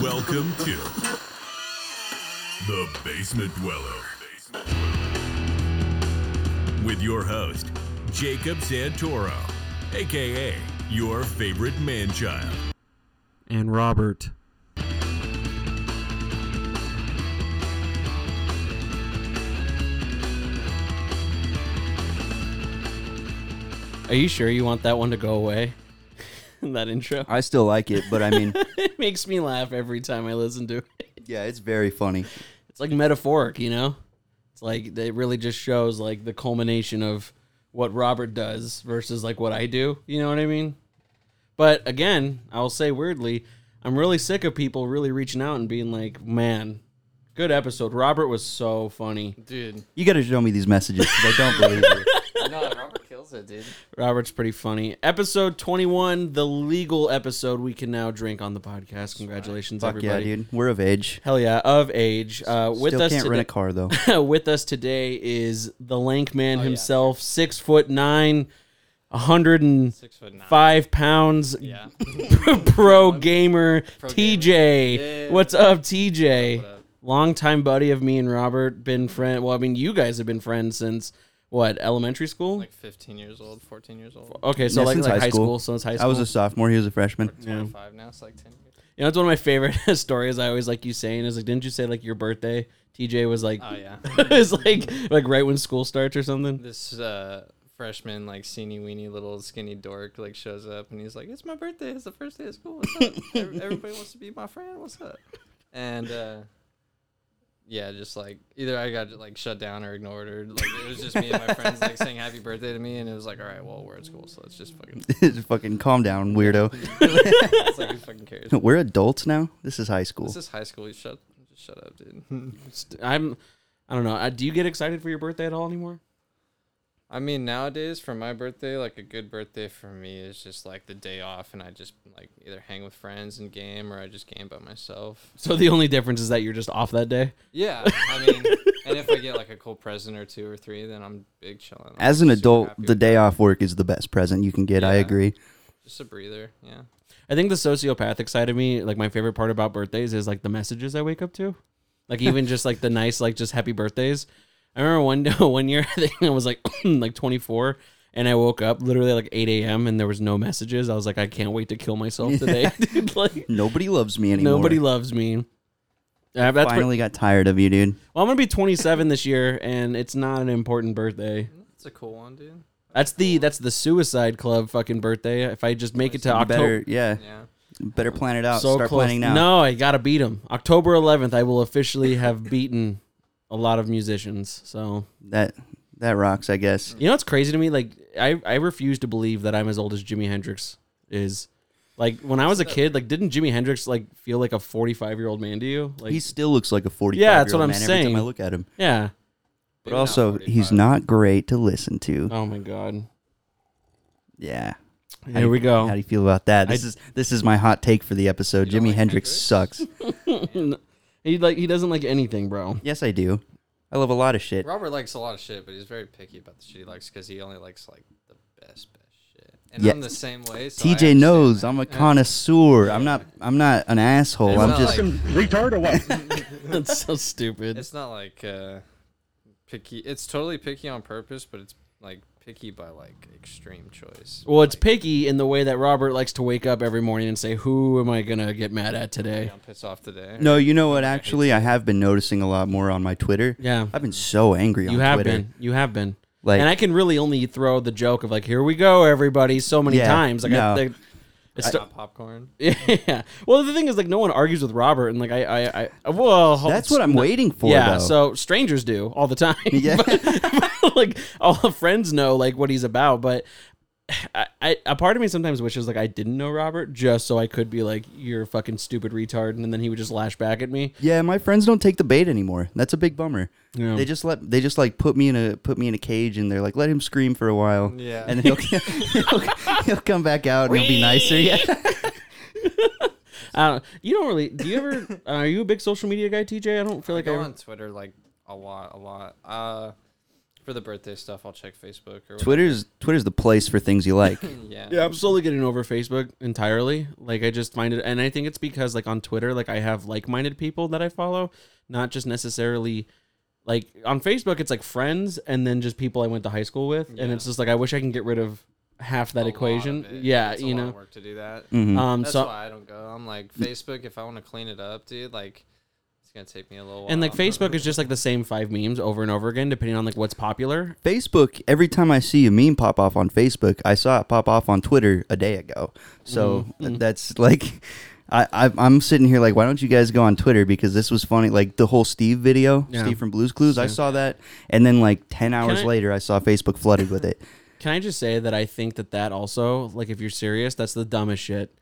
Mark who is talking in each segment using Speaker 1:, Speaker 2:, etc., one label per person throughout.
Speaker 1: Welcome to The Basement Dweller. With your host, Jacob Santoro, aka your favorite man child.
Speaker 2: and Robert.
Speaker 3: Are you sure you want that one to go away? that intro.
Speaker 4: I still like it, but I mean,
Speaker 3: It makes me laugh every time I listen to it.
Speaker 4: yeah, it's very funny.
Speaker 3: It's like metaphoric, you know? It's like it really just shows like the culmination of what Robert does versus like what I do. You know what I mean? But again, I'll say weirdly, I'm really sick of people really reaching out and being like, man, good episode. Robert was so funny.
Speaker 5: Dude,
Speaker 4: You got to show me these messages because I don't believe you.
Speaker 5: no, Robert kills it, dude.
Speaker 3: Robert's pretty funny. Episode 21, the legal episode we can now drink on the podcast. Congratulations,
Speaker 4: Fuck yeah,
Speaker 3: everybody.
Speaker 4: dude. We're of age.
Speaker 3: Hell yeah, of age. Uh, with
Speaker 4: still
Speaker 3: us
Speaker 4: can't rent
Speaker 3: today,
Speaker 4: a car though.
Speaker 3: with us today is the lank
Speaker 5: Oh,
Speaker 3: man himself, six foot nine, a hundred and
Speaker 5: Six foot nine.
Speaker 3: five pounds,
Speaker 5: Yeah.
Speaker 3: pro gamer TJ.
Speaker 5: Yeah.
Speaker 3: What's up, TJ?
Speaker 5: up?
Speaker 3: Longtime buddy of me and Robert, been friend. Well, I mean, you guys have been friends since what elementary school?
Speaker 5: Like 15 years old, 14 years old.
Speaker 3: okay, so
Speaker 4: Yeah,
Speaker 3: like,
Speaker 4: since
Speaker 3: like high
Speaker 4: high
Speaker 3: school.
Speaker 4: school.
Speaker 3: So it's high school.
Speaker 4: I was a sophomore. He was a freshman.
Speaker 5: 25 now, it's like 10 years.
Speaker 3: you know, it's one of my favorite stories. I always like you saying is like, didn't you say like your birthday? TJ was like,
Speaker 5: Oh, yeah.
Speaker 3: it was like like right when school starts or something.
Speaker 5: This uh, freshman, like, seeny weeny little skinny dork, like, shows up and he's like, It's my birthday. It's the first day of school. What's up? Ev- Everybody wants to be my friend. What's up? And, uh, yeah, just like either I got like shut down or ignored, or like it was just me and my friends like saying happy birthday to me, and it was like, all right, well we're at school, so let's just fucking,
Speaker 4: fucking calm down, weirdo.
Speaker 5: it's like who fucking cares?
Speaker 4: We're adults now. This is high school.
Speaker 5: This is high school. You shut, just shut up, dude.
Speaker 3: I'm, I don't know. Uh, Do you get excited for your birthday at all anymore?
Speaker 5: I mean, nowadays for my birthday, like a good birthday for me is just like the day off, and I just like either hang with friends and game, or I just game by myself.
Speaker 3: So the only difference is that you're just off that day.
Speaker 5: Yeah, I mean, and if I get like a cool present or two or three, then I'm big chilling. I'm
Speaker 4: As an
Speaker 5: super
Speaker 4: adult,
Speaker 5: happy
Speaker 4: the
Speaker 5: with
Speaker 4: day
Speaker 5: that.
Speaker 4: off work is the best present you can get. I
Speaker 5: Yeah.
Speaker 4: agree.
Speaker 5: just a breather. Yeah,
Speaker 3: I think the sociopathic side of me, like my favorite part about birthdays is like the messages I wake up to, like even just like the nice like just happy birthdays. I remember one one year I think I was like like 24. And I woke up literally like 8 a.m. and there was no messages. I was like, I can't wait to kill myself today. Dude, like,
Speaker 4: Nobody loves me anymore.
Speaker 3: nobody loves me. Uh, that's pre-
Speaker 4: finally got tired of you, dude.
Speaker 3: Well, I'm gonna be 27 this year, and it's not an important birthday.
Speaker 5: it's a cool one, dude.
Speaker 3: That's the that's the Suicide Club fucking birthday. If I just make it to
Speaker 4: You
Speaker 3: October,
Speaker 4: better, yeah,
Speaker 5: Yeah,
Speaker 4: better plan it out.
Speaker 3: so
Speaker 4: Start
Speaker 3: close.
Speaker 4: planning now.
Speaker 3: No, I gotta beat him. October 11th, I will officially have beaten a lot of musicians. So
Speaker 4: That that rocks, I guess.
Speaker 3: you know, it's crazy to me. Like I I refuse to believe that I'm as old as Jimi Hendrix is. Like when I was a kid, like didn't Jimi Hendrix like feel like a 45 year old man to you? Like
Speaker 4: He still looks like a forty.
Speaker 3: Yeah, that's what I'm
Speaker 4: man, Every
Speaker 3: saying.
Speaker 4: time I look at him.
Speaker 3: yeah.
Speaker 4: But
Speaker 5: Maybe not
Speaker 4: also,
Speaker 5: 45.
Speaker 4: he's not great to listen to.
Speaker 3: Oh my god.
Speaker 4: Yeah. How
Speaker 3: Here
Speaker 4: do
Speaker 3: we
Speaker 4: you- How do
Speaker 3: go.
Speaker 4: you feel about that? This is this is my hot take for the episode.
Speaker 5: don't
Speaker 4: Jimi
Speaker 5: like
Speaker 4: Hendrix,
Speaker 5: Hendrix?
Speaker 4: sucks.
Speaker 3: He like he doesn't like anything, bro.
Speaker 4: yes, I do. I love a lot of shit.
Speaker 5: Robert likes a lot of shit, but he's very picky about the shit he likes because he only likes like the best, best shit. And
Speaker 4: Yeah.
Speaker 5: I'm the same way. So
Speaker 4: TJ
Speaker 5: I understand
Speaker 4: knows
Speaker 5: that.
Speaker 4: I'm a connoisseur. I'm not. I'm not an asshole.
Speaker 5: It's
Speaker 4: I'm
Speaker 5: not
Speaker 4: just.
Speaker 5: like-
Speaker 3: That's so stupid.
Speaker 5: It's not like uh, picky. It's totally picky on purpose, but it's like picky by like extreme choice.
Speaker 3: Well, it's picky in the way that Robert likes to wake up every morning and say, "Who am I gonna get mad at today?"
Speaker 5: I'm pissed off today.
Speaker 4: no, you know what? Actually, I have been noticing a lot more on my Twitter.
Speaker 3: Yeah,
Speaker 4: I've been so angry on
Speaker 3: you have
Speaker 4: Twitter.
Speaker 3: been. You have been.
Speaker 4: Like-
Speaker 3: and I can really only throw the joke of like, "Here we go, everybody!" So many
Speaker 4: Yeah,
Speaker 3: times. Like, I,
Speaker 4: no.
Speaker 3: like it's
Speaker 5: It's not popcorn.
Speaker 3: yeah. Well, the thing is, like, no one argues with Robert, and like, I, I, I well,
Speaker 4: That's what I'm waiting for.
Speaker 3: Yeah,
Speaker 4: though.
Speaker 3: so strangers do all the time.
Speaker 4: Yeah.
Speaker 3: But, like all the friends know like what he's about, but I, I a part of me sometimes wishes like I didn't know Robert just so I could be like you're a fucking stupid retard, and then he would just lash back at me.
Speaker 4: Yeah, my friends don't take the bait anymore. That's a big bummer.
Speaker 3: Yeah.
Speaker 4: They just let they just like put me in a put me in a cage and they're like let him scream for a while.
Speaker 5: Yeah.
Speaker 4: and then he'll he'll, he'll come back out and he'll be nicer. Yeah,
Speaker 3: I don't, you don't really. Do you ever? are you a big social media guy, TJ? I don't feel
Speaker 5: I
Speaker 3: like I.
Speaker 5: go on Twitter like a lot, a lot. Uh, For the birthday stuff, I'll check Facebook or whatever.
Speaker 4: Twitter's Twitter's the place for things you like.
Speaker 5: Yeah.
Speaker 3: Yeah, I'm slowly getting over Facebook entirely. Like I just find it and I think it's because like on Twitter, like I have like-minded people that I follow, not just necessarily like on Facebook it's like friends and then just people I went to high school with and
Speaker 5: Yeah.
Speaker 3: it's just like I wish I can get rid of half
Speaker 5: A
Speaker 3: that
Speaker 5: lot
Speaker 3: equation.
Speaker 5: of it.
Speaker 3: Yeah,
Speaker 5: It's a
Speaker 3: you
Speaker 5: lot of
Speaker 3: know.
Speaker 5: work to do that.
Speaker 4: Mhm.
Speaker 3: Um
Speaker 5: That's
Speaker 3: so
Speaker 5: why I don't go. I'm like Facebook. If I want to clean it up, dude, like it's gonna take me a little. while.
Speaker 3: and like Facebook is just like the same five memes over and over again depending on like what's popular.
Speaker 4: Facebook, every time I see a meme pop off on Facebook, I saw it pop off on Twitter a day ago. So
Speaker 3: Mm-hmm.
Speaker 4: th- that's like, I, I, I'm sitting here like, why don't you guys go on Twitter? Because this was funny. Like the whole Steve video,
Speaker 3: Yeah.
Speaker 4: Steve from Blues Clues, I saw that. And then like 10 hours
Speaker 3: I-
Speaker 4: later, I saw Facebook flooded with it.
Speaker 3: Can I just say that I think that that also like if you're serious, that's the dumbest shit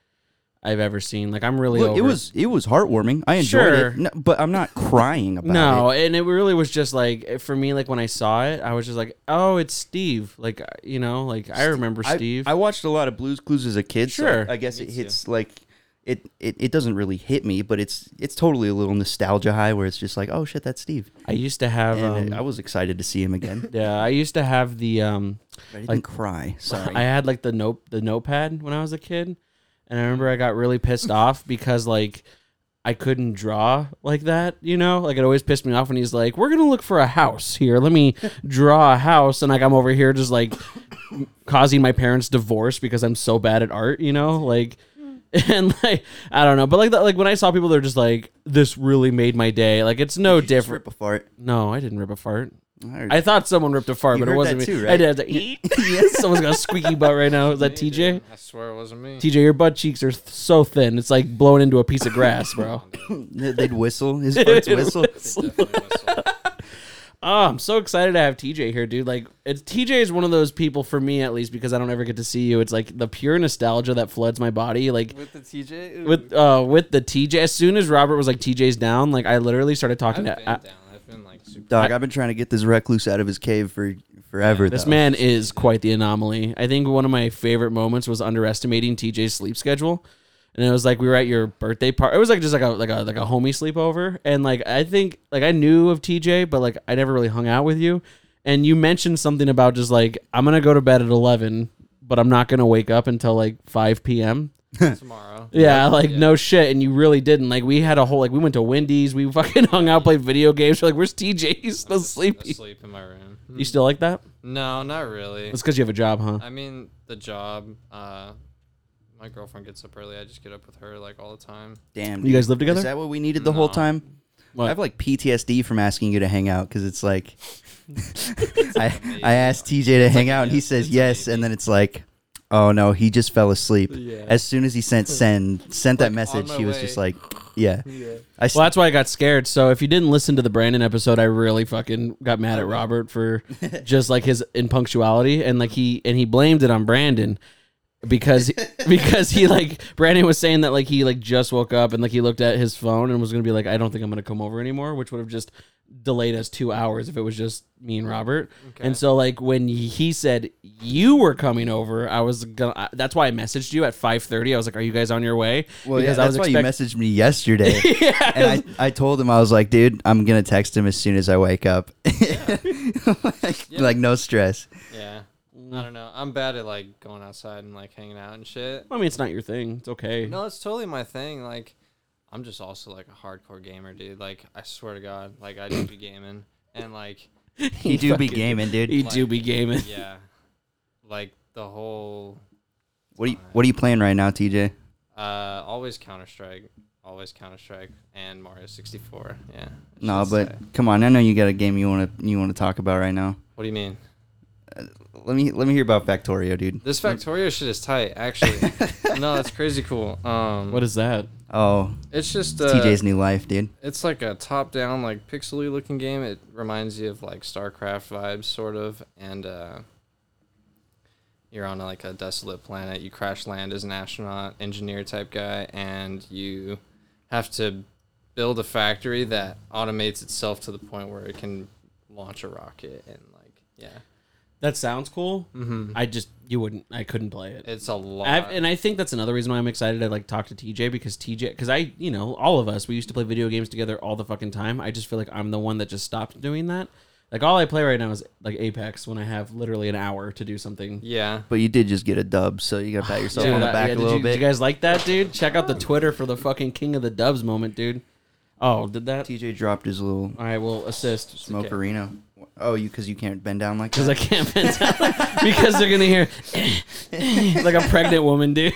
Speaker 3: I've ever seen. Like I'm really
Speaker 4: Look,
Speaker 3: over
Speaker 4: it was it was heartwarming. I enjoyed
Speaker 3: Sure.
Speaker 4: it, no, but I'm not crying about
Speaker 3: no,
Speaker 4: it.
Speaker 3: and it really was just like eh, for me, like when I saw it, I was just like, "Oh, it's Steve." Like uh, you know, like I remember
Speaker 4: I-
Speaker 3: Steve.
Speaker 4: I, watched a lot of Blues Clues as a kid. so
Speaker 3: Sure.
Speaker 4: I guess
Speaker 5: Me
Speaker 4: it
Speaker 5: too.
Speaker 4: hits like it, it. It doesn't really hit me, but it's it's totally a little nostalgia high where it's just like, oh shit, that's Steve.
Speaker 3: I used to have,
Speaker 4: and
Speaker 3: um,
Speaker 4: I was excited to see him again.
Speaker 3: yeah, I used to have the, um,
Speaker 4: I didn't
Speaker 3: Like-
Speaker 4: cry. Sorry.
Speaker 3: I had like the note, the notepad when I was a kid, and I remember I got really pissed off because like I couldn't draw like that, you know, like it always pissed me off when he's like, "We're gonna look for a house here. Let me draw a house," and like I'm over here just like causing my parents' divorce because I'm so bad at art, you know, like.
Speaker 4: Mm.
Speaker 3: And like I don't know, but like the, like when I saw people, they're just like, "This really made my day." Like it's no
Speaker 4: You just
Speaker 3: different.
Speaker 4: Rip a fart.
Speaker 3: no, I didn't rip a fart.
Speaker 4: Alright.
Speaker 3: I thought someone ripped a fart,
Speaker 4: You
Speaker 3: but it
Speaker 4: heard
Speaker 3: wasn't
Speaker 4: that
Speaker 3: me.
Speaker 4: too,
Speaker 3: I
Speaker 4: right?
Speaker 3: did. I was like, someone's got a squeaky butt right now. Is that
Speaker 5: Me,
Speaker 3: TJ?
Speaker 5: dude. I swear it wasn't me.
Speaker 3: TJ, your butt cheeks are th- so thin. It's like blowing into a piece of grass, bro.
Speaker 4: They'd whistle. His farts whistle.
Speaker 5: Definitely was.
Speaker 3: Oh, I'm so excited to have TJ here, dude. Like, it's, TJ is one of those people for me, at least, because I don't ever get to see you. It's like the pure nostalgia that floods my body. Like
Speaker 5: with the TJ. Ooh,
Speaker 3: with uh with the TJ. As soon as Robert was like TJ's down, like I literally started
Speaker 5: I've
Speaker 3: talking
Speaker 5: been
Speaker 3: to. I-
Speaker 5: down. I've been like super.
Speaker 4: Dog, I, have been trying to get this recluse out of his cave for forever.
Speaker 3: this
Speaker 4: though.
Speaker 3: man is quite the anomaly. I think one of my favorite moments was underestimating TJ's sleep schedule. And it was like we were at your birthday party. It was like just like a like a like a homie sleepover. And like I think like I knew of TJ, but like I never really hung out with you. And you mentioned something about just like I'm gonna go to bed at eleven, but I'm not gonna wake up until like five p.m.
Speaker 5: tomorrow.
Speaker 3: Yeah, like no shit, and you really didn't. Like we had a whole like we went to Wendy's, we fucking hung out, played video games. We're like, where's TJ? He's still sleepy.
Speaker 5: Asleep in my room.
Speaker 3: You still like that?
Speaker 5: No, not really.
Speaker 3: It's because you have a job, huh?
Speaker 5: I mean, the job. Uh, my girlfriend gets up early. I just get up with her like all the time.
Speaker 4: Damn.
Speaker 3: You guys live together?
Speaker 4: Is that what we needed the whole
Speaker 5: No.
Speaker 4: time?
Speaker 3: What?
Speaker 4: I have like PTSD from asking you to hang out because it's like I, I asked TJ to hang out and he says yes and then it's like oh no he just fell asleep as soon as he sent send sent that message
Speaker 5: my
Speaker 4: he was
Speaker 5: way.
Speaker 4: just like yeah, I s-
Speaker 3: Well, that's why I got scared. So if you didn't listen to the Brandon episode, I really fucking got mad at Robert for just like his impunctuality and like he and he blamed it on Brandon because because he like Brandon was saying that like he like just woke up and like he looked at his phone and was gonna be like I don't think I'm gonna come over anymore, which would have just delayed us two hours if it was just me and Robert. And so like when he said you were coming over, I was gonna. I- that's why I messaged you at 5:30. I was like, "Are you guys on your way?"
Speaker 4: Well, yeah, that's why
Speaker 3: expect-
Speaker 4: you messaged me yesterday. And I, I told him, I was like, dude, I'm going to text him as soon as I wake up. like, like, no stress.
Speaker 5: Yeah. I don't know. I'm bad at like going outside and like hanging out and shit.
Speaker 3: I mean, it's not your thing. It's okay.
Speaker 5: No, it's totally my thing. Like, I'm just also like a hardcore gamer, dude. Like, I swear to God, like I do be gaming, and like,
Speaker 4: He do be gaming,
Speaker 3: You
Speaker 4: dude.
Speaker 3: do be gaming.
Speaker 5: yeah, like the whole
Speaker 4: What are, you, what are you playing right now, TJ?
Speaker 5: uh, always Counter Strike, always Counter Strike, and Mario 64. Yeah. I
Speaker 4: No,
Speaker 5: should
Speaker 4: but
Speaker 5: say.
Speaker 4: come on. I know you got a game you want to you want to talk about right now.
Speaker 5: what do you mean?
Speaker 4: Let me let me hear about Factorio, dude.
Speaker 5: This Factorio shit is tight, actually. no, that's crazy cool. Um,
Speaker 3: What is that?
Speaker 4: Oh,
Speaker 5: it's just uh,
Speaker 4: TJ's new life, dude.
Speaker 5: It's like a top-down, like pixely looking game. It reminds you of like StarCraft vibes, sort of, and uh, you're on like a desolate planet. You crash land as an astronaut, engineer type guy, and you have to build a factory that automates itself to the point where it can launch a rocket and like yeah,
Speaker 3: That sounds cool. Mm-hmm. I just you wouldn't. I couldn't play it.
Speaker 5: it's a lot.
Speaker 3: I've, and I think that's another reason why I'm excited to like talk to TJ because TJ because I you know all of us we used to play video games together all the fucking time. I just feel like I'm the one that just stopped doing that. Like all I play right now is like Apex when I have literally an hour to do something.
Speaker 5: Yeah.
Speaker 4: But you did just get a dub, so you got to pat yourself
Speaker 3: Dude,
Speaker 4: on the
Speaker 3: that-
Speaker 4: back
Speaker 3: yeah,
Speaker 4: a
Speaker 3: did
Speaker 4: little
Speaker 3: you,
Speaker 4: bit.
Speaker 3: Did you guys like that, dude? Check out the Twitter for the fucking King of the Dubs moment, dude. Oh, did that?
Speaker 4: TJ dropped his little
Speaker 3: I will assist
Speaker 4: smokerino. Oh, you because you can't bend down like
Speaker 3: because
Speaker 4: that.
Speaker 3: I can't bend down because they're gonna hear like a pregnant woman, dude.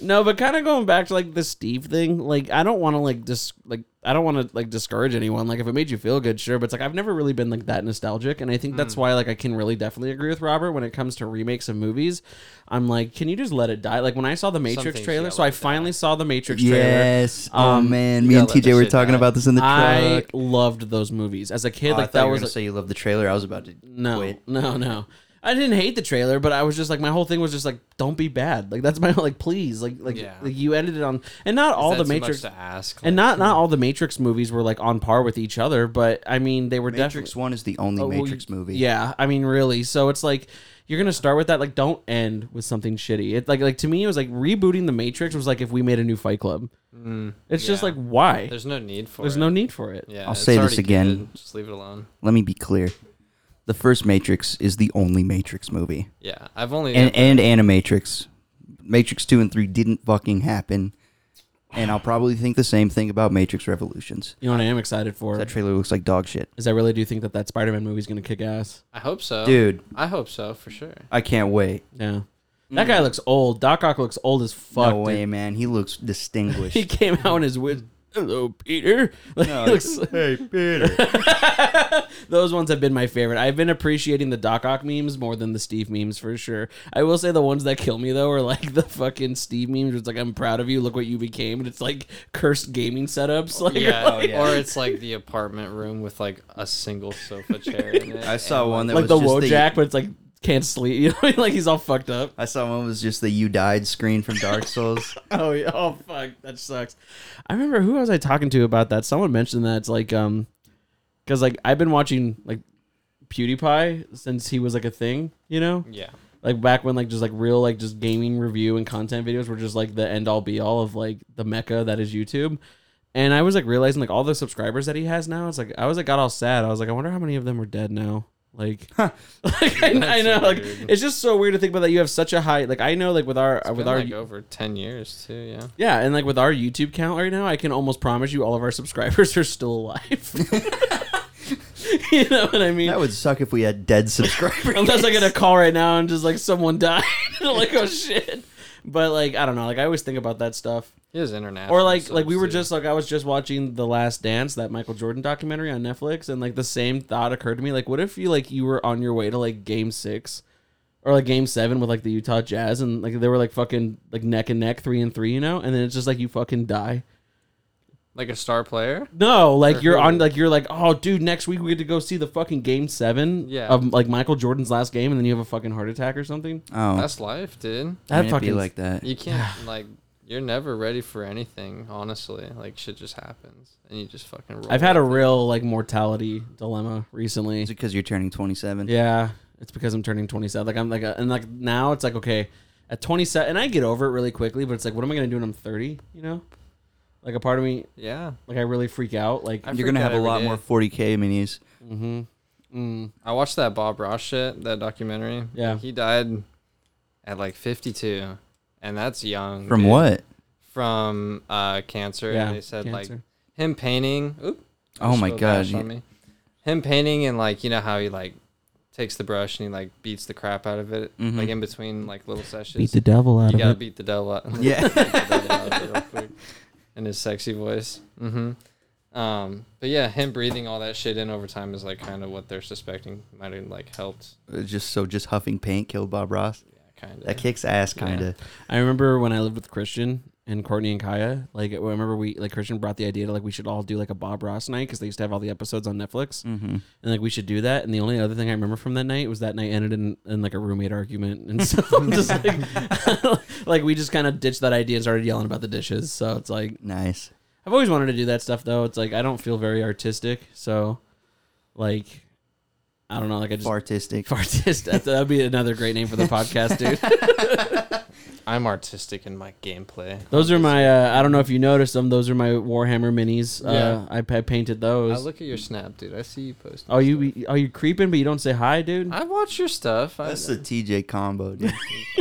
Speaker 3: No, but kind of going back to like the Steve thing, like I don't want to like dis like I don't want to like discourage anyone. Like if it made you feel good, sure, but it's like I've never really been like that nostalgic, and I think
Speaker 4: Mm.
Speaker 3: that's why like I can really definitely agree with Robert when it comes to remakes of movies. I'm like, can you just let it die? Like when I saw the Matrix
Speaker 5: things you
Speaker 3: trailer,
Speaker 5: gotta
Speaker 3: so I
Speaker 5: let die.
Speaker 3: finally saw the Matrix trailer.
Speaker 4: yes. oh
Speaker 3: Um,
Speaker 4: man,
Speaker 5: you
Speaker 4: me
Speaker 5: gotta
Speaker 4: and
Speaker 5: let the
Speaker 4: TJ were
Speaker 5: shit
Speaker 4: talking
Speaker 5: die.
Speaker 4: about this in the truck.
Speaker 3: I loved those movies as a kid.
Speaker 4: Oh, I
Speaker 3: like
Speaker 4: Oh, thought
Speaker 3: that
Speaker 4: you were
Speaker 3: was
Speaker 4: gonna say you love the trailer. I was about to
Speaker 3: No,
Speaker 4: quit.
Speaker 3: no, no. I didn't hate the trailer, but I was just like, my whole thing was just like, don't be bad. Like that's my like, please, like, like,
Speaker 5: Yeah.
Speaker 3: like you edited on, and not all the
Speaker 5: Is that too
Speaker 3: Matrix,
Speaker 5: much to ask.
Speaker 3: and
Speaker 5: Like,
Speaker 3: not not all the Matrix movies were like on par with each other, but I mean they were
Speaker 4: Matrix
Speaker 3: definitely
Speaker 4: One is the only
Speaker 3: Oh, well,
Speaker 4: Matrix
Speaker 3: you-
Speaker 4: movie.
Speaker 3: Yeah, I mean really. So it's like you're gonna start with that. Like don't end with something shitty. It like like to me it was like rebooting the Matrix was like if we made a new Fight Club. it's just
Speaker 5: Mm,
Speaker 3: like
Speaker 5: yeah.
Speaker 3: why? There's,
Speaker 5: there's no need for it.
Speaker 3: no need for it.
Speaker 5: Yeah,
Speaker 4: I'll
Speaker 5: it's
Speaker 4: say this
Speaker 5: already
Speaker 4: again.
Speaker 5: good. Just leave it alone.
Speaker 4: Let me be clear. The first Matrix is the only Matrix movie,
Speaker 5: Yeah, I've only
Speaker 4: and and Animatrix, Matrix Two and Three didn't fucking happen. And I'll probably think the same thing about Matrix Revolutions.
Speaker 3: You know what I am excited for
Speaker 4: That trailer looks like dog shit,
Speaker 3: is I really do think that that Spider-Man movie's gonna kick ass.
Speaker 5: I hope so,
Speaker 4: dude.
Speaker 5: I hope so for sure.
Speaker 4: I can't wait.
Speaker 3: Yeah. That guy looks old. Doc Ock looks old as fuck.
Speaker 4: no
Speaker 3: dude.
Speaker 4: way, man. He looks
Speaker 3: He
Speaker 4: distinguished.
Speaker 3: came out in his wig. Hello, Peter. Like, he looks,
Speaker 4: hey, Peter.
Speaker 3: those ones have been my favorite. I've been appreciating the Doc Ock memes more than the Steve memes for sure. I will say the ones that kill me though are like the fucking Steve memes. Where it's like I'm proud of you. Look what you became. And it's like cursed gaming setups. Like,
Speaker 5: Yeah,
Speaker 4: oh, yeah.
Speaker 5: or it's like the apartment room with like a single sofa chair in it.
Speaker 4: I saw
Speaker 5: and,
Speaker 4: one that
Speaker 3: like
Speaker 4: was
Speaker 3: the
Speaker 4: just the-
Speaker 3: Wojak, but it's like can't sleep. You know, what I mean? like he's all fucked up.
Speaker 4: I saw one was just the "You died" screen from Dark Souls.
Speaker 3: Oh, yeah. oh fuck, that sucks. I remember who was I talking to about that? Someone mentioned that it's like um, because like I've been watching like PewDiePie since he was like a thing, you know,
Speaker 5: yeah,
Speaker 3: like back when like just like real like just gaming review and content videos were just like the end all be all of like the mecca that is YouTube. And I was like realizing like all the subscribers that he has now, it's like I was like got all sad. I was like, I wonder how many of them are dead now. Like, like I, I know,
Speaker 5: That's
Speaker 3: like
Speaker 5: weird.
Speaker 3: it's just so weird to think about that. You have such a high, like I know, like with our
Speaker 5: It's
Speaker 3: with
Speaker 5: been,
Speaker 3: our
Speaker 5: like over ten years too. Yeah,
Speaker 3: yeah, and like with our YouTube count right now, I can almost promise you all of our subscribers are still alive. you know what I mean?
Speaker 4: That would suck if we had dead subscribers.
Speaker 3: Unless I get a call right now and just like someone died, like oh shit. But like I don't know, like I always think about that stuff.
Speaker 5: he was international.
Speaker 3: Or like
Speaker 5: so
Speaker 3: like we were
Speaker 5: too.
Speaker 3: just like I was just watching The Last Dance, that Michael Jordan documentary on Netflix, and like the same thought occurred to me. Like, what if you like you were on your way to like Game Six or like Game Seven with like the Utah Jazz, and like they were like fucking like neck and neck, three and three, you know, and then it's just like you fucking die.
Speaker 5: like a star player.
Speaker 3: No,
Speaker 5: Or
Speaker 3: like you're
Speaker 5: who?
Speaker 3: on, like you're like, oh, dude, next week we get to go see the fucking game seven
Speaker 5: Yeah.
Speaker 3: of like Michael Jordan's last game, and then you have a fucking heart attack or something.
Speaker 4: Oh,
Speaker 5: That's life, dude.
Speaker 4: I mean,
Speaker 3: That
Speaker 4: it'd be
Speaker 3: fucking
Speaker 4: like that.
Speaker 5: You can't like you're never ready for anything. Honestly, like shit just happens, and you just fucking. Roll
Speaker 3: I've had a
Speaker 5: with it.
Speaker 3: real like mortality dilemma recently.
Speaker 4: Is it because you're turning 27?
Speaker 3: Yeah, it's because I'm turning 27. Like I'm like, a, and like now it's like okay, at 27, and I get over it really quickly, but it's like, what am I gonna do when I'm 30? You know, like a part of me,
Speaker 5: yeah.
Speaker 3: like I really freak out. Like,
Speaker 5: I
Speaker 4: You're gonna
Speaker 5: freak
Speaker 4: have
Speaker 5: out
Speaker 4: a
Speaker 5: every
Speaker 4: lot
Speaker 5: day.
Speaker 4: more 40k minis.
Speaker 3: mm-hmm. mm,
Speaker 5: I watched that Bob Ross shit, that documentary.
Speaker 3: Yeah.
Speaker 5: He died at like 52, and that's young.
Speaker 4: From
Speaker 5: dude.
Speaker 4: what?
Speaker 5: From uh, cancer.
Speaker 3: yeah,
Speaker 5: and they said like
Speaker 3: cancer.
Speaker 5: him painting. Oop, I
Speaker 4: Oh
Speaker 5: just
Speaker 4: my
Speaker 5: spilled ash
Speaker 4: God,
Speaker 5: on
Speaker 4: you-
Speaker 5: me. Him painting and like you know how he like takes the brush and he like beats the crap out of it
Speaker 4: Mhm.
Speaker 5: like in between like little sessions.
Speaker 3: beat the devil out
Speaker 5: you gotta
Speaker 3: of it.
Speaker 5: beat the devil out.
Speaker 4: Yeah.
Speaker 5: in his sexy voice. hmm Um, but yeah, him breathing all that shit in over time is like kind of what they're suspecting might have like helped.
Speaker 4: just so just huffing paint killed Bob Ross.
Speaker 5: Yeah, kind
Speaker 4: That
Speaker 5: of.
Speaker 4: kicks ass, kind of.
Speaker 3: I remember when I lived with Christian and Courtney and Kaya. Like, I remember we like Christian brought the idea to like we should all do like a Bob Ross night because they used to have all the episodes on Netflix,
Speaker 4: Mm-hmm.
Speaker 3: and like we should do that. And the only other thing I remember from that night was that night ended in, in like a roommate argument, and so I'm just like, like we just kind of ditched that idea and started yelling about the dishes. So it's like
Speaker 4: Nice.
Speaker 3: I've always wanted to do that stuff though. It's like I don't feel very artistic, so like I don't know. Like I just
Speaker 4: Artistic.
Speaker 3: Fartist. That'd be another great name for the podcast, dude.
Speaker 5: I'm artistic in my gameplay.
Speaker 3: Those are my. Uh, I don't know if you noticed them. Those are my Warhammer minis. Uh,
Speaker 5: Yeah.
Speaker 3: I, pa- painted
Speaker 5: I
Speaker 3: those.
Speaker 5: look at your snap, dude. I see you post.
Speaker 3: oh, you are you creeping, but you don't say hi, dude.
Speaker 5: I watch your stuff. I,
Speaker 4: That's the TJ combo, dude.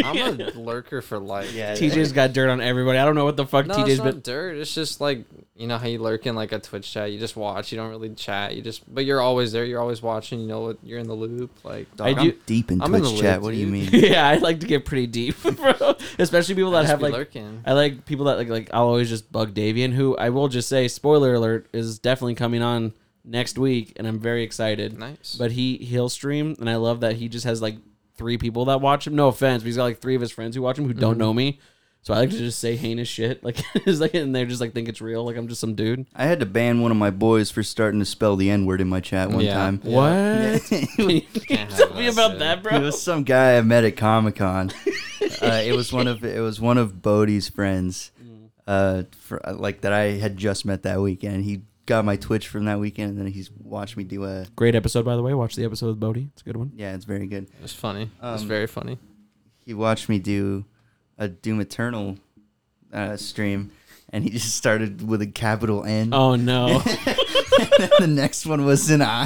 Speaker 5: I'm a lurker for life.
Speaker 4: Yeah,
Speaker 3: TJ's got dirt on everybody. I don't know what the fuck
Speaker 5: No,
Speaker 3: TJ's
Speaker 5: it's not
Speaker 3: been.
Speaker 5: dirt. It's just like you know how you lurk in like a Twitch chat. You just watch. You don't really chat. You just, but you're always there. You're always watching. You know what? You're in the loop. Like
Speaker 4: Dog,
Speaker 3: I
Speaker 4: I'm
Speaker 3: do-
Speaker 4: deep in
Speaker 5: I'm in
Speaker 4: Twitch
Speaker 5: the
Speaker 4: chat.
Speaker 5: loop,
Speaker 4: what do you
Speaker 5: dude.
Speaker 4: mean?
Speaker 3: yeah, I like to get pretty deep, bro. Especially people that
Speaker 5: just
Speaker 3: have
Speaker 5: be
Speaker 3: like.
Speaker 5: lurking.
Speaker 3: I like people that like like I'll always just bug Davian, who I will just say, spoiler alert, is definitely coming on next week, and I'm very excited.
Speaker 5: Nice.
Speaker 3: But he he'll stream, and I love that he just has like three people that watch him. No offense, but he's got like three of his friends who watch him who
Speaker 5: Mm-hmm.
Speaker 3: don't know me. So I like to just say heinous shit, like it's like, and they just like think it's real, like I'm just some dude.
Speaker 4: I had to ban one of my boys for starting to spell the N word in my chat one
Speaker 5: Yeah.
Speaker 4: time.
Speaker 3: What? Can you
Speaker 5: Can't have
Speaker 3: tell me
Speaker 5: that
Speaker 3: about
Speaker 5: shit.
Speaker 3: that,
Speaker 4: It
Speaker 3: bro?
Speaker 4: was some guy I met at Comic Con. uh, it was one of it was one of Bodie's friends,
Speaker 5: Mm.
Speaker 4: uh, fr like that I had just met that weekend. He got my Twitch from that weekend, and then he's watched me do a.
Speaker 3: Great episode, by the way. Watch the episode with Bodhi. It's a good one.
Speaker 4: Yeah, it's very good.
Speaker 5: It's funny. it's
Speaker 4: Um,
Speaker 5: very funny.
Speaker 4: He watched me do a Doom Eternal uh, stream, and he just started with a capital N.
Speaker 3: Oh no.
Speaker 4: the next one was an I.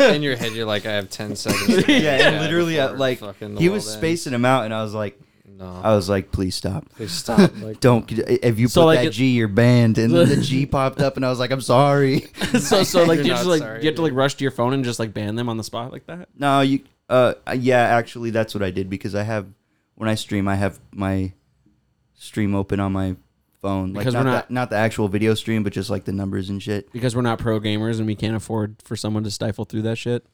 Speaker 5: in your head, you're like, I have ten seconds.
Speaker 4: yeah, and literally, uh, like he was
Speaker 5: space.
Speaker 4: spacing him out, and I was like,
Speaker 5: No,
Speaker 4: I was like, please stop.
Speaker 5: please stop. Like,
Speaker 4: Don't if you
Speaker 3: So,
Speaker 4: put
Speaker 3: like,
Speaker 4: that
Speaker 3: it-
Speaker 4: G, you're banned. And then the G popped up, and I was like, I'm sorry.
Speaker 3: so so like
Speaker 5: You're
Speaker 3: you
Speaker 5: not
Speaker 3: just like
Speaker 5: sorry,
Speaker 3: you have to
Speaker 5: dude.
Speaker 3: like rush to your phone and just like ban them on the spot like that.
Speaker 4: no, you. Uh, yeah, actually, that's what I did because I have when I stream, I have my stream open on my phone. Like
Speaker 3: Because
Speaker 4: not,
Speaker 3: we're
Speaker 4: the-
Speaker 3: not-
Speaker 4: not the actual video stream, but just like the numbers and shit.
Speaker 3: Because we're not pro gamers and we can't afford for someone to stifle through that shit.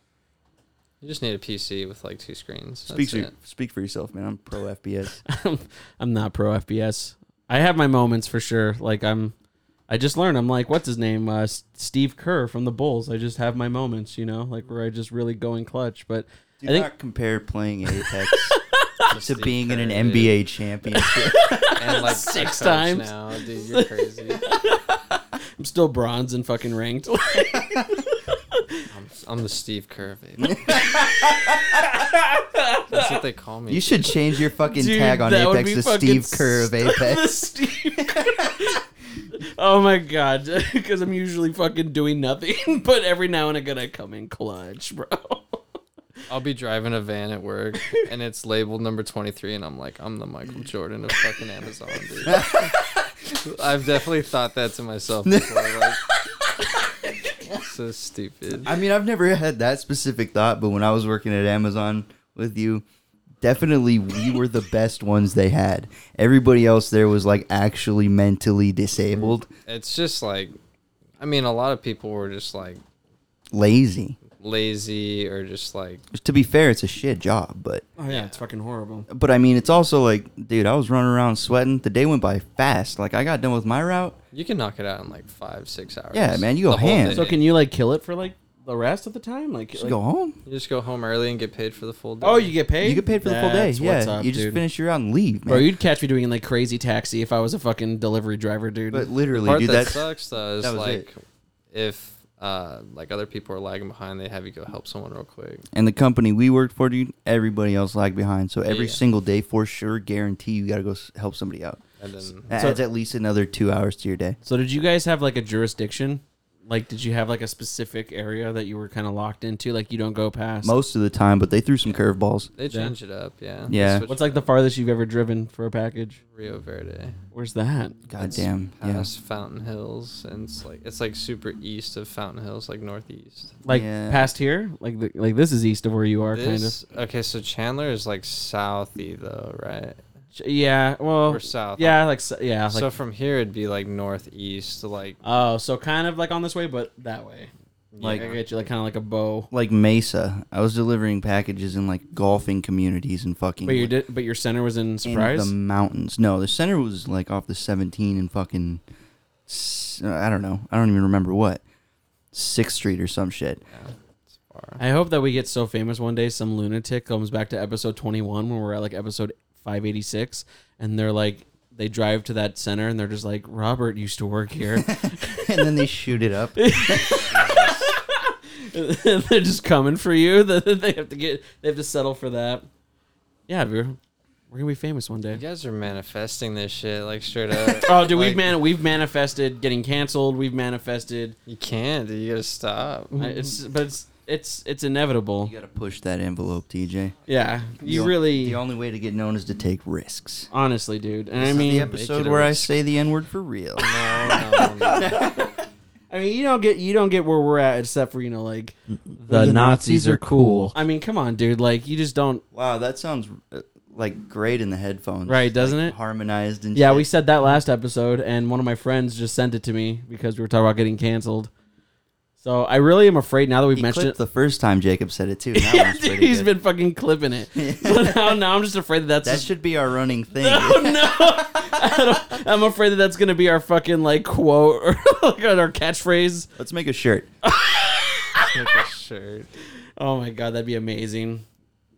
Speaker 5: you just need a PC with like two screens. That's
Speaker 4: Speak for,
Speaker 5: it.
Speaker 4: speak for yourself, man. I'm pro FBS.
Speaker 3: I'm, I'm not pro FPS. I have my moments for sure. Like I'm, I just learned. I'm like, what's his name? Uh, S- Steve Kerr from the Bulls. I just have my moments, you know, like where I just really go in clutch. But
Speaker 4: Do
Speaker 3: I think
Speaker 4: not compare playing Apex to
Speaker 5: Steve
Speaker 4: being in an
Speaker 5: Kerr,
Speaker 4: NBA championship.
Speaker 5: And like
Speaker 3: Six
Speaker 5: six
Speaker 3: times.
Speaker 5: times now, dude. You're crazy.
Speaker 3: I'm still bronze and fucking ranked.
Speaker 5: I'm, I'm the Steve Kerr, baby. That's what they call me.
Speaker 4: you should change your fucking
Speaker 3: Dude,
Speaker 4: tag on
Speaker 3: that would
Speaker 4: Apex
Speaker 3: be
Speaker 4: to
Speaker 3: fucking
Speaker 4: Steve Kerr of
Speaker 3: The
Speaker 4: Apex.
Speaker 3: Steve Kerr. oh my god, because I'm usually fucking doing nothing, but every now and again I come in clutch, bro.
Speaker 5: I'll be driving a van at work, and it's labeled number 23, and I'm like, I'm the Michael Jordan of fucking Amazon, dude. I've definitely thought that to myself before. Like, so stupid.
Speaker 4: I mean, I've never had that specific thought, but when I was working at Amazon with you, definitely we were the best ones they had. Everybody else there was like actually mentally disabled,
Speaker 5: It's just like, I mean, a lot of people were just like
Speaker 4: lazy.
Speaker 5: lazy or just like,
Speaker 4: To be fair, it's a shit job, but
Speaker 3: Oh yeah, it's fucking horrible.
Speaker 4: but I mean, it's also like, dude, I was running around sweating. The day went by fast. Like I got done with my route.
Speaker 5: you can knock it out in like five, six hours.
Speaker 4: Yeah, man, you go
Speaker 5: The whole
Speaker 4: ham.
Speaker 5: day.
Speaker 3: So can you like kill it for like the rest of the time? Like,
Speaker 4: Just
Speaker 3: like-
Speaker 4: go home.
Speaker 5: You just go home early and get paid for the full day.
Speaker 3: oh, you get paid.
Speaker 4: You get paid for the full day.
Speaker 3: That's what's
Speaker 4: Yeah,
Speaker 3: up,
Speaker 4: you just
Speaker 3: dude.
Speaker 4: finish your route and leave, man.
Speaker 3: Bro, you'd catch me doing like crazy taxi if I was a fucking delivery driver, dude.
Speaker 4: but
Speaker 5: The
Speaker 4: literally,
Speaker 5: part
Speaker 4: dude,
Speaker 5: that
Speaker 4: that's
Speaker 5: sucks though is
Speaker 4: that was
Speaker 5: like if uh like other people are lagging behind, they have you go help someone real quick.
Speaker 4: and the company we worked for, dude, everybody else lagged behind. So every
Speaker 5: Yeah.
Speaker 4: single day, for sure, guarantee you got to go s- help somebody out.
Speaker 5: And then
Speaker 4: That
Speaker 3: So-
Speaker 4: adds at least another two hours to your day.
Speaker 3: so did you guys have like a jurisdiction? Like, did you have like a specific area that you were kind of locked into? Like, you don't go past.
Speaker 4: Most of the time, but they threw some curveballs.
Speaker 5: they
Speaker 3: Yeah.
Speaker 5: change it up, yeah. They
Speaker 4: Yeah.
Speaker 5: switch
Speaker 3: What's
Speaker 5: it
Speaker 3: like the
Speaker 5: up.
Speaker 3: farthest you've ever driven for a package?
Speaker 5: Rio Verde
Speaker 3: Where's that?
Speaker 4: God damn. Yeah.
Speaker 5: past Fountain Hills and it's like it's like super east of Fountain Hills, like northeast.
Speaker 3: Like
Speaker 4: Yeah.
Speaker 3: past here? Like, the, like this is east of where you are, kind of.
Speaker 5: This, okay, so Chandler is like southy though, right?
Speaker 3: Ch- Yeah. Well.
Speaker 5: Or south.
Speaker 3: Yeah. Like. s- Yeah. Like.
Speaker 5: so from here it'd be like northeast, like
Speaker 3: oh, so kind of like on this way, but that way. Like I get you, like kind of like a bow.
Speaker 4: Like Mesa, I was delivering packages in like golfing communities and fucking.
Speaker 3: But your
Speaker 4: like,
Speaker 3: di- but your center was in
Speaker 4: in
Speaker 3: surprise.
Speaker 4: the mountains. No, the center was like off the 17 and fucking. s- uh, I don't know. I don't even remember what. Sixth Street or some shit.
Speaker 5: yeah, it's far.
Speaker 3: I hope that we get so famous one day, some lunatic comes back to episode 21 when we're at like episode 586, and they're like, they drive to that center and they're just like, Robert used to work here.
Speaker 4: and then they shoot it up.
Speaker 3: And they're just coming for you. Then they have to get, they have to settle for that. Yeah, dude. We're gonna be famous one
Speaker 5: You
Speaker 3: day.
Speaker 5: guys are manifesting this shit like straight up.
Speaker 3: Oh, dude, we've
Speaker 5: Like,
Speaker 3: man, we've manifested getting canceled. We've manifested.
Speaker 5: You can't. Dude, you gotta stop.
Speaker 3: I-
Speaker 2: Mm-hmm.
Speaker 3: It's but it's it's it's inevitable.
Speaker 4: You gotta push that envelope, TJ.
Speaker 3: Yeah, you
Speaker 4: The o-
Speaker 3: really
Speaker 4: The only way to get known is to take risks.
Speaker 3: honestly, dude. And I
Speaker 4: This is the
Speaker 3: mean,
Speaker 4: episode
Speaker 5: it a
Speaker 4: where I
Speaker 5: risk.
Speaker 4: say the N word for real.
Speaker 5: No, no, no.
Speaker 3: I mean, you don't get you don't get where we're at except for you know like
Speaker 2: Mm, The, Nazis are cool.
Speaker 3: I mean, come on, dude. Like you just don't.
Speaker 4: wow, that sounds uh, like great in the headphones,
Speaker 3: Right, doesn't
Speaker 4: Like,
Speaker 3: it?
Speaker 4: Harmonized and
Speaker 3: Yeah,
Speaker 4: shit.
Speaker 3: we said that last episode, and one of my friends just sent it to me because we were talking about getting canceled. So I really am afraid now that we've
Speaker 4: He
Speaker 3: mentioned
Speaker 4: clipped
Speaker 3: it.
Speaker 4: the first time Jacob said it too. That
Speaker 3: yeah,
Speaker 4: one's
Speaker 3: dude,
Speaker 4: pretty
Speaker 3: he's
Speaker 4: good.
Speaker 3: been fucking clipping it. so now, now I'm just oh, afraid that that's
Speaker 4: That
Speaker 3: his-
Speaker 4: should be our running thing.
Speaker 3: I'm afraid that that's gonna be our fucking like quote or like our catchphrase.
Speaker 4: Let's make a shirt.
Speaker 5: Make a shirt.
Speaker 3: Oh my god, that'd be amazing.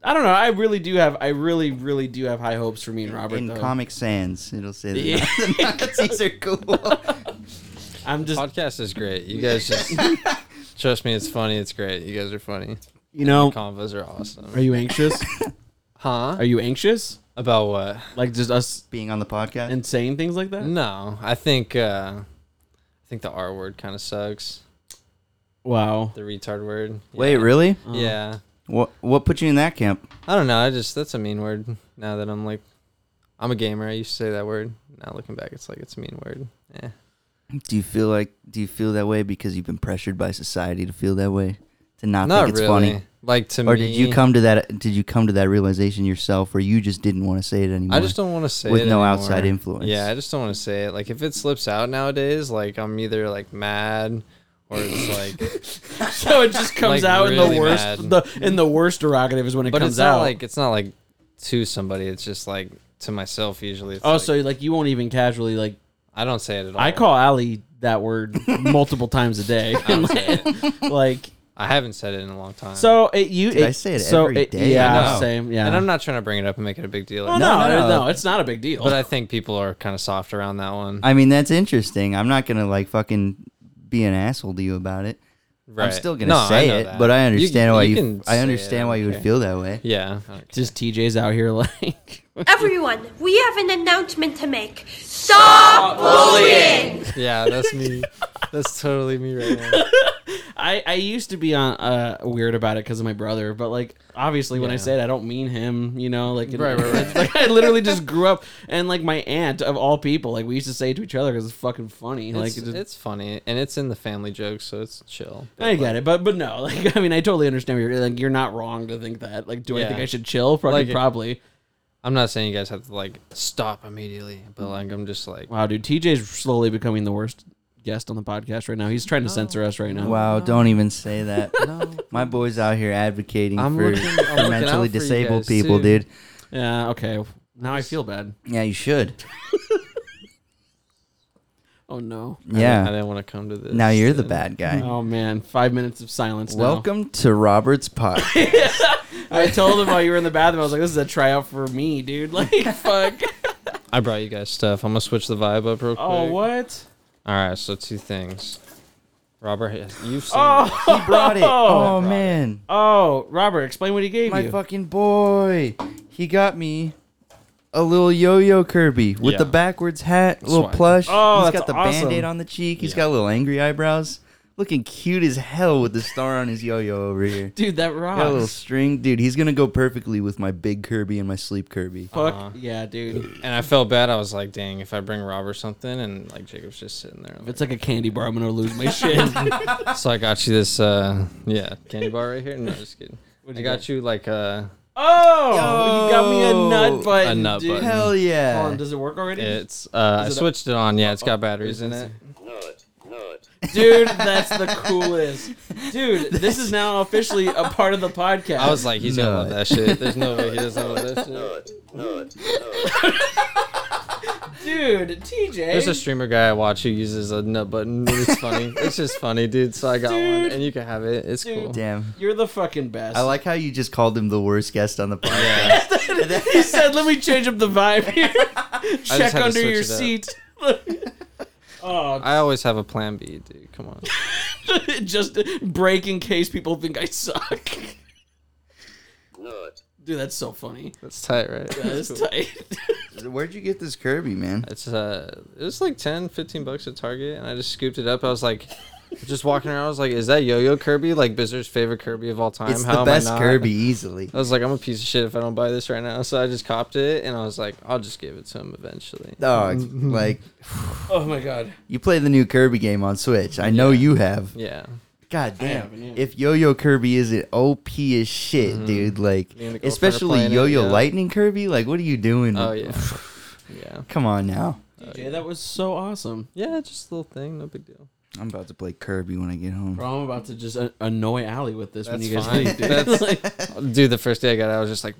Speaker 3: I don't know. I really do have. I really, really do have high hopes for me and Robert.
Speaker 4: in
Speaker 3: though.
Speaker 4: Comic Sans, it'll say that
Speaker 3: Yeah.
Speaker 4: the Nazis are cool.
Speaker 3: I'm just,
Speaker 5: Podcast is great. You guys just trust me. It's funny. It's great. You guys are funny.
Speaker 3: you know.
Speaker 5: Convos are
Speaker 3: Are
Speaker 5: awesome.
Speaker 3: you anxious?
Speaker 5: Huh?
Speaker 3: Are you anxious?
Speaker 5: About what?
Speaker 3: Like just us
Speaker 4: Being on the podcast.
Speaker 3: and saying things like that?
Speaker 5: No, I think uh, I think the R word kind of sucks.
Speaker 3: Wow.
Speaker 5: The retard word.
Speaker 4: Wait, really?
Speaker 5: Yeah. yeah.
Speaker 4: What what put you in that camp?
Speaker 5: I don't know. I just that's a mean word. Now that I'm like, I'm a gamer. I used to say that word. Now looking back, it's like it's a mean word. Eh. Yeah.
Speaker 4: Do you feel like do you feel that way because you've been pressured by society to feel that way? To not,
Speaker 5: Not
Speaker 4: think it's
Speaker 5: really.
Speaker 4: funny?
Speaker 5: Like to
Speaker 4: Or
Speaker 5: me.
Speaker 4: did you come to that did you come to that realization yourself or you just didn't want to say it anymore?
Speaker 5: I just don't want to say
Speaker 4: With
Speaker 5: it
Speaker 4: no
Speaker 5: anymore.
Speaker 4: outside influence.
Speaker 5: Yeah, I just don't want to say it. Like if it slips out nowadays, like I'm either like mad or it's like,
Speaker 3: So it just comes
Speaker 5: Like,
Speaker 3: out in
Speaker 5: really
Speaker 3: the worst
Speaker 5: mad.
Speaker 3: the in the worst derogative is when it
Speaker 5: but
Speaker 3: comes
Speaker 5: it's not
Speaker 3: out.
Speaker 5: like it's not like to somebody. It's just like to myself usually. It's
Speaker 3: oh,
Speaker 5: like,
Speaker 3: so like you won't even casually like
Speaker 5: I don't say it at all.
Speaker 3: I call Allie that word multiple times a day.
Speaker 5: don't say
Speaker 3: like
Speaker 5: I haven't said it in a long time.
Speaker 3: so it you
Speaker 4: Dude, I say it
Speaker 3: so
Speaker 4: every day.
Speaker 5: I
Speaker 3: Yeah,
Speaker 5: know.
Speaker 3: same. Yeah.
Speaker 5: and I'm not trying to bring it up and make it a big deal.
Speaker 3: Oh, no,
Speaker 4: No,
Speaker 3: no,
Speaker 4: no,
Speaker 3: no,
Speaker 4: no.
Speaker 3: it's not a big deal.
Speaker 5: But I think people are kind of soft around that one.
Speaker 4: I mean that's interesting. I'm not gonna like fucking be an asshole to you about it.
Speaker 5: right.
Speaker 4: I'm still gonna
Speaker 5: No, I
Speaker 4: say
Speaker 5: know
Speaker 4: it,
Speaker 5: that.
Speaker 4: but I understand why you,
Speaker 5: can
Speaker 4: I
Speaker 5: say it,
Speaker 4: understand why you would
Speaker 5: okay.
Speaker 4: feel that way.
Speaker 5: Yeah. I don't
Speaker 3: just TJ's out here like
Speaker 6: Everyone, we have an announcement to make. Stop bullying!
Speaker 5: care. yeah, that's me. that's totally me right now.
Speaker 3: I, I used to be on uh, weird about it because of my brother, but like obviously when I
Speaker 5: Yeah.
Speaker 3: say it, I don't mean him. You know, like it-
Speaker 5: Right, right, right.
Speaker 3: it's like I literally just grew up and like my aunt of all people, like we used to say it to each other because it's fucking funny. like
Speaker 5: Like
Speaker 3: it
Speaker 5: it's,
Speaker 3: just,
Speaker 5: it's funny and it's in the family jokes, so it's chill.
Speaker 3: I get it, but but no, like I mean, I totally understand. What you're like you're not wrong to think that. Like, do I
Speaker 5: Yeah.
Speaker 3: think I should chill? Probably,
Speaker 5: Like it-
Speaker 3: probably.
Speaker 5: I'm not saying you guys have to like stop immediately, but like I'm just like
Speaker 3: Wow, dude, TJ's slowly becoming the worst guest on the podcast right now. He's trying to censor us right now.
Speaker 4: Wow, don't even say that.
Speaker 5: no.
Speaker 4: My boy's out here advocating
Speaker 5: I'm
Speaker 4: for,
Speaker 5: looking- I'm
Speaker 4: for
Speaker 5: looking out for
Speaker 4: mentally
Speaker 5: you
Speaker 4: disabled
Speaker 5: guys,
Speaker 4: people,
Speaker 5: too.
Speaker 4: dude.
Speaker 3: Yeah. Okay. Now I feel bad.
Speaker 4: Yeah, you should.
Speaker 3: Oh no.
Speaker 5: I
Speaker 4: Yeah.
Speaker 5: didn't want to come to this.
Speaker 4: Now you're the
Speaker 5: and-
Speaker 4: bad guy.
Speaker 3: Oh man. Five minutes of silence. now.
Speaker 4: Welcome to Robert's podcast.
Speaker 3: I told him while you were in the bathroom, I was like, "This is a tryout for me, dude." Like, fuck.
Speaker 5: I brought you guys stuff. I'm gonna switch the vibe up real quick.
Speaker 3: oh, what?
Speaker 5: All right, so two things. Robert, has- you've seen.
Speaker 3: Oh,
Speaker 4: he brought it. Oh, man,
Speaker 3: oh, Robert, explain what he gave
Speaker 4: my
Speaker 3: you.
Speaker 4: fucking boy. He got me a little yo-yo Kirby with
Speaker 5: Yeah.
Speaker 4: the backwards hat, little
Speaker 5: Swag.
Speaker 4: plush.
Speaker 3: Oh,
Speaker 4: He's
Speaker 3: that's
Speaker 4: got the
Speaker 3: awesome.
Speaker 4: band-aid on the cheek. He's
Speaker 5: Yeah.
Speaker 4: got little angry eyebrows. Looking cute as hell with the star on his yo-yo over here.
Speaker 3: dude, that
Speaker 4: Got a little
Speaker 3: rocks.
Speaker 4: string, dude. He's gonna go perfectly with my big Kirby and my sleep Kirby.
Speaker 3: Fuck
Speaker 5: uh-huh.
Speaker 3: yeah, dude.
Speaker 5: and I felt bad. I was like, dang, if I bring Robert something, and like Jacob's just sitting there. I'm
Speaker 3: If it's like a candy bar, I'm gonna lose my shit. Oh,
Speaker 5: like, so I got you this, uh, yeah, candy bar right here. No, just kidding. I
Speaker 3: you
Speaker 5: got you like uh,
Speaker 3: oh, you got me a nut
Speaker 4: Yo,
Speaker 3: button.
Speaker 5: a nut
Speaker 3: dude.
Speaker 5: button.
Speaker 4: Hell yeah!
Speaker 3: Hold on, does it work already?
Speaker 5: it's uh, I
Speaker 3: Is it a-
Speaker 5: switched it on. Yeah, it's got batteries in it.
Speaker 3: Dude, that's the coolest. Dude, this is now officially a part of the podcast.
Speaker 5: I was like, he's gonna
Speaker 4: No.
Speaker 5: love that shit. There's no way he doesn't love that shit.
Speaker 3: dude, TJ.
Speaker 5: There's a streamer guy I watch who uses a nut button. It's funny. it's just funny, dude. So I got one,
Speaker 3: Dude.
Speaker 5: and you can have it. It's cool.
Speaker 4: Damn.
Speaker 3: you're the fucking best.
Speaker 4: I like how you just called him the worst guest on the podcast.
Speaker 3: he said, "Let me change up the vibe here.
Speaker 5: had
Speaker 3: Check
Speaker 5: to
Speaker 3: under
Speaker 5: switch
Speaker 3: your
Speaker 5: it up.
Speaker 3: seat." oh,
Speaker 5: I always have a plan B, dude. Come on.
Speaker 3: just break in case people think I suck. Dude, that's so funny.
Speaker 5: That's tight, right?
Speaker 3: That is tight.
Speaker 4: Where'd you get this Kirby, man?
Speaker 5: It's uh, it was like 10, 15 bucks at Target, and I just scooped it up. I was like, just walking around, I was like, is that Yo-Yo Kirby? Like Bizzer's favorite Kirby of all time?
Speaker 4: It's
Speaker 5: How
Speaker 4: the
Speaker 5: am I
Speaker 4: best
Speaker 5: not?
Speaker 4: Kirby easily.
Speaker 5: I was like, I'm a piece of shit if I don't buy this right now. So I just copped it, and I was like, I'll just give it to him eventually.
Speaker 4: Dog, like
Speaker 3: oh my god.
Speaker 4: you play the new Kirby game on Switch. I know you have.
Speaker 5: Yeah,
Speaker 4: God damn!
Speaker 3: haven't, yeah.
Speaker 4: If Yo-Yo Kirby isn't OP as shit,
Speaker 5: Mm-hmm.
Speaker 4: dude, like
Speaker 5: Me and the girlfriend are
Speaker 4: especially
Speaker 5: playing it,
Speaker 4: Yo-Yo
Speaker 5: yeah.
Speaker 4: Lightning Kirby, like what are you doing?
Speaker 5: Oh yeah, yeah,
Speaker 4: Come on now.
Speaker 3: DJ, that was so awesome.
Speaker 5: yeah. Just a little thing, no big deal.
Speaker 4: I'm about to play Kirby when I get home.
Speaker 3: Bro, I'm about to just uh, annoy Allie with this when
Speaker 5: That's
Speaker 3: you guys
Speaker 5: fine.
Speaker 3: leave, dude.
Speaker 5: That's-
Speaker 3: like,
Speaker 5: Dude, the first day I got it, I was just like,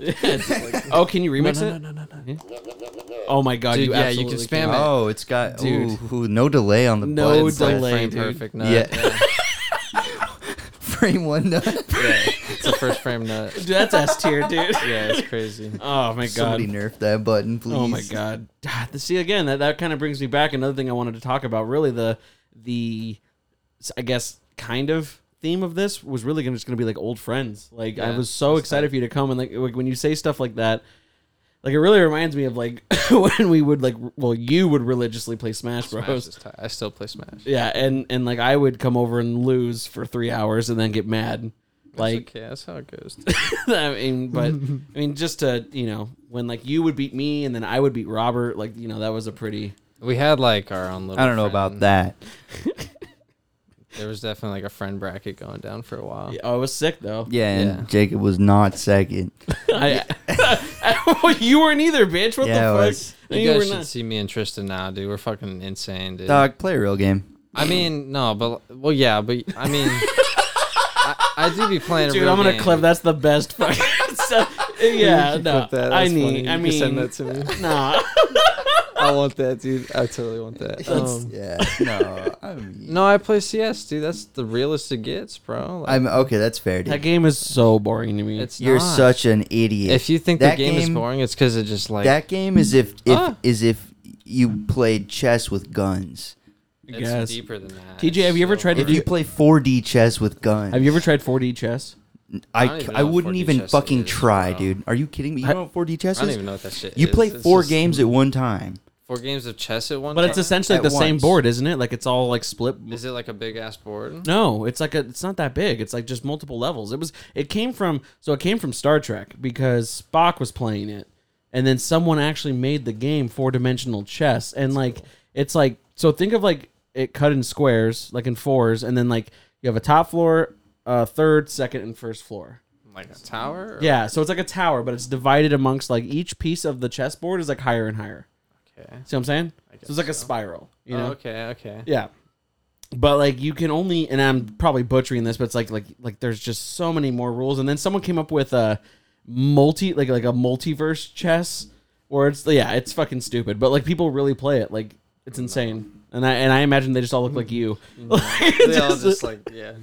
Speaker 3: yeah, it's like, oh, can you remix it? No, no, no, Oh my god,
Speaker 5: Dude,
Speaker 3: you
Speaker 5: yeah, you
Speaker 3: absolutely
Speaker 5: can spam
Speaker 3: can.
Speaker 5: it.
Speaker 4: Oh, it's got
Speaker 3: Dude.
Speaker 4: ooh, ooh, no delay on the
Speaker 3: No
Speaker 4: buttons, like,
Speaker 3: delay.
Speaker 5: frame
Speaker 3: dude.
Speaker 5: perfect nut.
Speaker 4: Yeah.
Speaker 5: Yeah.
Speaker 4: frame one nut.
Speaker 5: it's the first frame nut.
Speaker 3: Dude, that's S tier, dude.
Speaker 5: Yeah, it's crazy.
Speaker 3: Oh my god.
Speaker 4: Somebody nerf that button, please.
Speaker 3: Oh my god. Ah, the- See again, that, that kind of brings me back another thing I wanted to talk about. Really the the s- I guess kind of theme of this was really gonna, just going to be like old friends. Like I
Speaker 5: Yeah,
Speaker 3: was so excited for you to come and like, like when you say stuff like that like it really reminds me of like when we would like well you would religiously play Smash Bros.
Speaker 5: Smash is tight. I still play Smash.
Speaker 3: Yeah, and and like I would come over and lose for 3 hours and then get mad. Like
Speaker 5: okay, that's how it goes.
Speaker 3: I mean, but I mean, just to you know, when like you would beat me and then I would beat Robert, like you know, that was a pretty.
Speaker 5: We had like our own little.
Speaker 4: I don't know
Speaker 5: friend.
Speaker 4: about that.
Speaker 5: There was definitely like a friend bracket going down for a while.
Speaker 3: Oh, I was sick though.
Speaker 4: Yeah, and
Speaker 5: Yeah.
Speaker 4: Jacob was not second.
Speaker 3: I, you weren't either, bitch. What
Speaker 4: Yeah, I
Speaker 3: the fuck?
Speaker 4: was.
Speaker 3: No,
Speaker 5: You,
Speaker 3: you were
Speaker 5: guys should
Speaker 3: not.
Speaker 5: see me and Tristan now, dude. We're fucking insane, dude.
Speaker 4: Dog, play a real game.
Speaker 5: I mean, no, but well, yeah, but I mean, I, I do be playing. a
Speaker 3: Dude,
Speaker 5: real
Speaker 3: I'm gonna
Speaker 5: game.
Speaker 3: clip. That's the best. Fucking so, yeah,
Speaker 5: You can
Speaker 3: no.
Speaker 5: clip that.
Speaker 3: I
Speaker 5: That's funny.
Speaker 3: need.
Speaker 5: You
Speaker 3: I
Speaker 5: can
Speaker 3: mean,
Speaker 5: send that to me.
Speaker 3: nah.
Speaker 5: I want that, dude. I totally want that. Um,
Speaker 4: Yeah, no, I mean,
Speaker 5: no, I play CS, dude. That's the realest it gets, bro. Like,
Speaker 4: I'm okay. That's fair, dude.
Speaker 3: that game is so boring to me.
Speaker 5: it's
Speaker 4: You're
Speaker 5: not.
Speaker 4: such an idiot.
Speaker 5: If you think
Speaker 4: That
Speaker 5: the game, is
Speaker 4: game-
Speaker 5: boring, it's because it just like
Speaker 4: that game is if, if
Speaker 5: Ah.
Speaker 4: is if you played chess with guns.
Speaker 3: I
Speaker 5: it's
Speaker 3: guess.
Speaker 5: deeper than that.
Speaker 3: TJ, have you ever tried to
Speaker 4: If you play 4D chess with guns,
Speaker 3: Have you ever tried 4D chess?
Speaker 4: I,
Speaker 5: I don't even
Speaker 4: I
Speaker 5: know what
Speaker 4: wouldn't
Speaker 5: 4D
Speaker 4: even
Speaker 5: chess
Speaker 4: fucking
Speaker 5: is,
Speaker 4: try,
Speaker 5: bro.
Speaker 4: dude. Are you kidding me? You
Speaker 3: I-
Speaker 4: know what 4D chess
Speaker 5: I don't
Speaker 4: is?
Speaker 5: even know what that shit
Speaker 4: You
Speaker 5: is.
Speaker 4: play
Speaker 5: It's
Speaker 4: four
Speaker 5: just
Speaker 4: games at one time.
Speaker 5: Four games of chess at one.
Speaker 3: But it's
Speaker 5: time?
Speaker 3: essentially
Speaker 4: At
Speaker 3: the same
Speaker 4: once.
Speaker 3: board, isn't it? Like it's all like split.
Speaker 5: Is it like a big ass board?
Speaker 3: No, it's like a, it's not that big. It's like just multiple levels. It was it came from so it came from Star Trek because Spock was playing it, and then someone actually made the game four dimensional chess, and like it's like so think of like it cut in squares, like in fours, and then like you have a top floor, uh, third, second, and first floor.
Speaker 5: Like a tower? Or
Speaker 3: Yeah, so it's like a tower, but it's divided amongst like each piece of the chessboard is like higher and higher.
Speaker 5: Okay.
Speaker 3: See what I'm saying? So
Speaker 5: guess
Speaker 3: it's like a spiral. You know?
Speaker 5: Oh, okay. Okay.
Speaker 3: Yeah. But like you can only and I'm probably butchering this, but it's like like like there's just so many more rules. And then someone came up with a multi like like a multiverse chess where it's yeah, it's fucking stupid. But like people really play it. Like it's insane. And I and I imagine they just all look like you.
Speaker 5: Mm-hmm. They all just like yeah.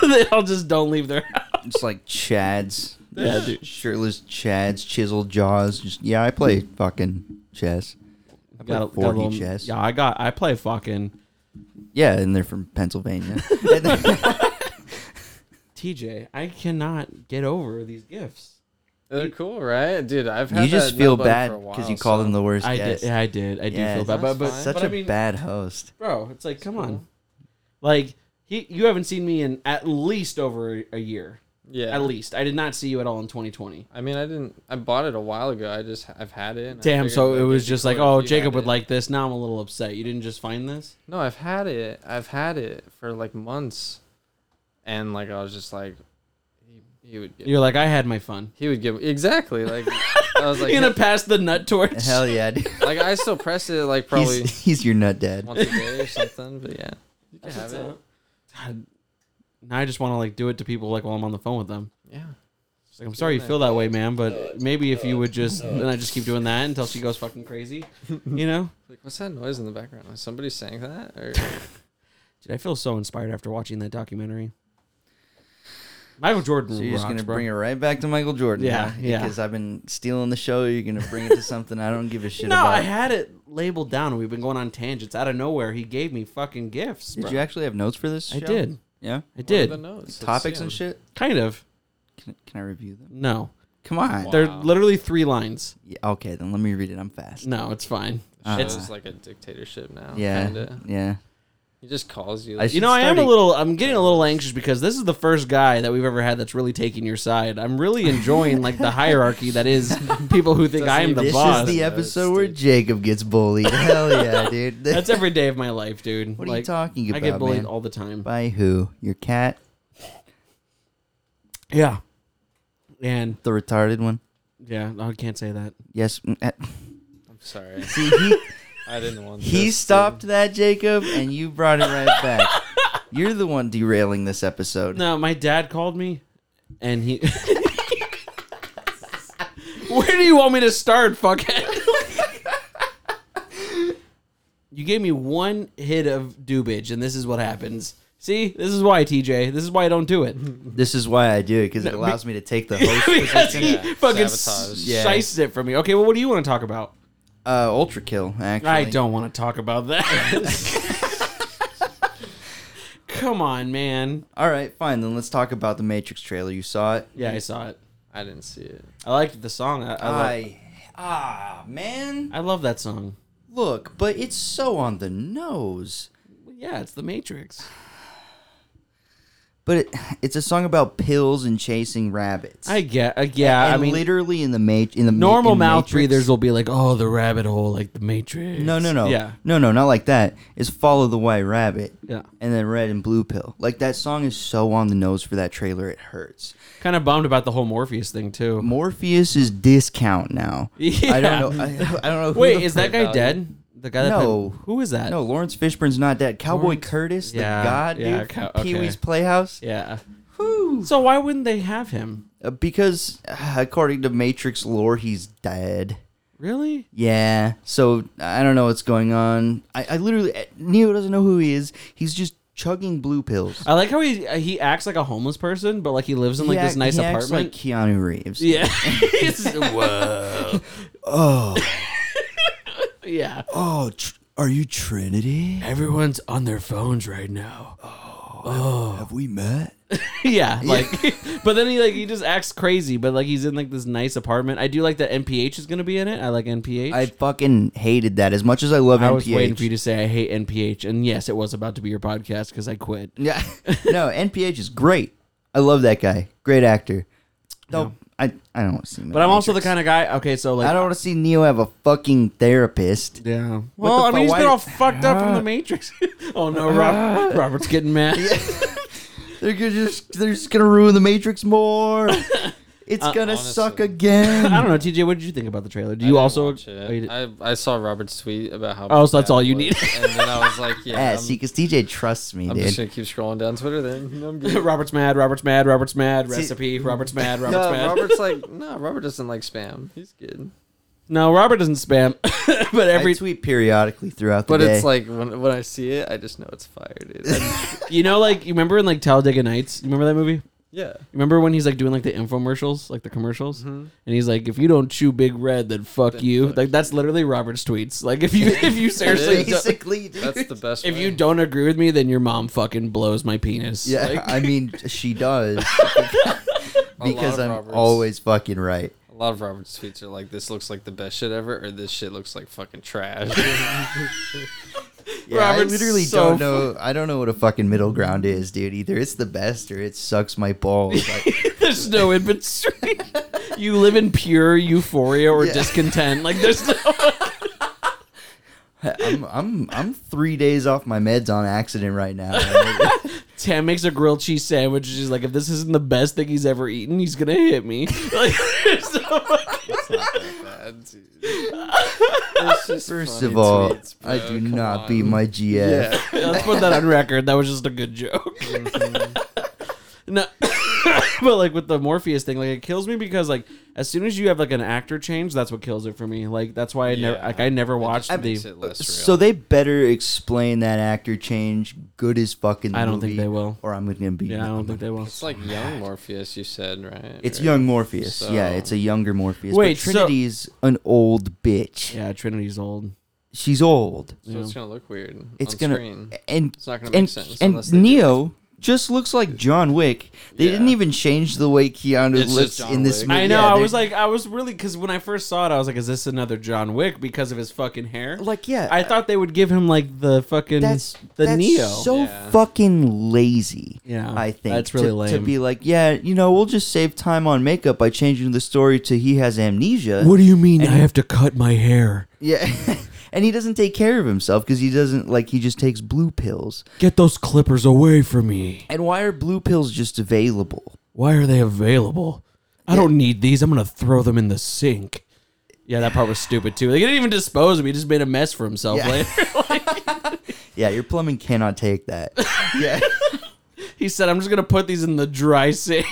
Speaker 3: they all just don't leave their house.
Speaker 4: It's like Chads.
Speaker 3: Yeah,
Speaker 4: Sh- Shirtless Chads, chiseled jaws. Just yeah, I play fucking chess. I play 4D chess.
Speaker 3: Yeah, I got I play fucking
Speaker 4: Yeah, and they're from Pennsylvania.
Speaker 3: TJ. I cannot get over these gifts.
Speaker 5: They're cool, right, dude? I've had
Speaker 4: you just
Speaker 5: that
Speaker 4: feel
Speaker 5: notebook
Speaker 4: bad
Speaker 5: for a
Speaker 4: because
Speaker 5: while,
Speaker 4: you call
Speaker 5: so-
Speaker 4: them the worst
Speaker 3: I
Speaker 4: guest.
Speaker 3: did yeah, I did. I do
Speaker 4: Yeah,
Speaker 3: feel bad. But, but
Speaker 5: fine.
Speaker 4: Such
Speaker 3: but
Speaker 4: a
Speaker 3: I mean,
Speaker 4: bad host.
Speaker 3: bro. It's like, come on, like he, you haven't seen me in at least over a, a year.
Speaker 5: Yeah.
Speaker 3: At least I did not see you at all in 2020.
Speaker 5: I mean, I didn't. I bought it a while ago. I just I've had it. and I
Speaker 3: Damn.
Speaker 5: figured,
Speaker 3: So it
Speaker 5: it'd
Speaker 3: was
Speaker 5: be
Speaker 3: just
Speaker 5: cool
Speaker 3: like,
Speaker 5: if
Speaker 3: oh,
Speaker 5: you
Speaker 3: Jacob
Speaker 5: had
Speaker 3: would
Speaker 5: it.
Speaker 3: like this. Now I'm a little upset. You didn't just find this.
Speaker 5: No, I've had it. I've had it for like months, and like I was just like, he, he would. Give,
Speaker 3: You're like, I had my fun.
Speaker 5: he would give exactly like I was like,
Speaker 3: you gonna pass the nut torch?
Speaker 4: Hell yeah, dude.
Speaker 5: like I still press it like probably
Speaker 4: he's, he's your nut dad.
Speaker 5: once a day or something. But yeah, you can have it.
Speaker 3: God, now I just want to like do it to people like while I'm on the phone with them.
Speaker 5: Yeah.
Speaker 3: It's like, I'm sorry you feel that way, man, but maybe if you would just, and I just keep doing that until she goes fucking crazy, you know?
Speaker 5: Like, what's that noise in the background? Is somebody saying that? Or
Speaker 3: Dude, I feel so inspired after watching that documentary. Michael Jordan.
Speaker 4: So you're just
Speaker 3: rocks,
Speaker 4: gonna
Speaker 3: bro.
Speaker 4: bring it right back to Michael Jordan.
Speaker 3: Yeah,
Speaker 4: huh?
Speaker 3: yeah.
Speaker 4: Because I've been stealing the show. You're gonna bring it to something I don't give a shit
Speaker 3: No,
Speaker 4: about.
Speaker 3: I had it labeled down. and We've been going on tangents out of nowhere. He gave me fucking gifts.
Speaker 4: did
Speaker 3: bro.
Speaker 4: you actually have notes for this?
Speaker 3: I
Speaker 4: show?
Speaker 3: did.
Speaker 4: Yeah.
Speaker 3: I
Speaker 5: What are the
Speaker 3: did.
Speaker 5: notes? Let's
Speaker 4: Topics
Speaker 5: see
Speaker 4: and
Speaker 5: 'em.
Speaker 4: shit.
Speaker 3: Kind of.
Speaker 4: Can, can I review them?
Speaker 3: No.
Speaker 4: Come on.
Speaker 3: They're literally three lines.
Speaker 4: Yeah, okay, then let me read it. I'm fast.
Speaker 3: No, it's fine.
Speaker 5: It's like a dictatorship now.
Speaker 4: Yeah.
Speaker 5: kinda.
Speaker 4: Yeah.
Speaker 5: He just calls you.
Speaker 4: I
Speaker 5: Like,
Speaker 4: should
Speaker 3: You know, I am a
Speaker 4: starting-
Speaker 3: little. I'm getting a little anxious because this is the first guy that we've ever had that's really taking your side. I'm really enjoying like the hierarchy that is people who think I am the
Speaker 4: This
Speaker 3: boss.
Speaker 4: is the episode where Jacob gets bullied. Hell yeah, dude.
Speaker 3: that's every day of my life, dude.
Speaker 4: What are you
Speaker 3: like,
Speaker 4: talking
Speaker 3: I
Speaker 4: about,
Speaker 3: get bullied
Speaker 4: man?
Speaker 3: all the time.
Speaker 4: By who? Your cat?
Speaker 3: Yeah, and
Speaker 4: The retarded one?
Speaker 3: yeah, no, I can't say that.
Speaker 4: Yes. mm, eh.
Speaker 5: I'm sorry.
Speaker 4: See, he,
Speaker 5: I didn't want.
Speaker 4: he
Speaker 5: this to-
Speaker 4: stopped that, Jacob, and you brought it right back. You're the one derailing this episode.
Speaker 3: No, my dad called me, and he. Where do you want me to start, fuckhead? you gave me one hit of dubage, and this is what happens. See, this is why, TJ. This is why I don't do it.
Speaker 4: This is why I do it, because it allows me to take the host
Speaker 3: because he
Speaker 4: position.
Speaker 3: fucking
Speaker 5: sabotage.
Speaker 3: s-
Speaker 4: Yeah.
Speaker 3: sliced it from me. Okay, well, what do you want to talk about?
Speaker 4: Uh, Ultra kill, actually.
Speaker 3: I don't want to talk about that. Come on, man.
Speaker 4: All right, fine. Then let's talk about the Matrix trailer. You saw it.
Speaker 3: Yeah, I saw it.
Speaker 5: I didn't see it.
Speaker 3: I liked the song. I, I, lo-
Speaker 4: I ah man,
Speaker 3: I love that song.
Speaker 4: look, but it's so on the nose.
Speaker 3: Yeah, it's The Matrix.
Speaker 4: But it, it's a song about pills and chasing rabbits.
Speaker 3: I get, uh, yeah.
Speaker 4: And
Speaker 3: I mean,
Speaker 4: literally in the ma- in the ma-
Speaker 3: normal
Speaker 4: in the
Speaker 3: mouth
Speaker 4: Matrix-
Speaker 3: breathers will be like, "Oh, the rabbit hole, like the Matrix."
Speaker 4: No, no, no.
Speaker 3: Yeah,
Speaker 4: no, no, not like that. It's follow the white rabbit.
Speaker 3: Yeah.
Speaker 4: and then red and blue pill. Like that song is so on the nose for that trailer. It hurts.
Speaker 3: kind of bummed about the whole Morpheus thing too.
Speaker 4: Morpheus is discount now. I don't know. I, I don't know. who
Speaker 3: Wait,
Speaker 4: the
Speaker 3: is that guy
Speaker 5: value.
Speaker 3: dead? The guy that
Speaker 4: No.
Speaker 3: played- who is that?
Speaker 4: No, Lawrence Fishburne's not dead. Cowboy
Speaker 3: Lawrence-
Speaker 4: Curtis, the
Speaker 3: Yeah,
Speaker 4: god
Speaker 3: yeah,
Speaker 4: dude,
Speaker 3: cow-
Speaker 4: from Pee Wee's
Speaker 3: okay.
Speaker 4: Playhouse.
Speaker 3: Yeah. So why wouldn't they have him?
Speaker 4: Uh, Because uh, according to Matrix lore, he's dead.
Speaker 3: Really?
Speaker 4: Yeah. So I don't know what's going on. I, I literally uh, Neo doesn't know who he is. He's just chugging blue pills.
Speaker 3: I like how he uh, he acts like a homeless person, but like he lives in like
Speaker 4: He
Speaker 3: this
Speaker 4: act-
Speaker 3: nice
Speaker 4: he acts
Speaker 3: apartment.
Speaker 4: like Keanu Reeves.
Speaker 3: yeah. It's- whoa.
Speaker 4: Oh,
Speaker 3: Yeah.
Speaker 4: oh, tr- are you Trinity?
Speaker 3: Everyone's on their phones right now.
Speaker 4: Have we met?
Speaker 3: yeah. Like, but then he like he just acts crazy. But like he's in like this nice apartment. I do like that NPH is gonna be in it. I like NPH.
Speaker 4: I fucking hated that. As much as I love
Speaker 3: I
Speaker 4: NPH,
Speaker 3: was waiting for you to say I hate NPH, and yes, it was about to be your podcast because I quit.
Speaker 4: Yeah. no, NPH is great. I love that guy. Great actor. Though I, I don't want to see him. in
Speaker 3: But I'm also the
Speaker 4: Matrix.
Speaker 3: kind of guy. Okay, so like
Speaker 4: I don't want to see Neo have a fucking therapist.
Speaker 3: Yeah.
Speaker 4: What
Speaker 3: Well, I
Speaker 4: the
Speaker 3: mean,
Speaker 4: fu-
Speaker 3: he's
Speaker 4: why-
Speaker 3: been all fucked up from the Matrix. oh no, Rob, Robert's getting mad.
Speaker 4: They're gonna just they're just gonna ruin the Matrix more. It's
Speaker 5: Uh,
Speaker 4: gonna suck again.
Speaker 3: I don't know, TJ. What did you think about the trailer? Do you also?
Speaker 5: Watch it.
Speaker 3: oh, you did-
Speaker 5: I, I saw Robert's tweet about how.
Speaker 3: Oh, so that's
Speaker 5: bad
Speaker 3: all
Speaker 5: it
Speaker 3: you
Speaker 5: was,
Speaker 3: need.
Speaker 5: and then I was like, yeah.
Speaker 4: yeah,
Speaker 5: I'm,
Speaker 4: see, because DJ trusts me,
Speaker 5: I'm
Speaker 4: dude.
Speaker 5: just gonna keep scrolling down Twitter then. I'm good.
Speaker 3: Robert's mad. Robert's mad. Robert's mad. Recipe. Robert's mad. Robert's
Speaker 5: No,
Speaker 3: mad.
Speaker 5: Robert's like, no, Robert doesn't like spam. He's good.
Speaker 3: no, Robert doesn't spam, but
Speaker 4: I
Speaker 3: every
Speaker 4: tweet periodically throughout the
Speaker 5: But
Speaker 4: day.
Speaker 5: it's like when when I see it, I just know it's fire, dude. I-
Speaker 3: you know, like you remember in like Talladega Nights. You remember that movie? You
Speaker 5: yeah.
Speaker 3: remember when he's like doing like the infomercials, like the commercials, and he's like, "If you don't chew Big Red, Mm-hmm. then fuck you." Like that's literally Robert's tweets. Like if you if you seriously don't,
Speaker 4: basically, dude.
Speaker 5: That's the best.
Speaker 3: if
Speaker 5: way.
Speaker 3: you don't agree with me, then your mom fucking blows my penis.
Speaker 4: yeah,
Speaker 3: Like-
Speaker 4: I mean, she does
Speaker 5: A lot
Speaker 4: because
Speaker 5: of
Speaker 4: I'm
Speaker 5: Robert's-
Speaker 4: always fucking right.
Speaker 5: A lot of Robert's tweets are like, "This looks like the best shit ever," or "This shit looks like fucking trash."
Speaker 4: Yeah, I
Speaker 3: Robert's
Speaker 4: literally
Speaker 3: so
Speaker 4: don't know. I don't know what a fucking middle ground is, dude. Either it's the best or it sucks my balls. Like,
Speaker 3: There's no in between. you live in pure euphoria or
Speaker 4: Yeah.
Speaker 3: discontent. Like there's no.
Speaker 4: I'm I'm I'm three days off my meds on accident right now.
Speaker 3: Tam makes a grilled cheese sandwich. and She's like, if this isn't the best thing he's ever eaten, he's gonna hit me. Like, there's no-
Speaker 5: That's- it's just
Speaker 4: First
Speaker 5: funny
Speaker 4: of all,
Speaker 5: tweets, bro.
Speaker 4: I do
Speaker 5: Come
Speaker 4: not
Speaker 5: on.
Speaker 4: be my GF.
Speaker 3: let's put that on record. That was just a good joke.
Speaker 4: Mm-hmm.
Speaker 3: no, but like with the Morpheus thing, like it kills me because like as soon as you have like an actor change, that's what kills it for me. Like that's why I never
Speaker 5: Yeah.
Speaker 3: like I never watched
Speaker 5: It
Speaker 3: the.
Speaker 5: makes it less real.
Speaker 4: So they better explain that actor change good as fucking.
Speaker 3: I don't think
Speaker 4: movie,
Speaker 3: they will.
Speaker 4: Or I'm gonna be.
Speaker 3: Yeah, I don't think they will.
Speaker 5: it's like young Morpheus, you said, right?
Speaker 4: It's
Speaker 5: Or-
Speaker 4: young Morpheus.
Speaker 5: So-
Speaker 4: Yeah, it's a younger Morpheus.
Speaker 3: Wait,
Speaker 4: Wait,
Speaker 3: so-
Speaker 4: but Trinity's an old bitch.
Speaker 3: Yeah, Trinity's old.
Speaker 4: She's old.
Speaker 5: So it's gonna look weird.
Speaker 4: It's
Speaker 5: on
Speaker 4: gonna eh,
Speaker 5: Screen.
Speaker 4: and
Speaker 5: It's not gonna
Speaker 4: and,
Speaker 5: make sense unless
Speaker 4: and
Speaker 5: they do
Speaker 4: Neo just looks like John Wick. They didn't even change the way Keanu
Speaker 5: It's just
Speaker 4: looks
Speaker 5: John
Speaker 4: in this
Speaker 5: Wick.
Speaker 4: movie.
Speaker 3: I know.
Speaker 4: Yeah,
Speaker 3: I
Speaker 4: they-
Speaker 3: was like, I was really because when I first saw it, I was like, "Is this another John Wick?" Because of his fucking hair.
Speaker 4: Like, yeah,
Speaker 3: I thought they would give him like the fucking
Speaker 4: that's
Speaker 3: the
Speaker 4: that's
Speaker 3: Neo.
Speaker 4: so
Speaker 5: Yeah.
Speaker 4: fucking lazy.
Speaker 3: Yeah,
Speaker 4: I think
Speaker 3: that's really
Speaker 4: to, to
Speaker 3: lame.
Speaker 4: be like, yeah, you know, we'll just save time on makeup by changing the story to he has amnesia.
Speaker 3: do you mean I have to cut my hair?
Speaker 4: Yeah, and he doesn't take care of himself because he doesn't like he just takes blue pills.
Speaker 3: Get those clippers away from me.
Speaker 4: And why are blue pills just available?
Speaker 3: Why are they available? I don't need these. I'm gonna throw them in the sink. Yeah, that part was stupid too. They didn't even dispose of him. He just made a mess for himself
Speaker 4: Yeah.
Speaker 3: later.
Speaker 4: Yeah, your plumbing cannot take that. yeah,
Speaker 3: he said, "I'm just gonna put these in the dry sink."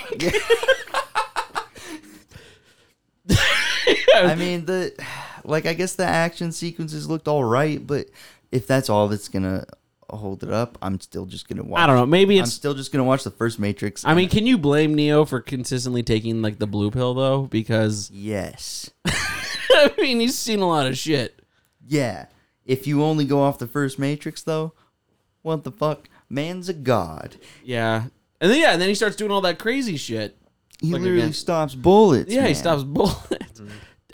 Speaker 4: I mean the, like I guess the action sequences looked all right, but if that's all that's gonna hold it up, I'm still just gonna watch.
Speaker 3: I don't know. Maybe
Speaker 4: I'm
Speaker 3: it's
Speaker 4: still just gonna watch the first Matrix.
Speaker 3: I mean, can you blame Neo for consistently taking like the blue pill though? Because
Speaker 4: yes,
Speaker 3: I mean, he's seen a lot of shit.
Speaker 4: yeah. If you only go off the first Matrix, though, what the fuck? Man's a god.
Speaker 3: Yeah, and then yeah, and then he starts doing all that crazy shit.
Speaker 4: He
Speaker 3: Like
Speaker 4: literally
Speaker 3: again.
Speaker 4: stops bullets.
Speaker 3: Yeah, he
Speaker 4: man.
Speaker 3: stops bullets.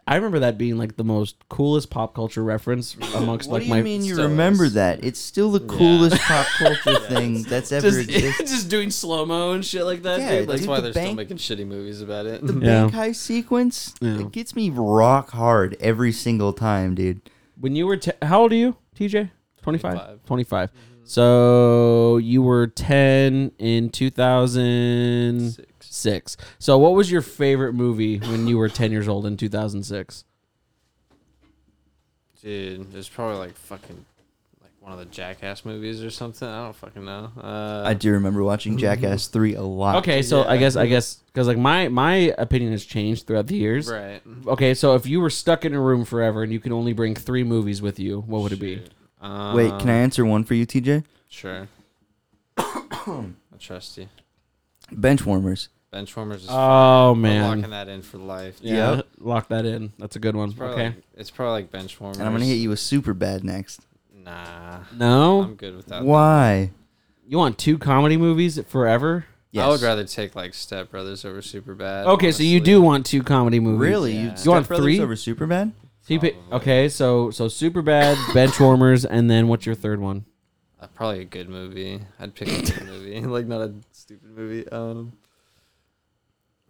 Speaker 3: I remember that being like the most coolest pop culture reference amongst
Speaker 4: What
Speaker 3: like
Speaker 4: do you
Speaker 3: my
Speaker 4: mean you
Speaker 5: so
Speaker 4: remember
Speaker 5: it's-
Speaker 4: that? It's still the coolest pop culture thing that's ever
Speaker 3: just,
Speaker 4: existed.
Speaker 3: just doing slow mo and shit like that.
Speaker 4: Yeah,
Speaker 3: dude. Like,
Speaker 5: That's
Speaker 4: Dude,
Speaker 5: why
Speaker 4: the
Speaker 5: they're still
Speaker 4: bank-
Speaker 5: making shitty movies about it.
Speaker 4: The
Speaker 3: Yeah.
Speaker 4: bank high sequence
Speaker 3: Yeah.
Speaker 4: it gets me rock hard every single time, dude.
Speaker 3: when you were te- how old are you, TJ? 25? 25.
Speaker 5: 25.
Speaker 3: So you were 10 in 2006.
Speaker 5: Six.
Speaker 3: So what was your favorite movie when you were 10 years old in 2006?
Speaker 5: Dude, there's probably like fucking like one of the Jackass movies or something. I don't fucking know. Uh,
Speaker 4: I do remember watching Jackass three a lot.
Speaker 3: Mm-hmm. Okay, so I
Speaker 5: yeah.
Speaker 3: guess I guess cuz like my my opinion has changed throughout the years.
Speaker 5: Right.
Speaker 3: Okay, so if you were stuck in a room forever and you could only bring 3 movies with you, what would it be?
Speaker 5: Um,
Speaker 4: Wait,
Speaker 3: Uh.
Speaker 4: can I answer one for you, TJ?
Speaker 5: Sure. I trust you.
Speaker 4: Benchwarmers.
Speaker 5: Benchwarmers is
Speaker 3: Oh
Speaker 5: I'm
Speaker 3: man.
Speaker 5: locking that in for life. dude.
Speaker 3: Yeah,
Speaker 4: Yep.
Speaker 3: lock that in. That's a good one.
Speaker 5: Probably
Speaker 3: Okay.
Speaker 5: Like, it's probably like Benchwarmers.
Speaker 4: And I'm gonna hit you with super bad next.
Speaker 5: Nah.
Speaker 3: No.
Speaker 5: I'm good with that.
Speaker 4: Why?
Speaker 3: You want two comedy movies forever?
Speaker 5: I would rather take like Step Brothers over Super Bad.
Speaker 3: Okay, so you do want two comedy movies.
Speaker 4: Really?
Speaker 5: Yeah.
Speaker 4: You,
Speaker 5: You
Speaker 4: Step
Speaker 3: want
Speaker 4: Brothers
Speaker 3: three?
Speaker 4: over Superbad?
Speaker 3: So you pick, okay, so so Superbad, Benchwarmers, and then what's your third one?
Speaker 5: Uh, probably a good movie. I'd pick a good movie, like not a stupid movie. Um,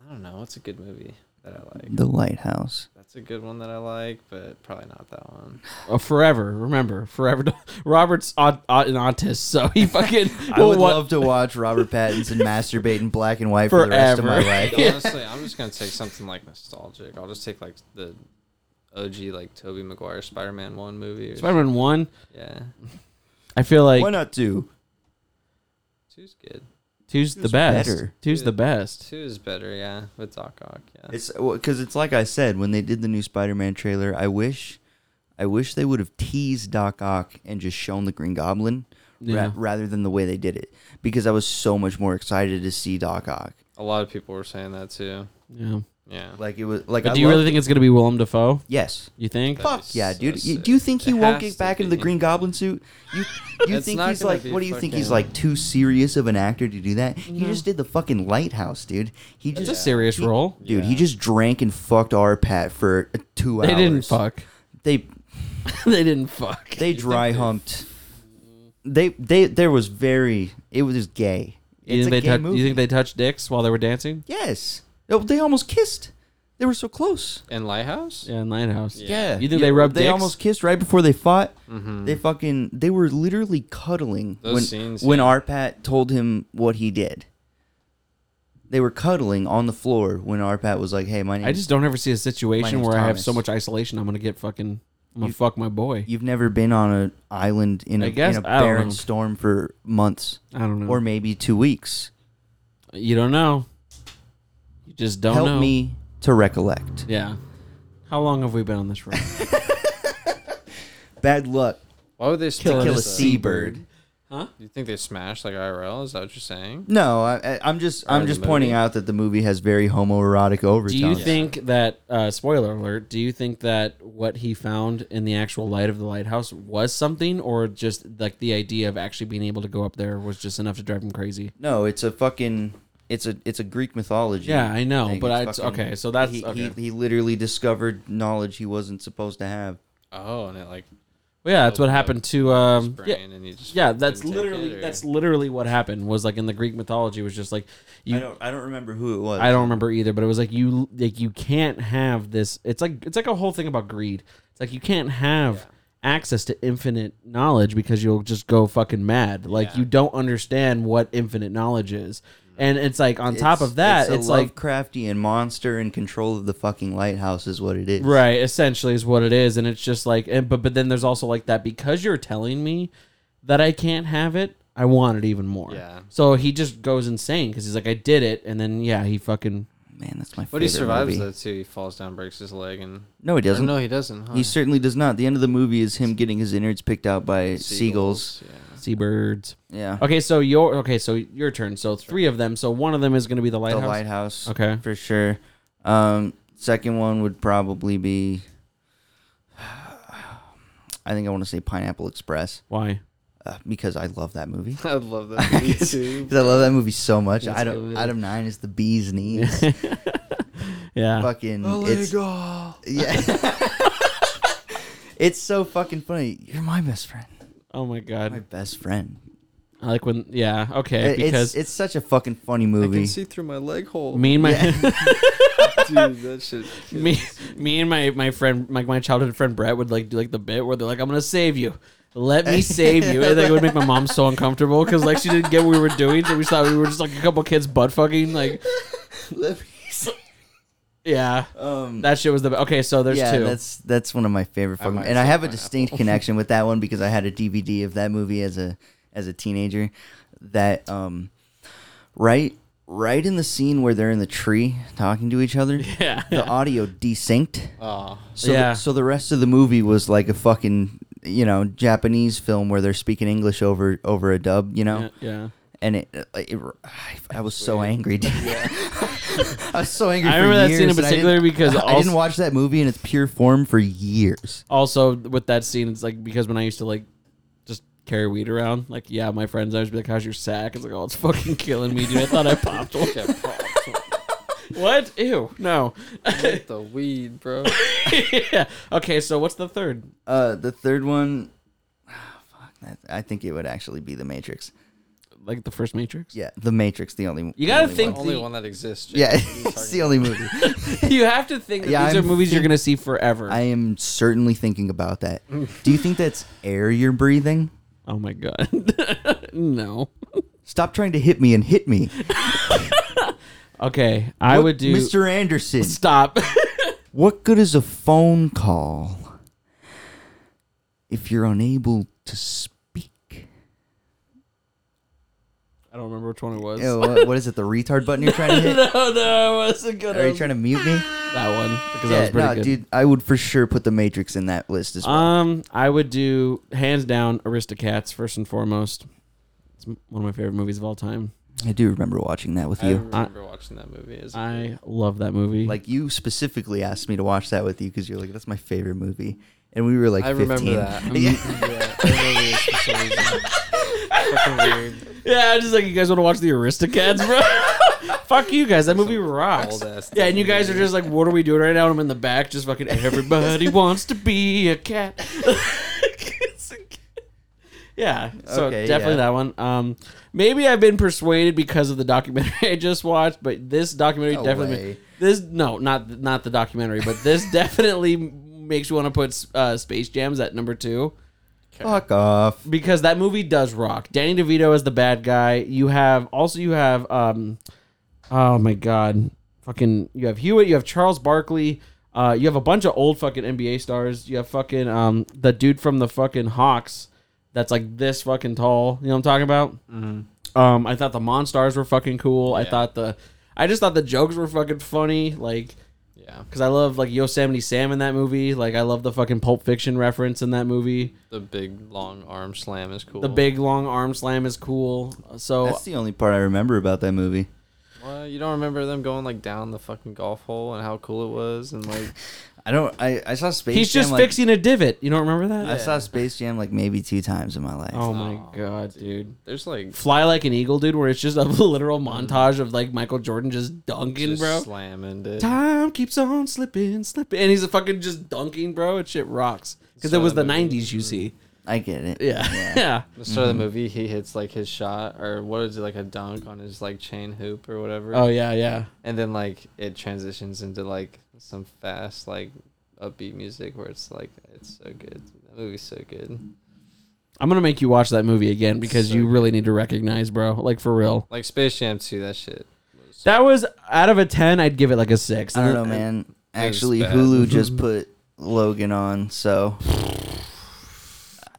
Speaker 5: I don't know. What's a good movie that I like?
Speaker 4: The Lighthouse.
Speaker 5: That's a good one that I like, but probably not that one.
Speaker 3: Oh, forever. Remember, forever. Robert's aut- aut- an autist, so he fucking.
Speaker 4: I would
Speaker 3: what-
Speaker 4: love to watch Robert Pattinson masturbate in black and white for the rest of my
Speaker 3: Forever.
Speaker 4: life.
Speaker 5: Honestly, I'm just gonna take something like nostalgic. I'll just take like the OG, like Toby Maguire Spider-Man one movie. Or
Speaker 3: Spider-Man One.
Speaker 5: yeah,
Speaker 3: I feel like
Speaker 4: Why not two?
Speaker 5: two's good.
Speaker 3: two's the
Speaker 4: Two's
Speaker 3: best.
Speaker 4: better.
Speaker 3: Two's the best.
Speaker 5: Two is better. Yeah, with Doc Ock. Yeah.
Speaker 4: It's because it's like I said when they did the new Spider-Man trailer. I wish, I wish they would have teased Doc Ock and just shown the Green Goblin ra-
Speaker 3: Yeah.
Speaker 4: rather than the way they did it. Because I was so much more excited to see Doc Ock.
Speaker 5: a lot of people were saying that too.
Speaker 3: Yeah.
Speaker 5: Yeah.
Speaker 4: Like it was like.
Speaker 3: But
Speaker 4: I
Speaker 3: do you really
Speaker 4: loved-
Speaker 3: think it's gonna be Willem Dafoe?
Speaker 4: Yes.
Speaker 3: You think?
Speaker 5: That'd be
Speaker 4: Fuck yeah,
Speaker 5: so
Speaker 4: dude! You,
Speaker 5: sick.
Speaker 4: do you think he
Speaker 5: It
Speaker 4: won't
Speaker 5: has
Speaker 4: get
Speaker 5: to
Speaker 4: back into the
Speaker 5: be.
Speaker 4: Green Goblin suit? You you
Speaker 5: It's
Speaker 4: think
Speaker 5: not
Speaker 4: he's
Speaker 5: gonna
Speaker 4: like?
Speaker 5: be
Speaker 4: What do you think he's
Speaker 5: fucking-
Speaker 4: like? Too serious of an actor to do that? He just did the fucking Lighthouse, dude. He just
Speaker 3: It's a serious role.
Speaker 4: dude. He just drank and fucked our Pat for uh, two hours.
Speaker 3: They didn't fuck.
Speaker 4: They
Speaker 3: they didn't fuck.
Speaker 4: they dry humped. They they there was very it was gay.
Speaker 3: You
Speaker 4: It's
Speaker 3: think
Speaker 4: a
Speaker 3: they
Speaker 4: gay
Speaker 3: tou-
Speaker 4: movie.
Speaker 3: you think they touched dicks while they were dancing?
Speaker 4: yes. No, they almost kissed. They were so close.
Speaker 5: And Lighthouse.
Speaker 3: Yeah, in Lighthouse.
Speaker 5: Yeah. Mm-hmm.
Speaker 3: You think they rubbed
Speaker 4: They
Speaker 3: dicks?
Speaker 4: almost kissed right before they fought. They fucking they were literally cuddling
Speaker 5: Those
Speaker 4: when
Speaker 5: scenes,
Speaker 4: when
Speaker 5: yeah.
Speaker 4: Arpat told him what he did. They were cuddling on the floor when Arpat was like, "Hey, my name.
Speaker 3: I just don't ever see a situation
Speaker 4: name's
Speaker 3: where I have so
Speaker 4: Thomas.
Speaker 3: much isolation. I'm gonna get fucking. I'm gonna fuck my boy.
Speaker 4: you've never been on an island in a,
Speaker 3: I guess-
Speaker 4: in a
Speaker 3: I don't
Speaker 4: barren
Speaker 3: know.
Speaker 4: storm for months
Speaker 3: I don't
Speaker 5: Mm-hmm.
Speaker 3: know.
Speaker 4: or maybe two weeks.
Speaker 3: you don't know. You just don't
Speaker 4: Help
Speaker 3: know.
Speaker 4: me to recollect."
Speaker 3: Yeah. How long have we been on this road?
Speaker 4: Bad luck.
Speaker 5: Why would they
Speaker 4: Kill
Speaker 5: start
Speaker 4: a
Speaker 5: with the-
Speaker 4: seabird.
Speaker 5: You think they smashed like IRL? Is that what you're saying?
Speaker 4: No, I, I, I'm just I'm
Speaker 5: the
Speaker 4: just pointing
Speaker 5: movie.
Speaker 4: out that the movie has very homoerotic
Speaker 3: Do you
Speaker 4: overtones.
Speaker 3: think that uh, spoiler alert? Do you think that what he found in the actual light of the lighthouse was something, or just like the idea of actually being able to go up there was just enough to drive him crazy?
Speaker 4: No, it's a fucking it's a it's a Greek mythology.
Speaker 3: Yeah, I know,
Speaker 4: thing.
Speaker 3: but I-
Speaker 4: It's fucking-
Speaker 3: okay, so that's-
Speaker 4: he,
Speaker 3: okay.
Speaker 4: he he literally discovered knowledge he wasn't supposed to have.
Speaker 5: Oh, and it like
Speaker 3: Well, yeah, that's what
Speaker 5: Oh,
Speaker 3: happened to um, yeah,
Speaker 5: brain and he just
Speaker 3: yeah. That's
Speaker 5: couldn't take it,
Speaker 3: literally
Speaker 5: or-
Speaker 3: that's literally what happened. Was like in the Greek mythology was just like you
Speaker 4: I don't I don't remember who it was.
Speaker 3: I don't remember either, but it was like you like you can't have this. It's like it's like a whole thing about greed. It's like you can't have access to infinite knowledge because you'll just go fucking mad. Like you don't understand what infinite knowledge is. And it's like on top of that, it's,
Speaker 4: it's, a
Speaker 3: like
Speaker 4: Lovecraftian monster in control of the fucking lighthouse is what it is.
Speaker 3: right, essentially is what it is and it's just like and, but but then there's also like that because you're telling me that I can't have it, I want it even more.
Speaker 5: Yeah.
Speaker 3: So he just goes insane cuz he's like I did it and then yeah, he fucking
Speaker 4: Man, that's my favorite.
Speaker 5: But he survives
Speaker 4: movie.
Speaker 5: though too. He falls down, breaks his leg, and
Speaker 4: No, he
Speaker 5: Or
Speaker 4: doesn't.
Speaker 5: No, he doesn't. Huh?
Speaker 4: He certainly does not. The end of the movie is him getting his innards picked out by seagulls.
Speaker 5: Yeah.
Speaker 3: seabirds.
Speaker 4: Yeah.
Speaker 3: Okay, so your okay, so your turn. So three of them. So one of them is going to be the lighthouse.
Speaker 4: The lighthouse.
Speaker 3: Okay.
Speaker 4: For sure. Um, second one would probably be. I think I want to say Pineapple Express
Speaker 3: Why?
Speaker 4: uh, because I love that movie.
Speaker 5: I'd love that movie too.
Speaker 4: Because I love that movie so much.
Speaker 3: That's a good
Speaker 4: Adam
Speaker 3: movie.
Speaker 4: Adam Nine is the bee's knees.
Speaker 3: Yeah.
Speaker 4: fucking. it's, yeah. it's so fucking funny. You're my best friend.
Speaker 3: Oh my
Speaker 4: My
Speaker 3: god.
Speaker 4: best friend.
Speaker 3: I like when. Yeah. Okay.
Speaker 4: It-
Speaker 3: because
Speaker 4: it's it's such a fucking funny
Speaker 5: I can
Speaker 4: movie.
Speaker 5: see through my leg hole.
Speaker 3: me and my
Speaker 5: dude, that shit.
Speaker 3: me me and my my friend my my childhood friend Brett would like do like the bit where they're like I'm gonna save you. Let me save you. And like, it would make my mom so uncomfortable because like she didn't get what we were doing, so we just thought we were just like a couple kids butt fucking. Like,
Speaker 4: Let me see.
Speaker 3: yeah,
Speaker 4: Um,
Speaker 3: that shit was the okay. So there's
Speaker 4: yeah,
Speaker 3: two.
Speaker 4: that's that's one of my favorite fucking,
Speaker 5: might
Speaker 4: and I
Speaker 5: say
Speaker 4: have a distinct connection with that one because I had a DVD of that movie as a as a teenager. That um, right right in the scene where they're in the tree talking to each other,
Speaker 3: yeah,
Speaker 4: the audio desynced.
Speaker 5: Oh,
Speaker 4: So
Speaker 3: Yeah.
Speaker 4: the, so the rest of the movie was like a fucking you know Japanese film where they're speaking English over over a dub, you know,
Speaker 3: yeah, yeah.
Speaker 4: and it, uh, it I, I was so angry. Dude. I was so angry.
Speaker 3: I
Speaker 4: for
Speaker 3: remember that scene in
Speaker 4: years, and I didn't-
Speaker 3: particular because
Speaker 4: I
Speaker 3: also-
Speaker 4: didn't watch that movie in its pure form for years.
Speaker 3: also with that scene, it's like because when I used to like just carry weed around, like yeah, my friends always be like, "How's your sack?" It's like, "Oh, it's fucking killing me, dude." I thought I popped one.
Speaker 5: yeah, pop,
Speaker 3: what? Ew, no.
Speaker 5: smoke the weed, bro.
Speaker 3: yeah. Okay, so what's the third?
Speaker 4: Uh, the third one, fuck, that, I think it would actually be The Matrix.
Speaker 3: Like the first Matrix?
Speaker 4: Yeah, The Matrix, the only
Speaker 3: You gotta
Speaker 4: only
Speaker 3: think.
Speaker 4: one.
Speaker 5: Only
Speaker 3: the-
Speaker 5: one that exists. Jake.
Speaker 4: Yeah,
Speaker 5: What are you
Speaker 4: it's
Speaker 5: talking
Speaker 4: the only movie.
Speaker 3: you have to think that
Speaker 4: Yeah,
Speaker 3: these
Speaker 4: I'm
Speaker 3: are movies you're
Speaker 4: think-
Speaker 3: gonna see forever.
Speaker 4: I am certainly thinking about that. Do you think that's air you're breathing?
Speaker 3: oh my god. no.
Speaker 4: Stop trying to hit me and hit me.
Speaker 3: Okay, I
Speaker 4: What-
Speaker 3: would do.
Speaker 4: Mr. Anderson.
Speaker 3: Stop.
Speaker 4: What good is a phone call if you're unable to speak?
Speaker 3: I don't remember which one it was.
Speaker 4: Ew, Oh, what- what is it? The retard button you're trying to hit?
Speaker 3: No, no, it wasn't good.
Speaker 4: Are you trying to mute me?
Speaker 3: that one because that
Speaker 4: Yeah,
Speaker 3: was pretty
Speaker 4: no,
Speaker 3: good.
Speaker 4: dude, I would for sure put the Matrix in that list as well.
Speaker 3: Um, I would do hands down Aristocats first and foremost. It's m- one of my favorite movies of all time.
Speaker 4: I do remember watching that with
Speaker 5: I
Speaker 4: you.
Speaker 5: remember watching that movie. As a
Speaker 3: I
Speaker 5: kid.
Speaker 3: love that movie.
Speaker 4: Like you specifically asked me to watch that with you because you're like, that's my favorite movie, and we were like,
Speaker 5: I
Speaker 4: 15.
Speaker 5: remember that.
Speaker 4: Yeah.
Speaker 5: yeah, I remember this for some reason. Fucking weird.
Speaker 3: yeah, I'm just like you guys want to watch the Aristocats, bro. Fuck you guys, that movie rocks.
Speaker 5: old-ass
Speaker 3: Yeah, and you guys are just like, what are we doing right now? And I'm in the back, just fucking. Everybody wants to be a cat. It's a cat. yeah, so
Speaker 4: Okay,
Speaker 3: definitely
Speaker 4: yeah.
Speaker 3: that one. Um, maybe I've been persuaded because of the documentary I just watched, but this documentary
Speaker 4: No
Speaker 3: definitely.
Speaker 4: way.
Speaker 3: This no, not not the documentary, but this definitely makes you want to put uh, Space Jams at number two
Speaker 4: Fuck off.
Speaker 3: because that movie does rock. Danny DeVito is the bad guy. You have also you have um, oh my god, fucking you have Hewitt, you have Charles Barkley, uh, you have a bunch of old fucking NBA stars. You have fucking um the dude from the fucking Hawks that's like this fucking tall. You know what I'm talking about? Um, I thought the Monstars were fucking cool. I thought the, I just thought the jokes were fucking funny. Like,
Speaker 5: Yeah.
Speaker 3: because I love like Yosemite Sam in that movie. Like I love the fucking Pulp Fiction reference in that movie.
Speaker 5: The big long arm slam is cool.
Speaker 3: The big long arm slam is cool. So
Speaker 4: That's the only part I remember about that movie.
Speaker 5: What? You don't remember them going like down the fucking golf hole and how cool it was and like
Speaker 4: I don't. I, I saw Space.
Speaker 3: he's
Speaker 4: Jam,
Speaker 3: just
Speaker 4: like-
Speaker 3: fixing a divot. You don't remember that?
Speaker 4: I saw Space Jam like maybe two times in my life.
Speaker 3: Oh my god, dude.
Speaker 5: there's like
Speaker 3: Fly like an eagle, dude, where it's just a literal
Speaker 4: Mm-hmm.
Speaker 3: montage of like Michael Jordan just dunking,
Speaker 5: just
Speaker 3: bro.
Speaker 5: slamming dude.
Speaker 3: Time keeps on slipping, slipping, and he's a fucking just dunking, bro. And shit rocks because it
Speaker 5: So
Speaker 3: was the
Speaker 5: that movie-
Speaker 3: '90s. You see,
Speaker 4: I get it.
Speaker 3: yeah, yeah.
Speaker 5: The start of the movie, he hits like his shot or what is it like a dunk on his like chain hoop or whatever,
Speaker 3: Oh yeah, yeah.
Speaker 5: and then like it transitions into like some fast like upbeat music where it's like it's so good. That movie's so good.
Speaker 3: I'm gonna make you watch that movie again because
Speaker 5: So
Speaker 3: you really need to recognize, bro. Like for real.
Speaker 5: Like Space Jam 2, that shit.
Speaker 3: That was out of a ten. I'd give it like a six.
Speaker 4: I don't know, man. Actually,
Speaker 5: bad.
Speaker 4: Hulu just put Logan on, so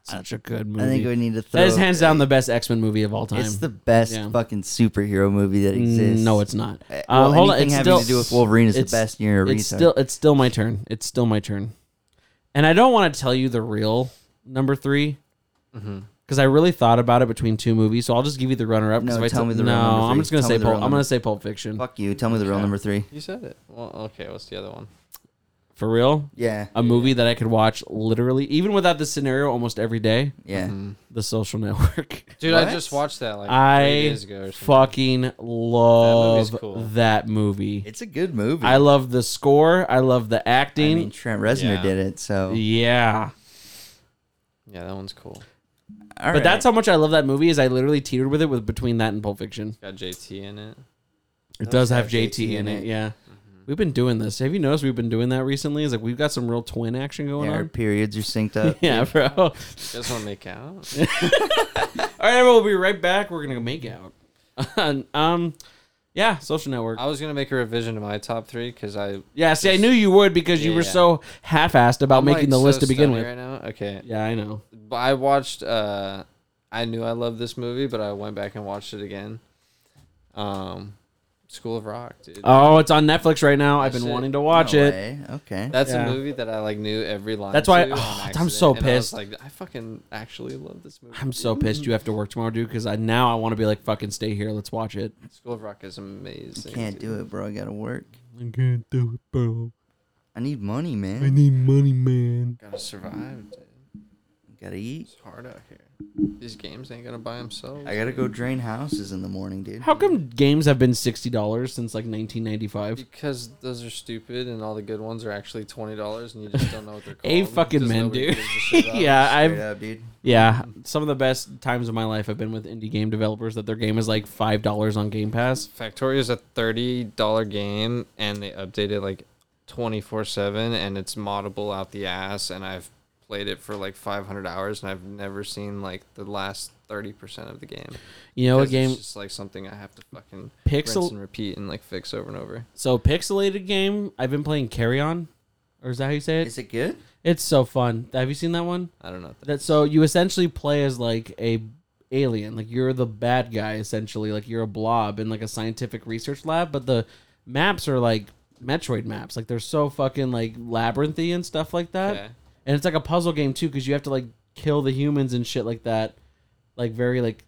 Speaker 3: Such a good movie.
Speaker 4: I think we need to throw.
Speaker 3: that is hands down the best X Men movie of all time.
Speaker 4: It's the best
Speaker 3: Yeah.
Speaker 4: fucking superhero movie that exists.
Speaker 3: Mm, No, it's not.
Speaker 4: Uh,
Speaker 3: Um,
Speaker 4: well,
Speaker 3: hold on,
Speaker 4: anything
Speaker 3: it's
Speaker 4: having
Speaker 3: still-
Speaker 4: to do with Wolverine is the
Speaker 3: it's-
Speaker 4: best year.
Speaker 3: It's still it's still my turn. It's still my turn. And I don't want to tell you the real number three
Speaker 5: Mm-hmm.
Speaker 3: because I really thought about it between two movies. So I'll just give you the runner up. 'cause
Speaker 4: No,
Speaker 3: if I
Speaker 4: tell me the
Speaker 3: no,
Speaker 4: real number
Speaker 3: I'm
Speaker 4: three.
Speaker 3: just gonna
Speaker 4: Tell
Speaker 3: say
Speaker 4: me the real
Speaker 3: Pulp, I'm
Speaker 4: number.
Speaker 3: gonna say Pulp Fiction
Speaker 4: Fuck you. Tell me the real number three.
Speaker 5: You said it. Well, okay, what's the other one?
Speaker 3: for real.
Speaker 4: Yeah.
Speaker 3: A movie that I could watch literally even without the scenario almost every day.
Speaker 4: Yeah.
Speaker 3: The Social Network.
Speaker 5: Dude,
Speaker 4: What?
Speaker 5: I just watched that like three
Speaker 3: I
Speaker 5: days ago or something.
Speaker 3: fucking love
Speaker 5: cool.
Speaker 3: that movie.
Speaker 4: It's a good movie.
Speaker 3: I love the score. I love the
Speaker 4: I
Speaker 3: acting.
Speaker 4: mean, Trent Reznor
Speaker 5: Yeah.
Speaker 4: did it, so.
Speaker 3: yeah.
Speaker 5: Yeah, that one's cool.
Speaker 4: All
Speaker 3: But
Speaker 4: right.
Speaker 3: that's how much I love that movie. Is I literally teetered with it with between that and Pulp Fiction.
Speaker 5: Got JT in it.
Speaker 3: It does have JT in it. Yeah, we've been doing this. Have you noticed we've been doing that recently? It's like we've got some real twin action going
Speaker 4: Yeah, our
Speaker 3: on.
Speaker 4: periods are synced up.
Speaker 3: Yeah, bro. All
Speaker 5: You guys want to make out?
Speaker 3: right, everyone, we'll be right back. We're gonna go make out. um, yeah, Social Network.
Speaker 5: I was gonna make a revision to my top three because I
Speaker 3: Yeah, see, I knew you would because you
Speaker 5: Yeah,
Speaker 3: were
Speaker 5: yeah.
Speaker 3: so half-assed about
Speaker 5: I'm,
Speaker 3: making
Speaker 5: like,
Speaker 3: the
Speaker 5: so
Speaker 3: list to begin
Speaker 5: stoned
Speaker 3: with.
Speaker 5: Right now, okay.
Speaker 3: Yeah, I know.
Speaker 5: But I watched. uh I knew I loved this movie, but I went back and watched it again. Um, School of Rock, dude.
Speaker 3: Oh, it's on Netflix right now. I've been
Speaker 5: Shit.
Speaker 3: wanting to
Speaker 4: No
Speaker 3: watch it.
Speaker 4: way. Okay.
Speaker 5: That's
Speaker 3: yeah.
Speaker 5: a movie that I like knew every line.
Speaker 3: That's why-
Speaker 5: to
Speaker 3: oh,
Speaker 5: on
Speaker 3: I'm
Speaker 5: accident,
Speaker 3: so
Speaker 5: and I was
Speaker 3: pissed.
Speaker 5: like I fucking actually love this movie.
Speaker 3: I'm
Speaker 5: dude.
Speaker 3: so pissed you have to work tomorrow, dude. Because I now I want to be like, fucking stay here. Let's watch it.
Speaker 5: School of Rock is amazing.
Speaker 4: Can't
Speaker 5: dude.
Speaker 4: do it, bro. I gotta work.
Speaker 2: I can't do it, bro.
Speaker 4: I need money, man.
Speaker 2: I need money, man.
Speaker 5: Gotta survive. Dude.
Speaker 4: gotta eat.
Speaker 5: It's hard out here. These games ain't gonna buy themselves.
Speaker 4: I gotta go drain houses in the morning, dude.
Speaker 3: How come games have been sixty dollars since like 1995?
Speaker 5: Because those are stupid, and all the good ones are actually twenty dollars, and you just don't know what they're called.
Speaker 3: A fucking
Speaker 5: 'cause
Speaker 3: men,
Speaker 5: nobody
Speaker 3: dude.
Speaker 5: gives a shit about them.
Speaker 3: Yeah,
Speaker 4: Straight
Speaker 3: I've
Speaker 4: up, dude.
Speaker 3: yeah. Some of the best times of my life have been with indie game developers that their game is like five dollars on Game Pass.
Speaker 5: Factorio is a thirty dollar game, and they update it like twenty four seven, and it's moddable out the ass. And I've played it for like five hundred hours, and I've never seen like the last thirty percent of the game.
Speaker 3: You know a
Speaker 5: Because
Speaker 3: game
Speaker 5: It's just like something I have to fucking
Speaker 3: Pixel-
Speaker 5: rinse and repeat and like fix over and over.
Speaker 3: so pixelated game. I've been playing Carry On, or is that how you say it?
Speaker 4: Is it good?
Speaker 3: It's so fun. Have you seen that one?
Speaker 5: I don't know. If that,
Speaker 3: That so you essentially play as like a alien, like you're the bad guy essentially, like you're a blob in like a scientific research lab, but the maps are like Metroid maps, like they're so fucking like labyrinthy and stuff like that.
Speaker 5: Okay.
Speaker 3: And it's like a puzzle game too cuz you have to like kill the humans and shit like that. Like very like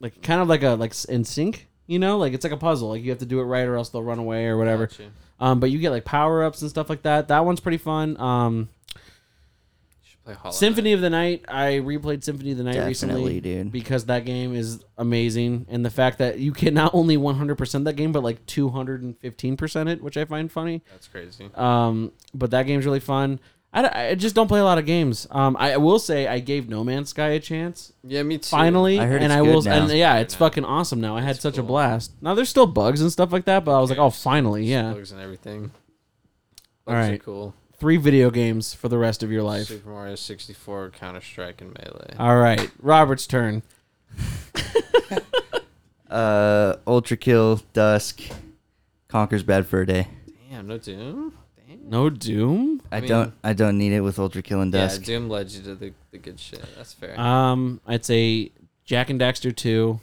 Speaker 3: like kind of like a like s- in sync, you know? Like it's like a puzzle. Like you have to do it right or else they'll run away or whatever.
Speaker 5: Gotcha.
Speaker 3: Um but you get like power-ups and stuff like that. That one's pretty fun. Um
Speaker 5: should play Hollow Knight.
Speaker 3: Symphony of the Night. I replayed Symphony of the Night recently
Speaker 4: Definitely, dude.
Speaker 3: because that game is amazing, and the fact that you can not only 100% that game, but like 215% it, which I find funny.
Speaker 5: That's crazy.
Speaker 3: Um, but that game's really fun. I, d- I just don't play a lot of games. Um, I will say I gave No Man's Sky a chance
Speaker 5: Yeah, me too.
Speaker 3: finally,
Speaker 4: I heard
Speaker 3: and
Speaker 4: it's
Speaker 3: I
Speaker 4: good
Speaker 3: will.
Speaker 4: now.
Speaker 3: And yeah, it's fucking awesome now. I had such a blast. Now there's still bugs and stuff like that, but I was like, oh, finally, yeah.
Speaker 5: Bugs and everything.
Speaker 3: All
Speaker 5: Bugs are
Speaker 3: right.
Speaker 5: cool.
Speaker 3: Three video games for the rest of your life.
Speaker 5: Super Mario 64, Counter Strike, and Melee.
Speaker 3: All right, Robert's turn.
Speaker 4: Uh, Ultra Kill, Dusk, Conquers Bad for a Day.
Speaker 5: Damn, no Doom? Damn.
Speaker 3: No Doom.
Speaker 4: I,
Speaker 5: mean-
Speaker 4: don't, I don't need it with Ultra Kill and Dusk.
Speaker 5: Yeah, Doom led you to the, the good shit. That's fair.
Speaker 3: Um, I'd say Jack and Daxter two.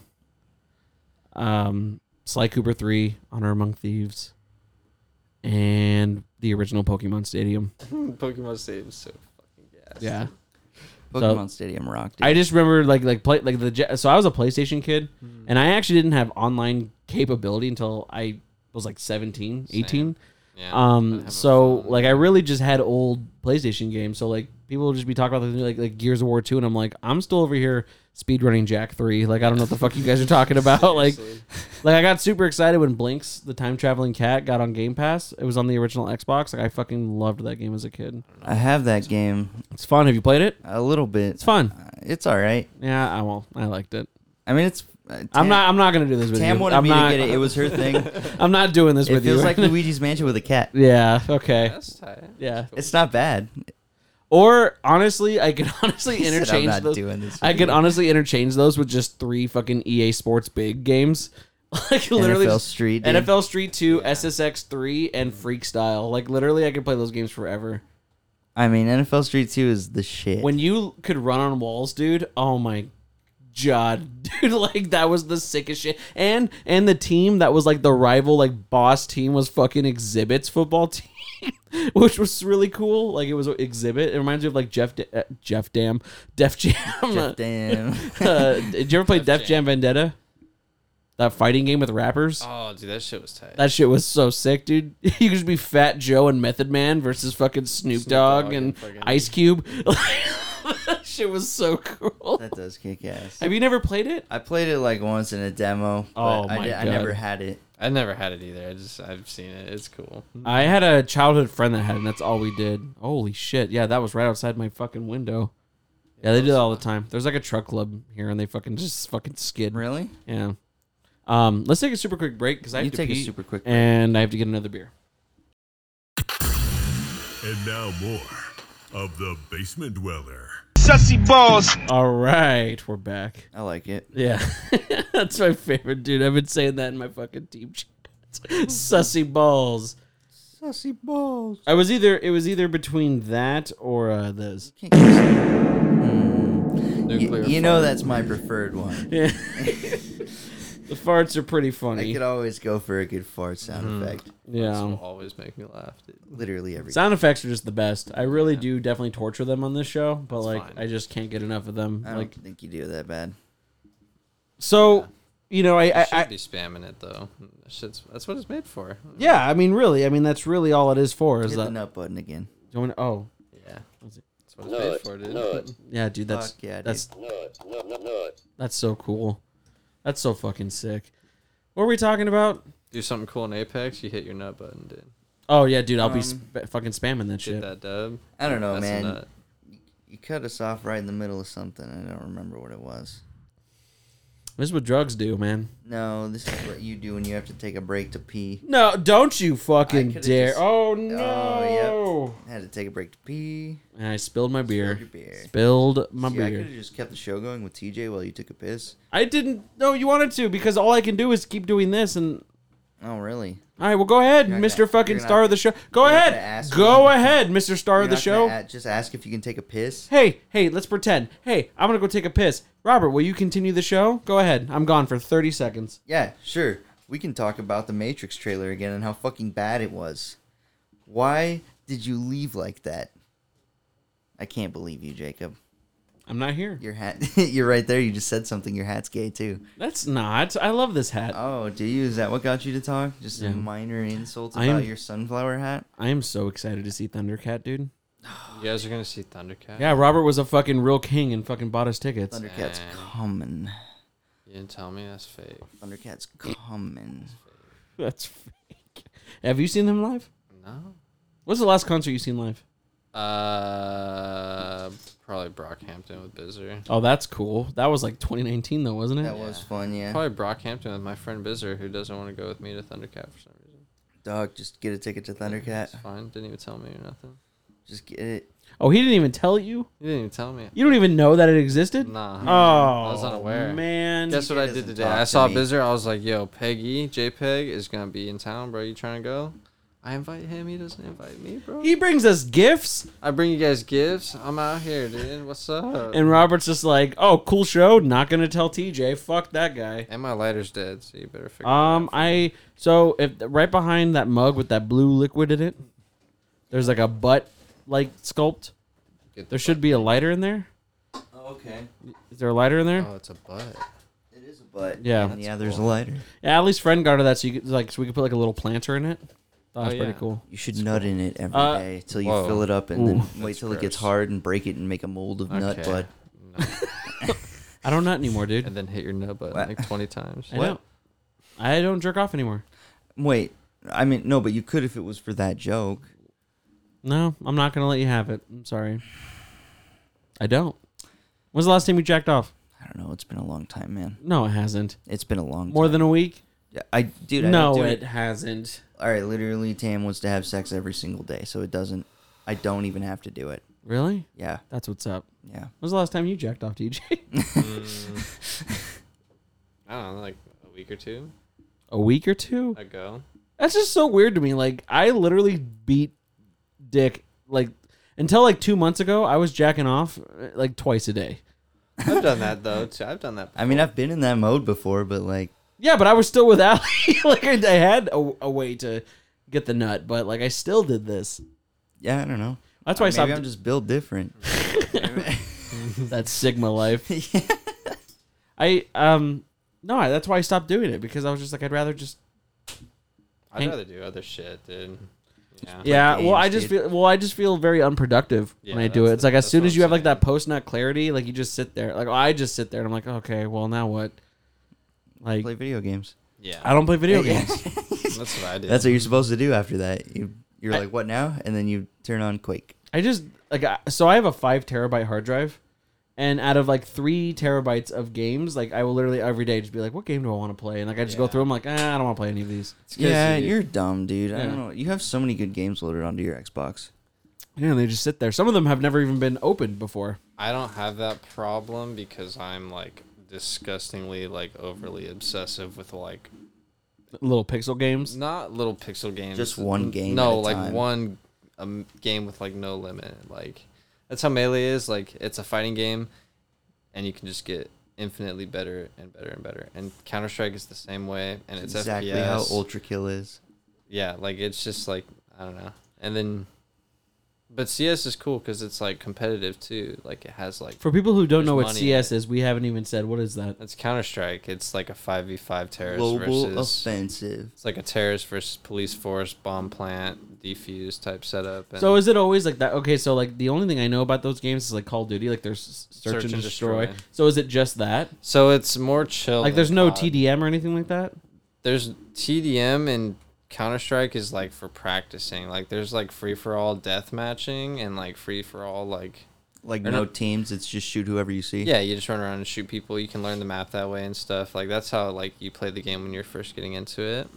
Speaker 3: Um, Sly Cooper three, Honor Among Thieves, and the original Pokemon Stadium.
Speaker 5: Pokemon Stadium is so fucking gas.
Speaker 3: Yeah.
Speaker 4: Pokemon Stadium rocked. dude.
Speaker 3: I just remember like like play like the Je- so I was a PlayStation kid
Speaker 5: Mm-hmm.
Speaker 3: and I actually didn't have online capability until I was like 17, 18.
Speaker 5: Yeah, I
Speaker 3: Um
Speaker 5: have a
Speaker 3: so
Speaker 5: phone.
Speaker 3: like I really just had old PlayStation games. So like people would just be talking about the new, like like Gears of War 2 and I'm like I'm still over here speedrunning Jack 3. Like I don't know what the fuck you guys are talking about. like
Speaker 5: Seriously.
Speaker 3: like I got super excited when Blinks the time traveling cat got on Game Pass. It was on the original Xbox. Like I fucking loved that game as a kid.
Speaker 4: I have that game
Speaker 3: It's fun. Have you played it?
Speaker 4: a little bit. Uh,
Speaker 3: It's fun.
Speaker 4: It's all right.
Speaker 3: Yeah, I will. I liked it.
Speaker 4: I mean, it's. uh, Tam,
Speaker 3: I'm not. I'm not gonna do this with you.
Speaker 4: Tam wanted
Speaker 3: I'm
Speaker 4: me
Speaker 3: not,
Speaker 4: to get it. It was her thing. it
Speaker 3: I'm not doing this with
Speaker 4: feels
Speaker 3: you.
Speaker 4: like Luigi's Mansion with a cat.
Speaker 3: yeah. Okay.
Speaker 5: That's tight.
Speaker 3: Yeah.
Speaker 4: It's not bad.
Speaker 3: Or honestly, I could honestly
Speaker 4: He said, "I'm
Speaker 3: interchange
Speaker 4: not
Speaker 3: those.
Speaker 4: doing this
Speaker 3: I
Speaker 4: with
Speaker 3: could
Speaker 4: you.
Speaker 3: honestly interchange those with just three fucking EA Sports big games. Like literally
Speaker 4: NFL
Speaker 3: just
Speaker 4: Street. dude.
Speaker 3: NFL Street 2, SSX 3 and Freak Style. Like literally I could play those games forever.
Speaker 4: I mean, NFL Street Two is the shit.
Speaker 3: When you could run on walls, dude, oh my god, dude, like that was the sickest shit. And and the team that was like the rival like boss team was fucking Exhibit's football team. Which was really cool. Like it was exhibit. It reminds me of like Jeff, da- uh, Jeff Dam, Def Jam.
Speaker 4: Jeff, damn.
Speaker 3: Uh, did you ever play Def, Jam Vendetta? That fighting game with rappers.
Speaker 5: Oh, dude, that shit was tight.
Speaker 3: That shit was so sick, dude. You could just be Fat Joe and Method Man versus fucking Snoop, Dogg,
Speaker 5: Dogg
Speaker 3: and,
Speaker 5: and fucking-
Speaker 3: Ice Cube. that shit was so cool.
Speaker 4: that does kick ass.
Speaker 3: Have you never played it?
Speaker 4: I played it like once in a demo. but
Speaker 3: Oh
Speaker 4: I,
Speaker 3: my
Speaker 4: di- I
Speaker 3: God.
Speaker 4: never had it.
Speaker 5: I never had it either. I just I've seen it. It's cool.
Speaker 3: I had a childhood friend that had it, and that's all we did. Holy shit. Yeah, that was right outside my fucking window. Yeah, they do that all the time. There's like a truck club here, and they fucking just fucking skid.
Speaker 4: Really?
Speaker 3: Yeah. Um, let's take a super quick break because I have
Speaker 4: You
Speaker 3: to
Speaker 4: take a
Speaker 3: pee,
Speaker 4: super quick break.
Speaker 3: and I have to get another beer.
Speaker 1: And now more of the basement dweller.
Speaker 3: All right, we're back.
Speaker 4: I like it.
Speaker 3: Yeah, that's my favorite, dude. I've been saying that in my fucking team chat. Sussy balls.
Speaker 4: Sussy balls.
Speaker 3: I was either it was either between that or uh, this.
Speaker 4: You,
Speaker 5: Nuclear
Speaker 4: you know that's my preferred one.
Speaker 3: Yeah. the farts are pretty
Speaker 4: I
Speaker 3: funny.
Speaker 4: could always go for a good fart sound
Speaker 3: Mm-hmm.
Speaker 4: effect.
Speaker 5: farts
Speaker 3: Yeah,
Speaker 5: will always make me laugh. Dude.
Speaker 4: Literally every.
Speaker 3: sound effects are just the best. I really do definitely torture them on this show, but like
Speaker 5: fine.
Speaker 3: I just can't get enough of them.
Speaker 4: I don't
Speaker 3: like
Speaker 4: think you do that bad.
Speaker 3: so, you know, I I,
Speaker 5: Should
Speaker 3: I
Speaker 5: be spamming it though. Shit's, that's what it's made for.
Speaker 3: yeah, I mean, really, I mean, that's really all it is for. Is
Speaker 4: Hit the
Speaker 3: that?
Speaker 4: nut button again.
Speaker 3: Do you wanna- oh,
Speaker 5: Yeah,
Speaker 3: That's it.
Speaker 5: that's what it's made for, dude.
Speaker 3: Yeah, dude, that's
Speaker 4: Fuck yeah, dude.
Speaker 3: that's that's so cool. That's so fucking sick. What were we talking about?
Speaker 5: Do something cool in Apex. You hit your nut button, dude.
Speaker 3: Oh yeah, dude, I'll
Speaker 4: Um,
Speaker 3: be sp- fucking spamming that
Speaker 5: Get
Speaker 3: shit.
Speaker 5: that dub.
Speaker 4: I don't know,
Speaker 5: That's
Speaker 4: man.
Speaker 5: a nut.
Speaker 4: You cut us off right in the middle of something. I don't remember what it was.
Speaker 3: This is what drugs do, man.
Speaker 4: No, this is what you do when you have to take a break to pee.
Speaker 3: No, don't you fucking
Speaker 4: I coulda
Speaker 3: dare!
Speaker 4: just-
Speaker 3: oh
Speaker 4: Oh,
Speaker 3: no!
Speaker 4: I had to take a break to pee.
Speaker 3: And I spilled my beer.
Speaker 4: your beer.
Speaker 3: Spilled my
Speaker 4: See, I could
Speaker 3: beer.
Speaker 4: have just kept the show going with TJ while you took a piss.
Speaker 3: I didn't. No, you wanted to because all I can do is keep doing this. And
Speaker 4: Oh, really?
Speaker 3: all right, well, go ahead,
Speaker 4: You're not
Speaker 3: Mister
Speaker 4: gonna-
Speaker 3: Fucking
Speaker 4: you're not-
Speaker 3: Star of the Show. Go
Speaker 4: you're not gonna
Speaker 3: ahead,
Speaker 4: ask
Speaker 3: go
Speaker 4: me.
Speaker 3: ahead, Mister Star of
Speaker 4: You're
Speaker 3: the
Speaker 4: not gonna
Speaker 3: Show.
Speaker 4: a- just ask if you can take a piss.
Speaker 3: hey, hey, let's pretend. Hey, I'm gonna go take a piss. Robert, will you continue the show? Go ahead. I'm gone for 30 seconds.
Speaker 4: Yeah, sure. We can talk about the Matrix trailer again and how fucking bad it was. Why did you leave like that? I can't believe you, Jacob.
Speaker 3: I'm not here.
Speaker 4: Your hat. you're right there. You just said something. Your hat's gay too.
Speaker 3: That's not. I love this hat.
Speaker 4: Oh, do you? Is that what got you to talk? Just a minor insult
Speaker 3: I
Speaker 4: about
Speaker 3: am-
Speaker 4: your sunflower hat.
Speaker 3: I am so excited to see Thundercat, dude.
Speaker 5: You guys are gonna see Thundercat.
Speaker 3: Yeah, Robert was a fucking real king and fucking bought us tickets.
Speaker 4: Thundercat's
Speaker 5: Dang.
Speaker 4: coming.
Speaker 5: You didn't tell me that's fake.
Speaker 4: Thundercat's coming.
Speaker 3: That's fake. Have you seen them live?
Speaker 5: No.
Speaker 3: What's the last concert you seen live?
Speaker 5: Uh, probably Brockhampton with Bizzer.
Speaker 3: Oh, that's cool. That was like 2019 though, wasn't it?
Speaker 4: That was fun, yeah.
Speaker 5: Probably Brockhampton with my friend Bizzer, who doesn't want to go with me to Thundercat for some reason.
Speaker 4: Dog, just get a ticket to Thundercat.
Speaker 5: It's fine. Didn't even tell me or nothing.
Speaker 4: Just get it.
Speaker 3: Oh, he didn't even tell you.
Speaker 5: You didn't even tell me.
Speaker 3: You don't even know that it existed.
Speaker 5: Nah.
Speaker 3: Oh,
Speaker 5: I was unaware.
Speaker 3: Man,
Speaker 5: Guess what I
Speaker 4: doesn't
Speaker 5: did today?
Speaker 4: talk
Speaker 5: I
Speaker 4: to
Speaker 5: saw
Speaker 4: me.
Speaker 5: Bizzer. I was like, "Yo, Peggy, JPEG is gonna be in town, bro. You trying to go?" I invite him. He doesn't invite me, bro.
Speaker 3: he brings us gifts,
Speaker 5: I bring you guys gifts. I'm out here, dude. What's up? And,
Speaker 3: and Robert's just like, "Oh, cool show. Not gonna tell TJ. Fuck that guy."
Speaker 5: my lighter's dead, so you
Speaker 3: Uh,
Speaker 5: better figure. it out.
Speaker 3: Um, I so if right behind that mug with that blue liquid in it, There's like a butt like sculpt.
Speaker 5: Get the
Speaker 3: There should be a lighter in there.
Speaker 4: Oh, okay.
Speaker 3: Is there a lighter in there?
Speaker 5: Oh, it's a butt.
Speaker 4: It is a butt.
Speaker 3: Yeah.
Speaker 4: yeah, there's a lighter.
Speaker 3: Yeah, at least friend guarded that so you could like so we could put like a little planter in it. That was pretty
Speaker 5: Oh, yeah.
Speaker 3: cool.
Speaker 4: You should nut in it every day
Speaker 3: Uh,
Speaker 4: till you
Speaker 5: Whoa.
Speaker 4: fill it up and
Speaker 3: Ooh,
Speaker 4: then wait
Speaker 5: that's
Speaker 4: till it gets
Speaker 5: gross.
Speaker 4: hard and break it and make a mold of nut
Speaker 5: Okay.
Speaker 4: butt.
Speaker 5: No.
Speaker 3: I don't nut anymore, dude.
Speaker 5: and then hit your nut button
Speaker 4: What?
Speaker 5: like 20 times.
Speaker 3: I don't. I don't jerk off anymore.
Speaker 4: Wait, I mean no, but you could if it was for that joke.
Speaker 3: No, I'm not gonna let you have it. I'm sorry. I don't. When's the last time you jacked off?
Speaker 4: I don't know. It's been a long time, man.
Speaker 3: No, it hasn't.
Speaker 4: It's been a long
Speaker 3: More than a week?
Speaker 4: time. I dude. I
Speaker 3: no,
Speaker 4: don't do
Speaker 3: it, hasn't.
Speaker 4: All right, literally, Tam wants to have sex every single day, so it doesn't. I don't even have to do it.
Speaker 3: Really?
Speaker 4: Yeah,
Speaker 3: That's what's up.
Speaker 4: yeah.
Speaker 3: When's the last time you jacked off, DJ?
Speaker 5: I don't know, like a week or two
Speaker 3: a week or two?
Speaker 5: ago.
Speaker 3: That's just so weird to me. Like I literally beat dick like until like two months ago. I was jacking off uh, like twice a day.
Speaker 5: I've done that though. Too. I've done that.
Speaker 4: I mean, I've been in that mode before, but like,
Speaker 3: Yeah, but I was still with Allie. like I, I had a, a way to get the nut, but like I still did this.
Speaker 4: yeah, I don't know.
Speaker 3: That's why I
Speaker 4: Maybe
Speaker 3: stopped.
Speaker 4: I'm just built different.
Speaker 3: That's Sigma life. I um no, I- that's why I stopped doing it because I was just like I'd rather just
Speaker 5: I'd
Speaker 3: Hank-
Speaker 5: rather do other shit, dude. Yeah.
Speaker 3: yeah. Well, I
Speaker 4: games,
Speaker 3: just
Speaker 4: dude.
Speaker 3: feel well, I just feel very unproductive when
Speaker 5: Yeah,
Speaker 3: I do it.
Speaker 5: that's
Speaker 3: It's
Speaker 5: the-
Speaker 3: like as
Speaker 5: that's
Speaker 3: soon
Speaker 5: what
Speaker 3: as you
Speaker 5: I'm
Speaker 3: have like
Speaker 5: saying.
Speaker 3: that post nut clarity, like you just sit there. Like I just sit there and I'm like, okay, well now what? Like
Speaker 4: Play video games.
Speaker 5: Yeah.
Speaker 3: I don't play video games.
Speaker 5: That's what I do.
Speaker 4: That's what you're supposed to do after that. You, you're like, what now? And then you turn on Quake.
Speaker 3: I just like I, so I have a five terabyte hard drive, and out of like three terabytes of games, like I will literally every day just be like, what game do I want to play? And like I just go
Speaker 5: Yeah.
Speaker 3: through them like, ah, I don't want to play any of these.
Speaker 4: Yeah, you're dumb, dude. I
Speaker 3: Yeah.
Speaker 4: don't know. You have so many good games loaded onto your Xbox.
Speaker 3: Yeah, they just sit there. Some of them have never even been opened before.
Speaker 5: I don't have that problem because I'm like disgustingly like overly obsessive with like
Speaker 3: Little pixel games.
Speaker 5: not little pixel games.
Speaker 4: Just one game at
Speaker 5: No,
Speaker 4: a
Speaker 5: like
Speaker 4: time.
Speaker 5: one um, game with like no limit. Like that's how Melee is. Like it's a fighting game, and you can just get infinitely better and better and better. And Counter Strike is the same way, and it's
Speaker 4: exactly
Speaker 5: FPS.
Speaker 4: how Ultra Kill is.
Speaker 5: yeah, like it's just like I don't know. And then, but CS is cool because it's like competitive too. Like it has like
Speaker 3: For people who don't
Speaker 5: There's
Speaker 3: know what
Speaker 5: money in
Speaker 3: CS
Speaker 5: it.
Speaker 3: is, we haven't even said what is that.
Speaker 5: it's Counter Strike. It's like a five v five terrorist
Speaker 4: Global
Speaker 5: versus.
Speaker 4: offensive.
Speaker 5: It's like a terrorist versus police force, bomb plant, defuse type setup. And
Speaker 3: So is it always like that? Okay, so like the only thing I know about those games is like Call of Duty, like there's s- search,
Speaker 5: Search
Speaker 3: and,
Speaker 5: and
Speaker 3: destroy.
Speaker 5: destroy.
Speaker 3: So is it just that?
Speaker 5: So it's more chill.
Speaker 3: Like
Speaker 5: than
Speaker 3: there's no
Speaker 5: COD.
Speaker 3: TDM or anything like that.
Speaker 5: There's TDM and Counter Strike is like for practicing. Like there's like free for all death matching and like free for all like
Speaker 4: Like
Speaker 5: Or
Speaker 4: no
Speaker 5: not-
Speaker 4: teams. It's just shoot whoever you see.
Speaker 5: yeah you just run around and shoot people. You can learn the map that way and stuff. Like that's how like you play the game when you're first getting into it.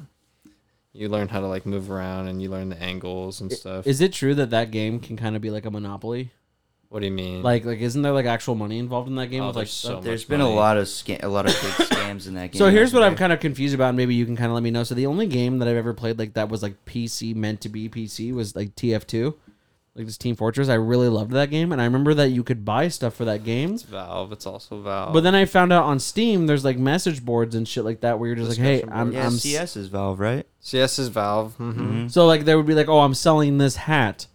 Speaker 5: You learn how to like move around and you learn the angles and stuff.
Speaker 3: Is it true that that game can kind of be like a monopoly?
Speaker 5: what do you mean?
Speaker 3: Like like isn't there like actual money involved in that game?
Speaker 5: Oh,
Speaker 3: with, like,
Speaker 5: there's so
Speaker 3: stuff?
Speaker 5: much
Speaker 4: There's been a
Speaker 5: money.
Speaker 4: lot of sca- a lot of big scams in that game.
Speaker 3: So here's what
Speaker 4: hasn't
Speaker 3: I'm kind of confused about. and Maybe you can kind of let me know. So the only game that I've ever played like that was like PC meant to be PC was like TF2, like this Team Fortress. I really loved that game, and I remember that you could buy stuff for that game.
Speaker 5: Valve. It's also Valve.
Speaker 3: But then I found out on Steam there's like message boards and shit like that where you're just like, hey,
Speaker 5: Discussion
Speaker 3: I'm,
Speaker 5: boards.
Speaker 4: Yeah,
Speaker 3: I'm s-
Speaker 4: CS is Valve, right?
Speaker 5: CS is Valve.
Speaker 4: mm-hmm.
Speaker 5: hmm
Speaker 3: so like there would be like, oh, I'm selling this hat,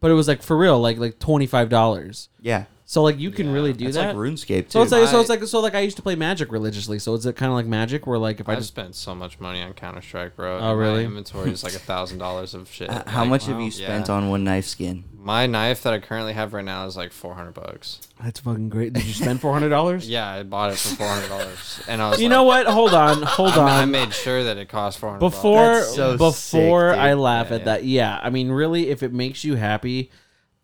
Speaker 3: but it was like for real, like like twenty five dollars.
Speaker 4: Yeah,
Speaker 3: So like you can really do
Speaker 4: it's
Speaker 3: that.
Speaker 4: like RuneScape too.
Speaker 3: so it's like so
Speaker 5: I-
Speaker 3: it's like so like I used to play Magic religiously. So it's kind of like Magic where like if I
Speaker 5: I've
Speaker 3: just
Speaker 5: spent so much money on Counter Strike, bro.
Speaker 3: Oh,
Speaker 5: and
Speaker 3: really?
Speaker 5: My inventory is like a thousand dollars of shit.
Speaker 4: Uh, how
Speaker 5: Like,
Speaker 4: much have you spent
Speaker 5: yeah.
Speaker 4: on one knife skin?
Speaker 5: My knife that I currently have right now is like four hundred bucks.
Speaker 3: that's fucking great. Did you spend four hundred dollars?
Speaker 5: Yeah, I bought it for four hundred dollars, and I was.
Speaker 3: You
Speaker 5: like,
Speaker 3: know what? Hold on, hold on.
Speaker 5: I made sure that it cost four hundred.
Speaker 3: before
Speaker 4: That's so
Speaker 3: before
Speaker 4: sick, dude.
Speaker 3: I laugh
Speaker 5: Yeah,
Speaker 3: at
Speaker 5: yeah.
Speaker 3: that. Yeah, I mean, really, if it makes you happy,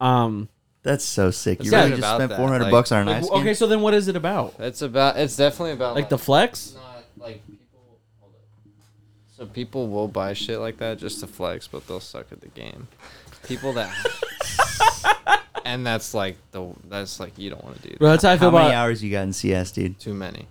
Speaker 3: um,
Speaker 4: That's so sick. You
Speaker 5: That's
Speaker 4: really
Speaker 5: good
Speaker 4: just
Speaker 5: about
Speaker 4: spent
Speaker 5: that,
Speaker 4: four hundred
Speaker 5: like-
Speaker 4: bucks on a
Speaker 3: like,
Speaker 4: knife skin.
Speaker 3: okay, so then what is it about?
Speaker 5: it's about. It's definitely about
Speaker 3: Like the flex?
Speaker 5: not like people. Hold up. So people will buy shit like that just to flex, but they'll suck at the game. People that. and that's like the that's like you don't want to do that.
Speaker 3: Bro, that's how I feel
Speaker 4: How many
Speaker 3: about.
Speaker 4: hours you got in CS, dude?
Speaker 5: too many.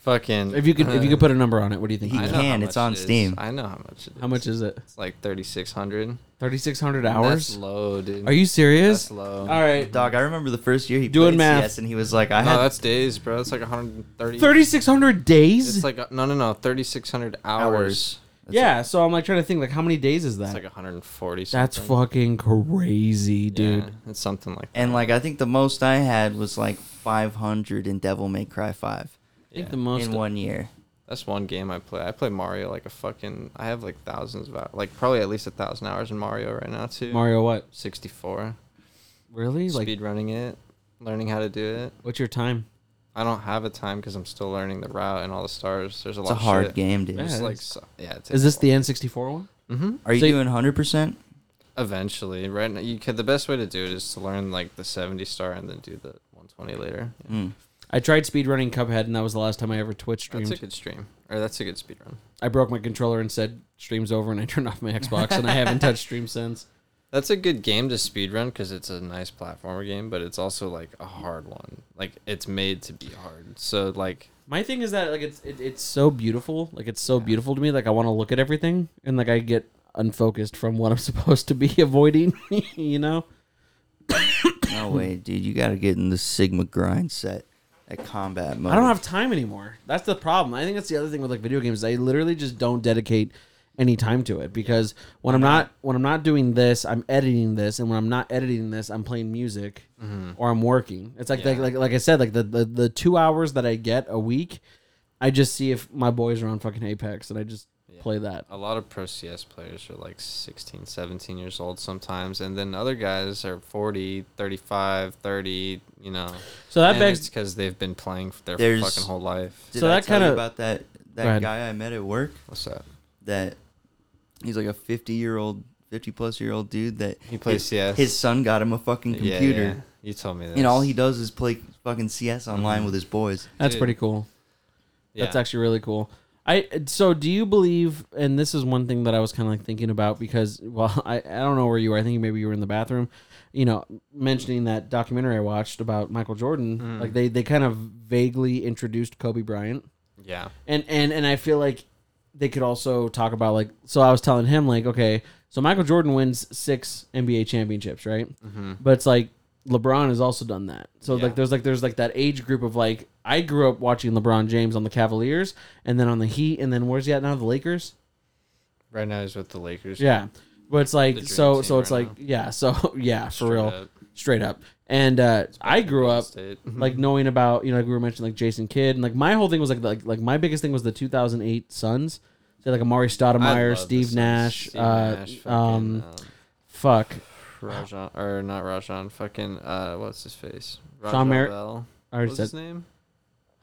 Speaker 5: Fucking.
Speaker 3: If you could, if
Speaker 5: Uh,
Speaker 3: you could put a number on it, what do you think?
Speaker 4: He
Speaker 5: I
Speaker 3: it is?
Speaker 5: know how
Speaker 4: can, it's
Speaker 5: much
Speaker 4: on
Speaker 5: it is.
Speaker 4: Steam.
Speaker 5: I know how much it is.
Speaker 3: How much is it?
Speaker 5: It's like thirty six hundred
Speaker 3: Thirty six hundred
Speaker 5: That's
Speaker 3: hours.
Speaker 5: low, dude.
Speaker 3: Are you serious?
Speaker 5: That's low.
Speaker 3: All right,
Speaker 4: Dog, I remember the first year he
Speaker 3: Doing
Speaker 4: played
Speaker 3: math.
Speaker 4: CS, and he was like, "I
Speaker 5: No,
Speaker 4: had
Speaker 5: that's days, bro. That's like one hundred thirty.
Speaker 3: thirty six hundred days.
Speaker 5: It's like no, no, no. Thirty six hundred hours.
Speaker 4: Hours.
Speaker 3: yeah, so I'm like trying to think like how many days is
Speaker 5: It's
Speaker 3: that?
Speaker 5: like 140. Something.
Speaker 3: That's fucking crazy, dude.
Speaker 5: Yeah, it's something like that.
Speaker 4: And like I think the most I had was like 500 in Devil May Cry 5
Speaker 3: I think the most
Speaker 4: in one year.
Speaker 5: That's one game I play. I play Mario like a fucking. I have like thousands of hours, like probably at least a thousand hours in Mario right now too.
Speaker 3: Mario what?
Speaker 5: 64.
Speaker 3: Really? Like
Speaker 5: Speed running it, learning how to do it.
Speaker 3: what's your time?
Speaker 5: I don't have a time because I'm still learning the route and all the stars. There's a
Speaker 4: It's
Speaker 5: lot.
Speaker 4: a
Speaker 5: of
Speaker 4: hard
Speaker 5: shit.
Speaker 4: game, dude.
Speaker 3: Yeah.
Speaker 5: It's like so, yeah. It
Speaker 3: Is this the N64 one?
Speaker 5: Mm-hmm.
Speaker 4: Are you
Speaker 3: So you-
Speaker 4: doing 100%?
Speaker 5: Eventually, right? Now, you can. The best way to do it is to learn like the 70 star and then do the 120 later. Yeah.
Speaker 3: Mm, I tried speedrunning Cuphead and that was the last time I ever Twitch
Speaker 5: That's a
Speaker 3: streamed.
Speaker 5: good stream, or that's a good speed run.
Speaker 3: I broke my controller and said stream's over and I turned off my Xbox and I haven't touched stream since.
Speaker 5: That's a good game to speedrun because it's a nice platformer game, but it's also like a hard one. Like it's made to be hard. So like
Speaker 3: My thing is that like it's it, it's so beautiful, like it's so beautiful to me. Like I want to look at everything, and like I get unfocused from what I'm supposed to be avoiding. you know?
Speaker 4: No way, dude. You got to get in the Sigma grind set at combat mode.
Speaker 3: I don't have time anymore. That's the problem. I think that's the other thing with like video games. is I literally just don't dedicate any time to it because when I'm not when I'm not doing this, I'm editing this, and when I'm not editing this, I'm playing music or I'm working. It's like like, like like I said, like the, the the two hours that I get a week, I just see if my boys are on fucking Apex, and I just play that.
Speaker 5: a lot of pro CS players are like 16, 17 years old sometimes, and then other guys are 40, 35, 30, you know.
Speaker 3: So that
Speaker 5: and
Speaker 3: begs
Speaker 5: it's because they've been playing f- their
Speaker 4: There's-
Speaker 5: fucking whole life.
Speaker 4: Did
Speaker 3: So
Speaker 4: I
Speaker 3: that
Speaker 4: tell you
Speaker 3: kinda-
Speaker 4: about that
Speaker 3: Go
Speaker 4: that
Speaker 3: ahead.
Speaker 4: guy I met at work
Speaker 5: What's that?
Speaker 4: that he's like a 50 year old, 50 plus year old dude that
Speaker 5: He plays
Speaker 4: his,
Speaker 5: CS.
Speaker 4: His son got him a fucking
Speaker 5: Yeah,
Speaker 4: computer,
Speaker 5: yeah. You told me that.
Speaker 4: and all he does is play fucking CS online
Speaker 3: Mm-hmm.
Speaker 4: with his boys.
Speaker 3: That's
Speaker 5: Dude.
Speaker 3: pretty cool. That's
Speaker 5: Yeah.
Speaker 3: actually really cool. I so do you believe? And this is one thing that I was kind of like thinking about because well, I, I don't know where you were. I think maybe you were in the bathroom. You know, mentioning that documentary I watched about Michael Jordan, like they they kind of vaguely introduced Kobe Bryant
Speaker 5: Yeah.
Speaker 3: and and and I feel like they could also talk about like so I was telling him like okay so Michael Jordan wins six NBA championships right but it's like LeBron has also done that so
Speaker 5: Mm-hmm. Yeah.
Speaker 3: like there's like there's like that age group of like I grew up watching LeBron James on the Cavaliers and then on the Heat and then where's he at now the Lakers
Speaker 5: Right now he's with the Lakers.
Speaker 3: yeah but it's like
Speaker 5: dream
Speaker 3: so
Speaker 5: team
Speaker 3: so it's
Speaker 5: right
Speaker 3: like yeah so yeah for
Speaker 5: Straight
Speaker 3: real
Speaker 5: up.
Speaker 3: straight up and uh, I grew
Speaker 5: Golden
Speaker 3: up
Speaker 5: State.
Speaker 3: like knowing about you know like we were mentioning like Jason Kidd and like my whole thing was like like like my biggest thing was the 2008 Suns. So like Amari
Speaker 5: I
Speaker 3: Stoudemire,
Speaker 5: love the
Speaker 3: Steve
Speaker 5: Suns.
Speaker 3: Nash,
Speaker 5: Steve
Speaker 3: uh,
Speaker 5: Nash, fucking,
Speaker 3: um, fuck,
Speaker 5: Rajon or not Rajon, fucking uh, what's his face? Raja
Speaker 3: Sean Mer-
Speaker 5: Bell.
Speaker 3: I
Speaker 5: What
Speaker 3: already
Speaker 5: was
Speaker 3: said,
Speaker 5: his name?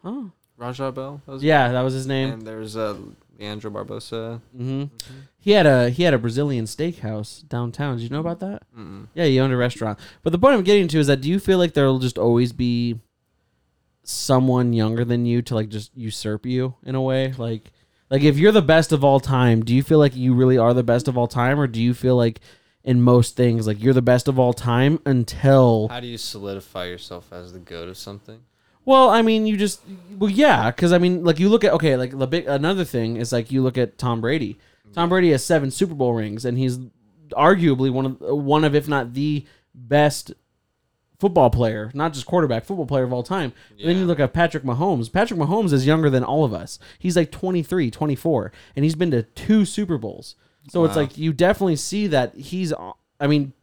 Speaker 3: huh?
Speaker 5: Raja Bell. That was his
Speaker 3: Yeah, that was his
Speaker 5: name.
Speaker 3: name.
Speaker 5: And there's uh, Leandro Barbosa.
Speaker 3: hmm He had a he had a Brazilian steakhouse downtown. Did you know about that?
Speaker 5: Mm-mm.
Speaker 3: Yeah, he owned a restaurant. But the point I'm getting to is that do you feel like there'll just always be someone younger than you to like just usurp you in a way? Like like if you're the best of all time, do you feel like you really are the best of all time or do you feel like in most things like you're the best of all time until
Speaker 5: How do you solidify yourself as the goat of something?
Speaker 3: well, I mean, you just well, yeah, because I mean, like you look at okay, like the big another thing is like you look at Tom Brady. Tom Brady has seven Super Bowl rings, and he's arguably one of one of if not the best football player, not just quarterback, football player of all time. But Then you
Speaker 5: Yeah.
Speaker 3: look at Patrick Mahomes. Patrick Mahomes is younger than all of us. He's like 23, 24, and he's been to two Super Bowls. So it's like you definitely see that he's I mean,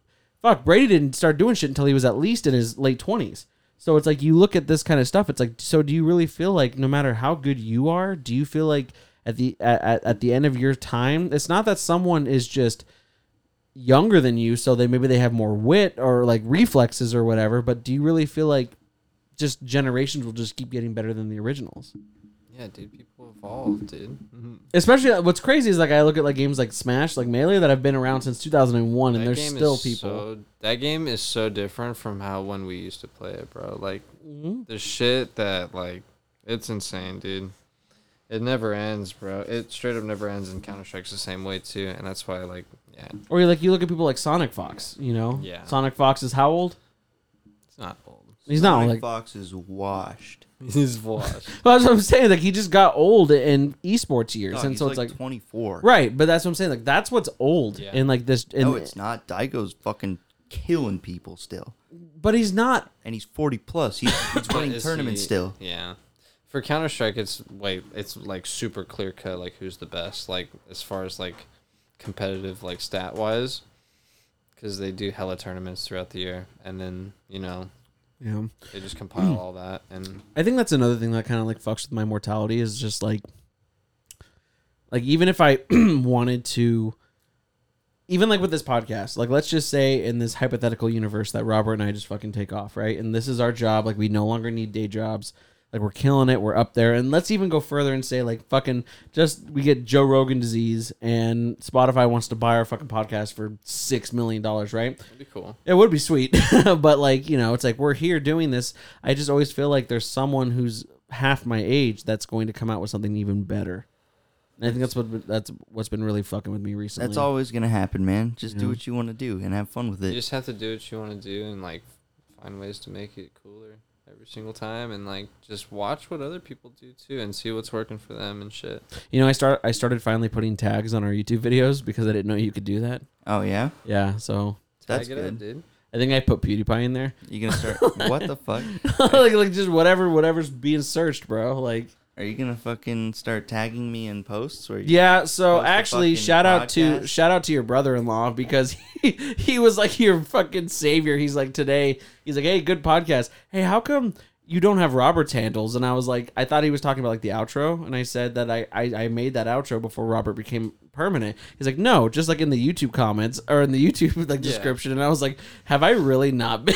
Speaker 3: fuck, Brady didn't start doing shit until he was at least in his late 20s. So it's like you look at this kind of stuff. It's like, so do you really feel like no matter how good you are, do you feel like at the at, at, at the end of your time, it's not that someone is just younger than you, so they maybe they have more wit or like reflexes or whatever. But do you really feel like just generations will just keep getting better than the originals?
Speaker 5: Yeah, dude, people evolve, dude. Hmm.
Speaker 3: Especially uh, what's crazy is like I look at like games like Smash, like Melee that have been around since 2001, and
Speaker 5: That
Speaker 3: there's
Speaker 5: game
Speaker 3: still
Speaker 5: is
Speaker 3: people.
Speaker 5: so- that game is so different from how when we used to play it, bro. Like
Speaker 3: Mm-hmm.
Speaker 5: the shit that like it's insane, dude. It never ends, bro. It straight up never ends, and Counter Strike's the same way too. And that's why, like, yeah,
Speaker 3: Or like you look at people like Sonic Fox, you know?
Speaker 5: Yeah.
Speaker 3: Sonic Fox is how old?
Speaker 5: it's not old.
Speaker 3: He's not
Speaker 4: Sonic
Speaker 3: like.
Speaker 4: Fox is washed.
Speaker 5: He's washed.
Speaker 3: Well, that's what I'm saying. Like he just got old in esports years,
Speaker 5: Oh,
Speaker 4: Dog,
Speaker 3: and
Speaker 4: he's
Speaker 3: so it's like,
Speaker 4: 24.
Speaker 3: right. But that's what I'm saying. Like that's what's old
Speaker 5: Yeah. Oh,
Speaker 3: in like this. In,
Speaker 4: No, Oh, it's not. Daigo's fucking killing people still,
Speaker 3: but he's not.
Speaker 4: and he's 40 plus. He's, he's winning
Speaker 5: Is
Speaker 4: tournaments
Speaker 5: he-
Speaker 4: still.
Speaker 5: Yeah. for Counter Strike, it's like it's like super clear cut, like who's the best, like as far as like competitive, like stat wise, because they do hella tournaments throughout the year, and then you know
Speaker 3: Yeah.
Speaker 5: they just compile all that, and
Speaker 3: I think that's another thing that kind of like fucks with my mortality is just like, like even if I wanted to, even like with this podcast, like let's just say in this hypothetical universe that Robert and I just fucking take off, right? And this is our job. Like we no longer need day jobs. Like we're killing it. We're up there. And let's even go further and say like fucking just we get Joe Rogan disease and Spotify wants to buy our fucking podcast for six million dollars, right?
Speaker 5: it'd be cool.
Speaker 3: It would be sweet, but like you know, it's like we're here doing this. I just always feel like there's someone who's half my age that's going to come out with something even better. And I think that's what that's what's been really fucking with me recently.
Speaker 4: That's always gonna happen, man. Just
Speaker 3: Yeah.
Speaker 4: do what you want to do and have fun with
Speaker 5: You
Speaker 4: it.
Speaker 5: just have to do what you want to do, and like find ways to make it cooler every single time, and like just watch what other people do too, and see what's working for them and shit.
Speaker 3: You know, I start I started finally putting tags on our YouTube videos because I didn't know you could do that.
Speaker 4: oh yeah,
Speaker 3: Yeah, so
Speaker 5: Tag
Speaker 4: That's
Speaker 5: it
Speaker 4: good.
Speaker 5: up, dude.
Speaker 3: I think I put PewDiePie in there.
Speaker 4: you gonna start? what the fuck?
Speaker 3: like like just whatever whatever's being searched, bro. Like
Speaker 4: Are you gonna fucking start tagging me in posts? Where you,
Speaker 3: Yeah, so
Speaker 4: Post the
Speaker 3: actually,
Speaker 4: fucking
Speaker 3: shout out to
Speaker 4: podcast.
Speaker 3: shout out to your brother-in-law because he, he was like your fucking savior. He's like today, he's like, "Hey, good podcast. Hey, how come you don't have Robert's handles?" And I was like, I thought he was talking about like the outro, and I said that I I, I made that outro before Robert became permanent. He's like, "No, just like in the YouTube comments or in the YouTube like description." And I was like, "Have I really not been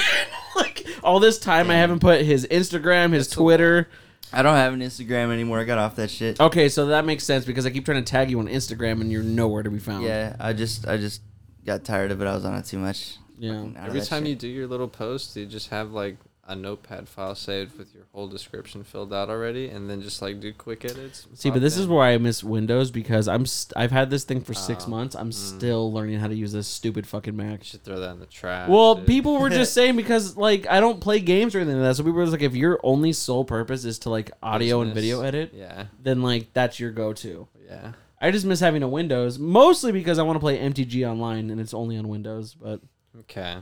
Speaker 3: like all this time? I haven't put his Instagram, his Twitter."
Speaker 4: I don't have an Instagram anymore. I got off that shit.
Speaker 5: Oh.
Speaker 3: Okay, so that makes sense because I keep trying to tag you on Instagram and you're nowhere to be found.
Speaker 4: Yeah, I just I just got tired of it. I was on it too much.
Speaker 3: Yeah.
Speaker 4: Fucking out of
Speaker 5: Every
Speaker 4: that
Speaker 5: time
Speaker 4: shit.
Speaker 5: you do your little post, you just have like a notepad file saved with your whole description filled out already, and then just like do quick edits. and
Speaker 3: See,
Speaker 5: pop
Speaker 3: but this is
Speaker 5: in.
Speaker 3: where I miss Windows because I'm st- I've had this thing for
Speaker 5: Ah,
Speaker 3: six months.
Speaker 5: mm.
Speaker 3: I'm still learning how to use this stupid fucking Mac.
Speaker 5: you should throw that in the trash.
Speaker 3: Well,
Speaker 5: dude.
Speaker 3: people were just saying because like I don't play games or anything like that. So people were just like, if your only sole purpose is to like audio and video
Speaker 5: Business.
Speaker 3: edit,
Speaker 5: Yeah,
Speaker 3: then like that's your go-to.
Speaker 5: yeah.
Speaker 3: I just miss having a Windows mostly because I want to play MTG online and it's only on Windows. But
Speaker 5: Okay,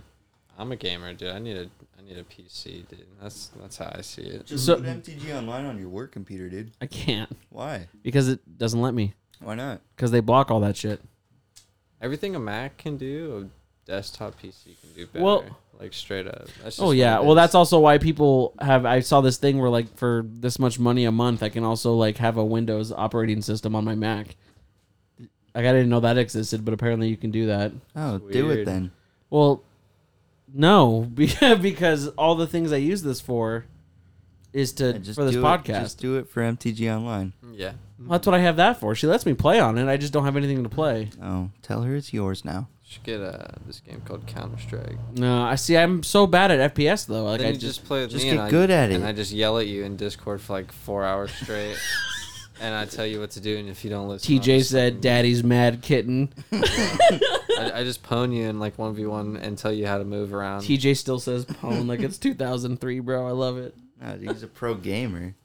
Speaker 5: I'm a gamer, dude. I need a I need a PC, dude. That's that's how I see it.
Speaker 4: Just
Speaker 3: So-
Speaker 4: put MTG online on your work computer, dude.
Speaker 3: I can't
Speaker 4: Why?
Speaker 3: because it doesn't let me
Speaker 4: Why not?
Speaker 3: because they block all that shit.
Speaker 5: Everything a Mac can do, a desktop PC can do better.
Speaker 3: Well-
Speaker 5: like straight up. That's just
Speaker 3: Oh yeah.
Speaker 5: what it
Speaker 3: Well, that's
Speaker 5: is.
Speaker 3: also why people have. I saw this thing where like for this much money a month, I can also like have a Windows operating system on my Mac. Like I didn't know that existed, but apparently you can do that.
Speaker 4: Oh, do it
Speaker 5: weird.
Speaker 4: then.
Speaker 3: Well, no, be- because all the things I use this for is to
Speaker 4: Yeah, just
Speaker 3: for this
Speaker 4: do
Speaker 3: podcast.
Speaker 4: It, just do it for MTG online.
Speaker 5: yeah.
Speaker 3: Well, that's what I have that for. She lets me play on it. I just don't have anything to play.
Speaker 4: Oh, tell her it's yours now.
Speaker 5: Should get uh this game called Counter Strike.
Speaker 3: No, I see. I'm so bad at FPS though. Like
Speaker 5: Then
Speaker 3: I
Speaker 5: you
Speaker 3: just
Speaker 5: just play with
Speaker 4: just
Speaker 5: me
Speaker 4: get
Speaker 5: and
Speaker 4: good
Speaker 5: I,
Speaker 4: at
Speaker 5: And
Speaker 4: it.
Speaker 5: I just yell at you in Discord for like four hours straight, and I tell you what to do. And if you don't listen, I'll
Speaker 3: TJ
Speaker 5: just-
Speaker 3: said, "Daddy's mad kitten."
Speaker 5: I, I just pwn you in like one v one and tell you how to move around.
Speaker 3: TJ still says "pwn" like it's 2003, bro. I love it.
Speaker 4: No, dude, he's a pro gamer.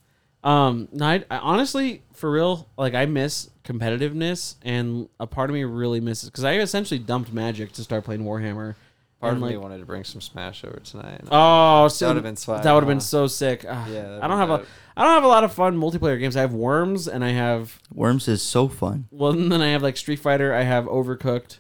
Speaker 3: Um, no, I, I honestly, for real, like I miss competitiveness, and a part of me really misses because I essentially dumped Magic to start playing Warhammer.
Speaker 5: Part of
Speaker 3: and,
Speaker 5: me
Speaker 3: like-
Speaker 5: wanted to bring some Smash over tonight. and-
Speaker 3: Oh, so
Speaker 5: would've been swag,
Speaker 3: That would have
Speaker 5: huh?
Speaker 3: been so sick. Ugh,
Speaker 5: Yeah, that'd
Speaker 3: I don't
Speaker 5: be
Speaker 3: have a,
Speaker 5: dope.
Speaker 3: I don't have a lot of fun multiplayer games. I have Worms, and I have
Speaker 4: Worms is so fun.
Speaker 3: well, and then I have like Street Fighter. I have Overcooked.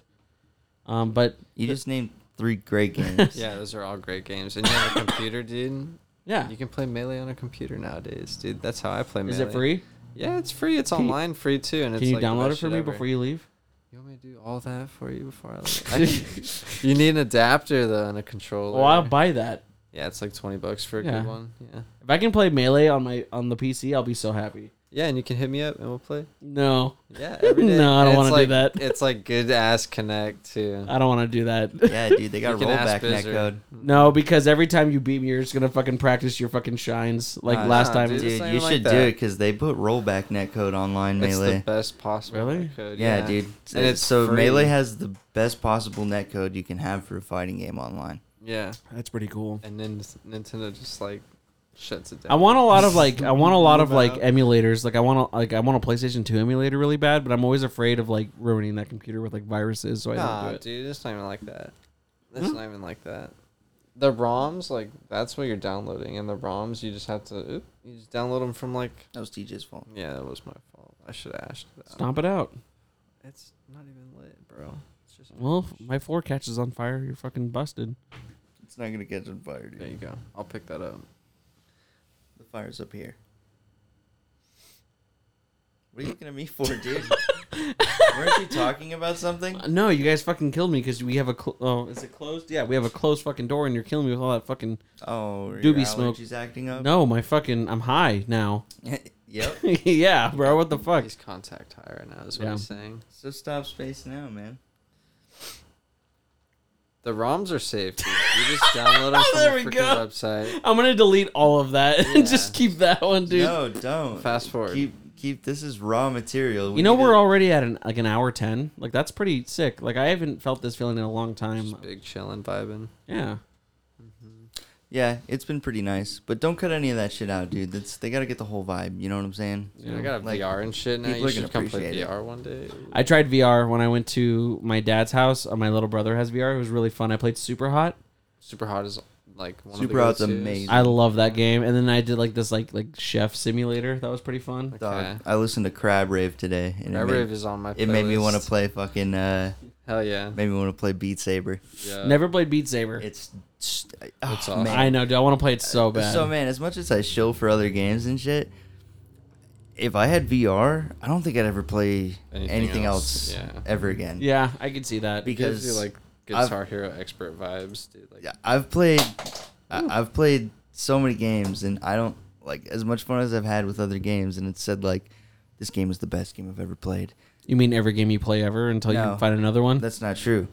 Speaker 3: Um, but
Speaker 4: You just named three great games.
Speaker 5: Yeah, those are all great games. And you have a computer, dude.
Speaker 3: yeah,
Speaker 5: You can play Melee on a computer nowadays, dude. That's how I play Melee.
Speaker 3: is it free?
Speaker 5: Yeah, it's free. It's
Speaker 3: you-
Speaker 5: online free too. And it's
Speaker 3: Can you
Speaker 5: like the
Speaker 3: download it
Speaker 5: best
Speaker 3: for
Speaker 5: shit
Speaker 3: me
Speaker 5: ever.
Speaker 3: before you leave?
Speaker 5: You want me to do all that for you before I leave? I can- you need an adapter though and a controller.
Speaker 3: Well, I'll buy that.
Speaker 5: yeah, it's like twenty bucks for a
Speaker 3: Yeah.
Speaker 5: good one. Yeah.
Speaker 3: If I can play Melee on my on the PC, I'll be so happy.
Speaker 5: Yeah, and you can hit me up and we'll play.
Speaker 3: No,
Speaker 5: Yeah, every day.
Speaker 3: No, I don't
Speaker 5: And
Speaker 3: wanna
Speaker 5: it's
Speaker 3: do
Speaker 5: like,
Speaker 3: that.
Speaker 5: It's like good ass connect too.
Speaker 3: I don't want to do that.
Speaker 4: Yeah, dude, they got
Speaker 5: You can
Speaker 4: rollback
Speaker 5: ask Bizzer.
Speaker 4: netcode.
Speaker 3: No, because every time you beat me, you're just gonna fucking practice your fucking shines like
Speaker 4: Nah,
Speaker 3: last
Speaker 5: nah,
Speaker 3: time.
Speaker 5: Uh, dude.
Speaker 4: Dude,
Speaker 5: It's not
Speaker 4: you
Speaker 5: even like
Speaker 4: should do
Speaker 5: that.
Speaker 4: it because they put rollback netcode online
Speaker 5: It's
Speaker 4: melee.
Speaker 5: the best possible
Speaker 3: Really?
Speaker 5: code.
Speaker 4: yeah, dude.
Speaker 5: And it's
Speaker 4: so
Speaker 5: free.
Speaker 4: melee has the best possible netcode you can have for a fighting game online.
Speaker 5: Yeah.
Speaker 3: That's pretty cool.
Speaker 5: And then s- Nintendo just like shuts it down.
Speaker 3: I want a lot of like I want a lot of like emulators. Like I want a, like I want a PlayStation 2 emulator really bad, but I'm always afraid of like ruining that computer with like viruses. So I
Speaker 5: Nah,
Speaker 3: don't do it.
Speaker 5: dude, it's not even like that. It's not even like that. the ROMs, like that's what you're downloading, and the ROMs you just have to oop, you just download them from like
Speaker 4: That was TJ's fault.
Speaker 5: yeah, that was my fault. I should have asked that.
Speaker 3: Stomp it out.
Speaker 5: It's not even lit, bro. It's just
Speaker 3: Well, if my floor catches on fire. You're fucking busted.
Speaker 4: It's not gonna catch on fire,
Speaker 5: there you go. I'll pick that up.
Speaker 4: The fire's up here. What are you looking at me for, dude? Weren't you talking about something?
Speaker 3: Uh, No, you guys fucking killed me because we have a cl- oh, is it closed? Yeah, we have a closed fucking door, and you're killing me with all that fucking.
Speaker 4: Oh, your
Speaker 3: Doobie smoke.
Speaker 4: allergies acting up.
Speaker 3: No, my fucking, I'm high now.
Speaker 4: yep.
Speaker 3: yeah, bro, what the fuck?
Speaker 5: He's contact high right now. Is what
Speaker 3: Yeah.
Speaker 5: he's saying.
Speaker 4: So stop space now, man.
Speaker 5: The ROMs are safe. Dude. You just download them from
Speaker 3: There we
Speaker 5: the freaking
Speaker 3: go.
Speaker 5: website.
Speaker 3: I'm gonna delete all of that
Speaker 5: Yeah.
Speaker 3: and just keep that one, dude.
Speaker 4: No, don't.
Speaker 5: Fast forward.
Speaker 4: Keep, keep. This is raw material.
Speaker 3: you know
Speaker 4: need
Speaker 3: we're
Speaker 4: to-
Speaker 3: already at an, like an hour ten. Like that's pretty sick. Like I haven't felt this feeling in a long time.
Speaker 5: Just big chillin' vibing.
Speaker 3: Yeah.
Speaker 4: Yeah, it's been pretty nice, but don't cut any of that shit out, dude. That's they gotta get the whole vibe. You know what I'm saying?
Speaker 5: Dude, I got a
Speaker 4: Like,
Speaker 5: VR and shit now.
Speaker 4: people
Speaker 5: You
Speaker 4: are gonna
Speaker 5: should come play
Speaker 4: appreciate it.
Speaker 5: VR one day.
Speaker 3: I tried VR when I went to my dad's house. Uh, my little brother has VR. It was really fun. I played Super Hot.
Speaker 5: Super Hot is like one
Speaker 4: Super
Speaker 5: of
Speaker 4: Hot's
Speaker 5: the go-tos.
Speaker 4: amazing.
Speaker 3: I love that game. And then I did like this like like chef simulator. That was pretty fun.
Speaker 4: Dog,
Speaker 5: Okay.
Speaker 4: I listened to Crab Rave today, and
Speaker 5: That
Speaker 4: it made,
Speaker 5: rave is on my.
Speaker 4: it made me want to
Speaker 5: playlist.
Speaker 4: play fucking. Uh,
Speaker 5: Hell yeah.
Speaker 4: made me want to play Beat Saber.
Speaker 5: yeah.
Speaker 3: Never played Beat Saber.
Speaker 4: It's. Just, oh,
Speaker 5: awesome.
Speaker 4: man.
Speaker 3: I know, dude. I want to play it
Speaker 5: Uh,
Speaker 3: so bad.
Speaker 4: So man, as much as I shill for other games and shit, if I had VR, I don't think I'd ever play anything,
Speaker 5: Anything
Speaker 4: else,
Speaker 5: else, yeah.
Speaker 4: ever again.
Speaker 3: yeah, I could see that.
Speaker 5: It gives
Speaker 4: because
Speaker 5: you like Guitar Hero expert vibes, dude. Like,
Speaker 4: Yeah, I've played, I, I've played so many games, and I don't like as much fun as I've had with other games. And it said like, this game is the best game I've ever played.
Speaker 3: You mean every game you play ever until you
Speaker 4: No.
Speaker 3: can find another one?
Speaker 4: That's not true.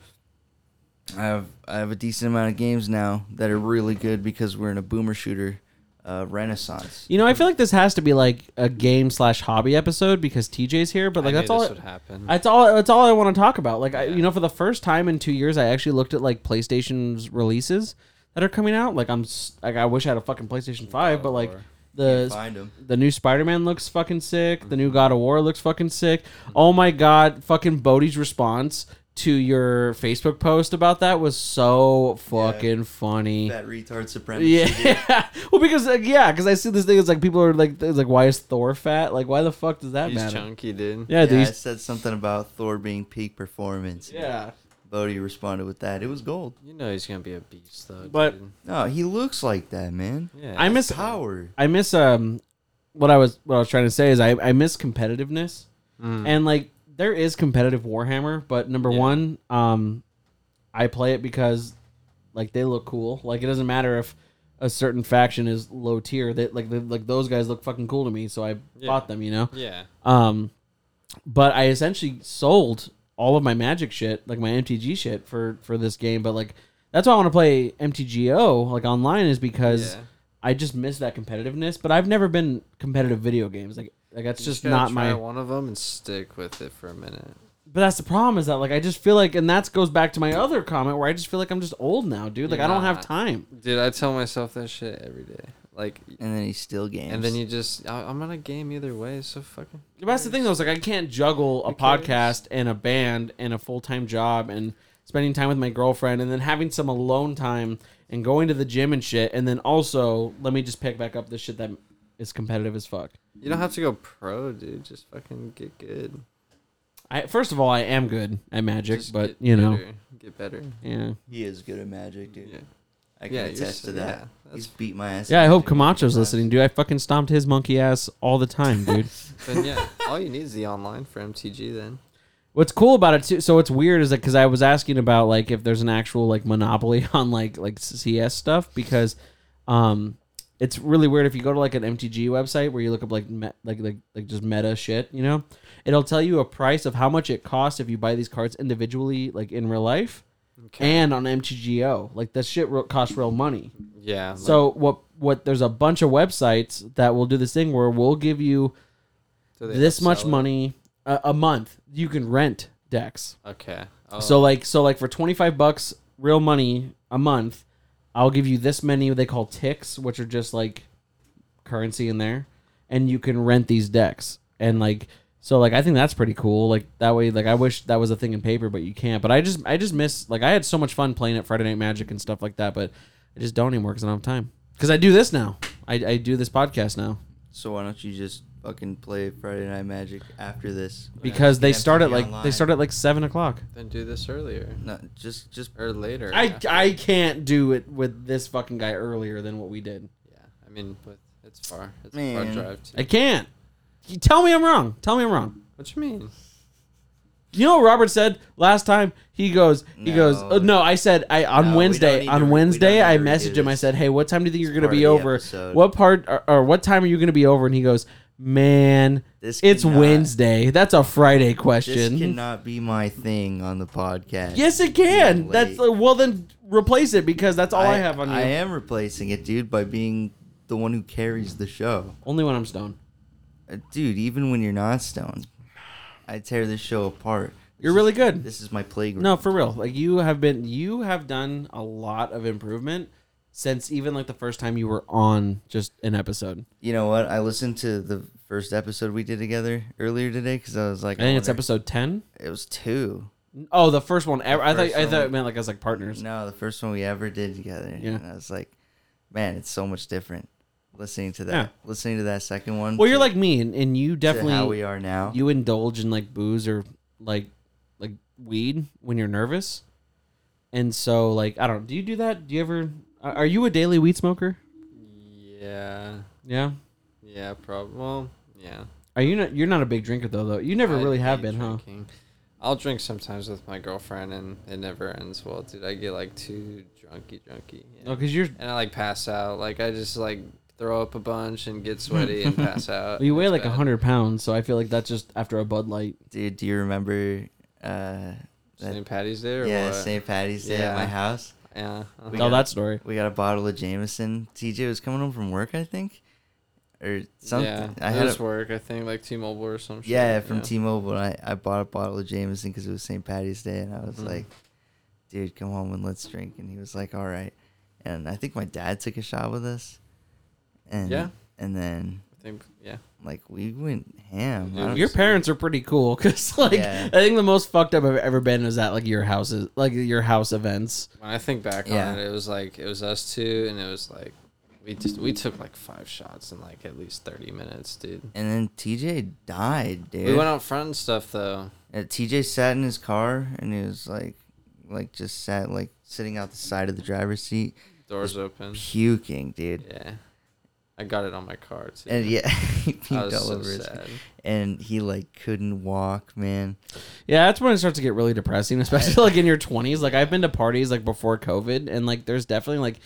Speaker 4: I have I have a decent amount of games now that are really good because we're in a boomer shooter uh, renaissance.
Speaker 3: You know, I feel like this has to be like a game slash hobby episode because TJ's here, but like
Speaker 5: I
Speaker 3: that's
Speaker 5: knew
Speaker 3: all.
Speaker 5: this would happen.
Speaker 3: That's all. That's all I want to talk about. Like, I, you know, for the first time in two years, I actually looked at like PlayStation's releases that are coming out. Like, I'm s- like, I wish I had a fucking PlayStation Five, but like the
Speaker 4: Find them.
Speaker 3: the new Spider Man looks fucking sick. The new
Speaker 5: Mm-hmm.
Speaker 3: God of War looks fucking sick. Oh my god, fucking Bodhi's response to your Facebook post about that was so fucking funny.
Speaker 4: That retard supremacy.
Speaker 3: Yeah. well, because like, yeah, because I see this thing. It's like people are like, it's like, why is Thor fat? Like, why the fuck does that
Speaker 5: He's
Speaker 3: matter?
Speaker 5: chunky, dude.
Speaker 3: Yeah, dude.
Speaker 4: Yeah, I
Speaker 3: he's-
Speaker 4: said something about Thor being peak performance.
Speaker 3: Yeah.
Speaker 4: Bodhi responded with that. It was gold.
Speaker 5: You know he's gonna be a beast though.
Speaker 3: But-
Speaker 5: dude.
Speaker 4: No, he looks like that, man.
Speaker 5: yeah,
Speaker 3: I miss.
Speaker 4: Power.
Speaker 3: I miss. Um, what I was what I was trying to say is I I miss competitiveness, and like there is competitive Warhammer, but number one, um, I play it because like they look cool. Like it doesn't matter if a certain faction is low tier. That like they, like those guys look fucking cool to me, so I bought them. You know.
Speaker 5: yeah.
Speaker 3: Um, but I essentially sold all of my magic shit, like my MTG shit, for for this game. But like, that's why I want to play MTGO like online is because
Speaker 5: Yeah.
Speaker 3: I just miss that competitiveness. But I've never been competitive video games. Like, like that's
Speaker 5: You
Speaker 3: just
Speaker 5: gotta
Speaker 3: not
Speaker 5: try
Speaker 3: my.
Speaker 5: one of them and stick with it for a minute.
Speaker 3: But that's the problem is that like I just feel like, and that goes back to my other comment where I just feel like I'm just old now, dude. Like
Speaker 5: You're
Speaker 3: I don't have
Speaker 5: not.
Speaker 3: time.
Speaker 5: Dude, I tell myself that shit every day. Like,
Speaker 4: And then he still games.
Speaker 5: and then you just, I, I'm gonna game either way. So fucking.
Speaker 3: But that's the thing though. Is like I can't juggle a
Speaker 5: cares?
Speaker 3: podcast and a band and a full time job and spending time with my girlfriend and then having some alone time and going to the gym and shit and then also let me just pick back up this shit that is competitive as fuck.
Speaker 5: You don't have to go pro, dude. Just fucking get good.
Speaker 3: I first of all I am good at magic,
Speaker 5: Just
Speaker 3: but
Speaker 5: get
Speaker 3: you know,
Speaker 5: better. get better.
Speaker 3: yeah,
Speaker 4: he is good at magic, dude.
Speaker 5: Yeah.
Speaker 4: I can
Speaker 5: Yeah, you're
Speaker 4: attest
Speaker 5: so-
Speaker 4: to that.
Speaker 5: yeah,
Speaker 4: He's
Speaker 5: that's-
Speaker 4: beat my ass.
Speaker 3: yeah. I
Speaker 4: at
Speaker 3: hope
Speaker 4: magic
Speaker 3: Camacho's
Speaker 4: multiple times.
Speaker 3: listening, dude. I fucking stomped his monkey ass all the time, dude.
Speaker 5: But yeah, all you need is the online for MTG. Then
Speaker 3: What's cool about it too? So what's weird is that because I was asking about like if there's an actual like monopoly on like like CS stuff because, um, it's really weird if you go to like an MTG website where you look up like me- like like like just meta shit, you know, it'll tell you a price of how much it costs if you buy these cards individually, like in real life, and on MTGO, like that shit real- costs real money.
Speaker 5: yeah. like-
Speaker 3: So what what there's a bunch of websites that will do this thing where we'll give you
Speaker 5: do they
Speaker 3: this much
Speaker 5: upsell it?
Speaker 3: money a, a month. You can rent decks.
Speaker 5: Okay. Oh,
Speaker 3: So like so like for 25 bucks real money a month, I'll give you this many they call ticks, which are just like currency in there and you can rent these decks. And like so like I think that's pretty cool. Like that way like I wish that was a thing in paper but you can't. But I just I just miss like I had so much fun playing at Friday Night Magic and stuff like that, but I just don't anymore because I don't have time. Because I do this now. I, I do this podcast now
Speaker 4: So why don't you just fucking play Friday Night Magic after this?
Speaker 3: because they
Speaker 4: Yeah,
Speaker 3: start at
Speaker 4: TV
Speaker 3: like they
Speaker 4: online.
Speaker 3: start at like seven o'clock.
Speaker 5: Then do this earlier
Speaker 4: No, just just
Speaker 5: or later.
Speaker 3: I,
Speaker 5: yeah.
Speaker 3: I can't do it with this fucking guy earlier than what we did.
Speaker 5: yeah. I mean, but it's far. It's a
Speaker 4: Man.
Speaker 5: far drive. Too.
Speaker 3: I can't. You tell me I'm wrong. Tell me I'm wrong.
Speaker 5: What you mean?
Speaker 3: You know what Robert said last time? He goes, he
Speaker 4: No.
Speaker 3: goes. uh, no, I said I on
Speaker 4: No, we don't
Speaker 3: Wednesday.
Speaker 4: need
Speaker 3: On
Speaker 4: to- we
Speaker 3: Wednesday,
Speaker 4: don't
Speaker 3: I
Speaker 4: need to
Speaker 3: messaged
Speaker 4: redo
Speaker 3: him. I
Speaker 4: this.
Speaker 3: said, "Hey, what time do you think you're going to
Speaker 4: part
Speaker 3: be
Speaker 4: of the
Speaker 3: over?
Speaker 4: episode.
Speaker 3: What part or, or what time are you going to be over?" And he goes, "Man,
Speaker 4: This
Speaker 3: it's
Speaker 4: cannot-
Speaker 3: Wednesday. That's a Friday
Speaker 4: this
Speaker 3: question.
Speaker 4: cannot be my thing on the podcast.
Speaker 3: yes, it can.
Speaker 4: Being
Speaker 3: That's
Speaker 4: late.
Speaker 3: uh, well. Then replace it because that's all I, have on you.
Speaker 4: I am replacing it, dude, by being the one who carries the show,
Speaker 3: Only when I'm stoned.
Speaker 4: Uh, dude. Even when you're not stoned, I tear this show apart.
Speaker 3: You're
Speaker 4: This
Speaker 3: really
Speaker 4: is-
Speaker 3: good.
Speaker 4: This is my playground.
Speaker 3: No, for real. Like you have been, you have done a lot of improvement since even like the first time you were on just an episode.
Speaker 4: You know what? I listened to the first episode we did together earlier today because I was like,
Speaker 3: I think it's
Speaker 4: wonder-
Speaker 3: episode ten.
Speaker 4: It was two.
Speaker 3: Oh, the first one ever. I
Speaker 4: first
Speaker 3: thought I thought
Speaker 4: one.
Speaker 3: it meant like as like partners.
Speaker 4: No, the first one we ever did together.
Speaker 3: Yeah.
Speaker 4: And I was like, man, it's so much different listening to that.
Speaker 3: Yeah.
Speaker 4: Listening to that second one.
Speaker 3: Well, you're
Speaker 4: to-
Speaker 3: like me, and, and you
Speaker 4: to
Speaker 3: definitely
Speaker 4: how we are now.
Speaker 3: you indulge in like booze or like like weed when you're nervous, and so like I don't. Do you do that? Do you ever? Are are you a daily weed smoker?
Speaker 5: Yeah.
Speaker 3: Yeah.
Speaker 5: Yeah. Probably. Well. Yeah.
Speaker 3: Are you not? You're not a big drinker though. Though you never
Speaker 5: I'd
Speaker 3: really have
Speaker 5: be
Speaker 3: been, huh?
Speaker 5: drinking. I'll drink sometimes with my girlfriend, and it never ends well, dude. I get like too drunky, drunky. Yeah.
Speaker 3: No, because Oh, you're
Speaker 5: And I like pass out. Like I just like throw up a bunch and get sweaty and pass out.
Speaker 3: you weigh
Speaker 5: It's
Speaker 3: like
Speaker 5: bad.
Speaker 3: hundred pounds, so I feel like that's just after a Bud Light.
Speaker 4: Dude, do you remember uh
Speaker 5: St. Patty's Day or
Speaker 4: yeah,
Speaker 5: what?
Speaker 4: St. Patty's Day at my
Speaker 5: Yeah.
Speaker 4: house?
Speaker 5: Yeah. uh-huh.
Speaker 4: We
Speaker 3: Oh,
Speaker 4: got-
Speaker 3: that story.
Speaker 4: We got a bottle of Jameson. TJ was coming home from work, I think. Or something.
Speaker 5: Yeah.
Speaker 4: I
Speaker 5: it
Speaker 4: had
Speaker 5: was
Speaker 4: a,
Speaker 5: work. I think like T-Mobile or some shit.
Speaker 4: Yeah, from T Mobile. I, I bought a bottle of Jameson because it was St. Patty's Day. And I was
Speaker 5: Mm-hmm.
Speaker 4: like, dude, come home and let's drink. And he was like, all right. And I think my dad took a shot with us. And,
Speaker 5: Yeah.
Speaker 4: And then,
Speaker 5: I think yeah.
Speaker 4: like, we went ham. I
Speaker 5: Dude,
Speaker 4: don't-
Speaker 3: Your parents are pretty cool because, like,
Speaker 4: Yeah.
Speaker 3: I think the most fucked up I've ever been was at like your houses, like your house events.
Speaker 5: When I think back
Speaker 4: Yeah.
Speaker 5: on it, it was like it was us two, and it was like we just we took like five shots in like at least thirty minutes, dude.
Speaker 4: and then TJ died, dude.
Speaker 5: We went out front and stuff though.
Speaker 4: And TJ sat in his car and he was like, like, just sat, like, sitting out the side of the driver's seat,
Speaker 5: Doors open.
Speaker 4: puking, dude.
Speaker 5: Yeah. I got it on my car too.
Speaker 4: And yeah, he puked
Speaker 5: I was
Speaker 4: all
Speaker 5: so
Speaker 4: over his
Speaker 5: sad.
Speaker 4: And he, like, couldn't walk, man.
Speaker 3: Yeah, that's when it starts to get really depressing, especially like in your twenties. Like I've been to parties like before COVID, and like there's definitely like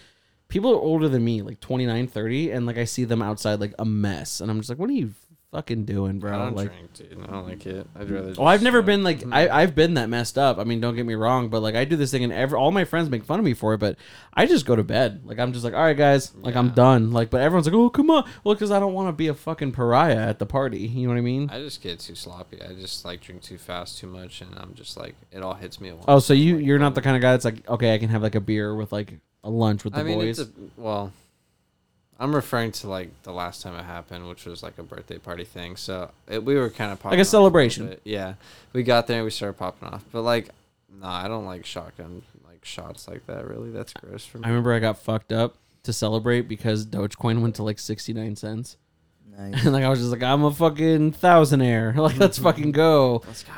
Speaker 3: people are older than me, like 29, 30, and like I see them outside like a mess, and I'm just like, what are you fucking doing,
Speaker 5: I
Speaker 3: bro?
Speaker 5: don't
Speaker 3: like,
Speaker 5: drink, dude. I don't like it. I'd rather.
Speaker 3: well, Oh, I've never been
Speaker 5: Mm-hmm.
Speaker 3: like I, I've been that messed up. I mean, don't get me wrong, but like I do this thing, and every all my friends make fun of me for it. But I just go to bed. Like I'm just like, all right, guys, like I'm done. Like, but everyone's like, oh, come on, well, because I don't want to be a fucking pariah at the party. You know what I mean?
Speaker 5: I just get too sloppy. I just like drink too fast, too much, and I'm just like it all hits me at once.
Speaker 3: oh, so you you're not the kind of guy that's like, okay, I can have like a beer with like a lunch with the
Speaker 5: I mean,
Speaker 3: boys.
Speaker 5: it's a, well, I'm referring to like the last time it happened, which was like a birthday party thing. So it, we were kind of popping off little
Speaker 3: celebration.
Speaker 5: bit. Yeah, we got there and we started popping off, but like, nah, I don't like shotgun like shots like that. Really, that's gross for
Speaker 3: I
Speaker 5: me.
Speaker 3: remember I got fucked up to celebrate because Dogecoin went to like 69 cents.
Speaker 4: Nice.
Speaker 3: And like I was just like, I'm a fucking thousandaire. Like let's fucking go.
Speaker 5: Mm-hmm. Let's go.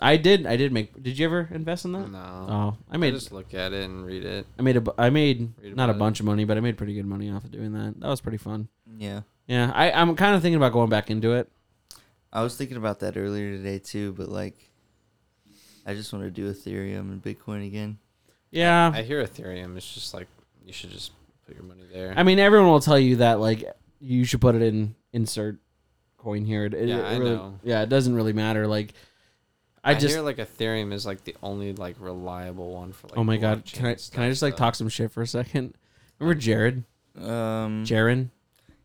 Speaker 3: I did. I did make. Did you ever invest in that?
Speaker 5: No,
Speaker 3: Oh, I
Speaker 5: I
Speaker 3: made.
Speaker 5: just look at it and read it.
Speaker 3: I made a. bu- I made
Speaker 5: Read
Speaker 3: not a
Speaker 5: about it.
Speaker 3: bunch of money, but I made pretty good money off of doing that. That was pretty fun.
Speaker 4: yeah.
Speaker 3: Yeah, I, I'm kind of thinking about going back into it.
Speaker 4: I was thinking about that earlier today too, but like, I just want to do Ethereum and Bitcoin again.
Speaker 3: Yeah,
Speaker 5: I hear Ethereum is just like you should just put your money there.
Speaker 3: I mean everyone will tell you that like you should put it in insert coin here. It, it-
Speaker 5: Yeah,
Speaker 3: it
Speaker 5: I
Speaker 3: really-
Speaker 5: know.
Speaker 3: Yeah, it doesn't really matter. Like I, just.
Speaker 5: hear like Ethereum is like the only like reliable one for like.
Speaker 3: oh my god! Can I
Speaker 5: blockchain
Speaker 3: can I
Speaker 5: stuff,
Speaker 3: just like
Speaker 5: so-
Speaker 3: talk some shit for a second? Remember Jared?
Speaker 4: Um,
Speaker 3: Jaron?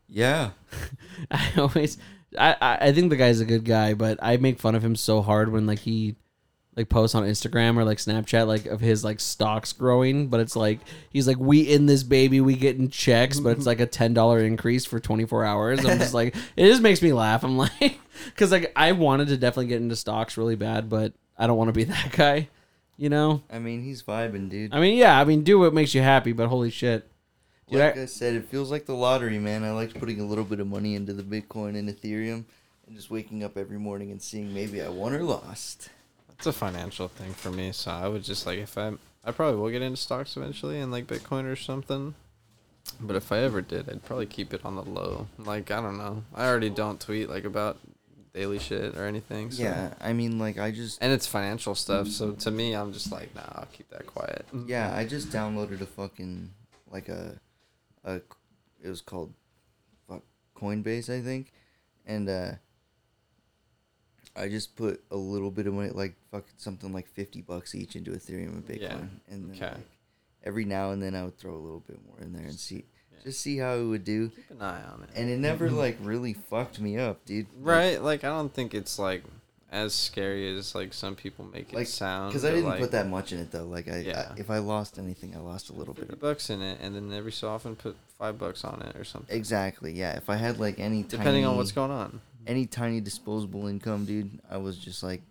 Speaker 4: yeah,
Speaker 3: I always, I, I I think the guy's a good guy, but I make fun of him so hard when like he, like posts on Instagram or like Snapchat like of his like stocks growing, but it's like he's like we in this baby, we getting checks, but it's like a ten dollar increase for twenty four hours. I'm just like it just makes me laugh. I'm like, because like I wanted to definitely get into stocks really bad, but I don't want to be that guy, you know.
Speaker 4: I mean he's vibing, dude.
Speaker 3: I mean, yeah, I mean, do what makes you happy, but holy shit. Did
Speaker 4: like
Speaker 3: I-
Speaker 4: I said, it feels like the lottery, man. I like putting a little bit of money into the Bitcoin and Ethereum, and just waking up every morning and seeing maybe I won or lost.
Speaker 5: It's a financial thing for me, so I would just like if I I probably will get into stocks eventually and like Bitcoin or something. But if I ever did, I'd probably keep it on the low. Like I don't know. I already don't tweet like about daily shit or anything. So.
Speaker 4: Yeah, I mean, like I just
Speaker 5: And it's financial stuff, so to me, I'm just like, nah, I'll keep that quiet.
Speaker 4: Yeah, I just downloaded a fucking like a a it was called fuck Coinbase, I think. And uh I just put a little bit of money like fucking something like 50 bucks each into Ethereum and Bitcoin
Speaker 5: Yeah,
Speaker 4: and then
Speaker 5: okay.
Speaker 4: like, every now and then I would throw a little bit more in there and see just see how it would do.
Speaker 5: Keep an eye on it.
Speaker 4: And it never
Speaker 5: Mm-hmm.
Speaker 4: like really fucked me up, dude.
Speaker 5: Right? Like I don't think it's like as scary as like some people make it
Speaker 4: Like
Speaker 5: sound.
Speaker 4: cuz I
Speaker 5: but,
Speaker 4: didn't
Speaker 5: like,
Speaker 4: put that much in it though. Like I,
Speaker 5: Yeah.
Speaker 4: I if I lost anything, I lost a little bit
Speaker 5: fifty
Speaker 4: of
Speaker 5: bucks in it, and then every so often put five bucks on it or something,
Speaker 4: Exactly. Yeah, if I had like any
Speaker 5: depending on
Speaker 4: tiny-
Speaker 5: what's going on.
Speaker 4: any tiny disposable income, dude, I was just like,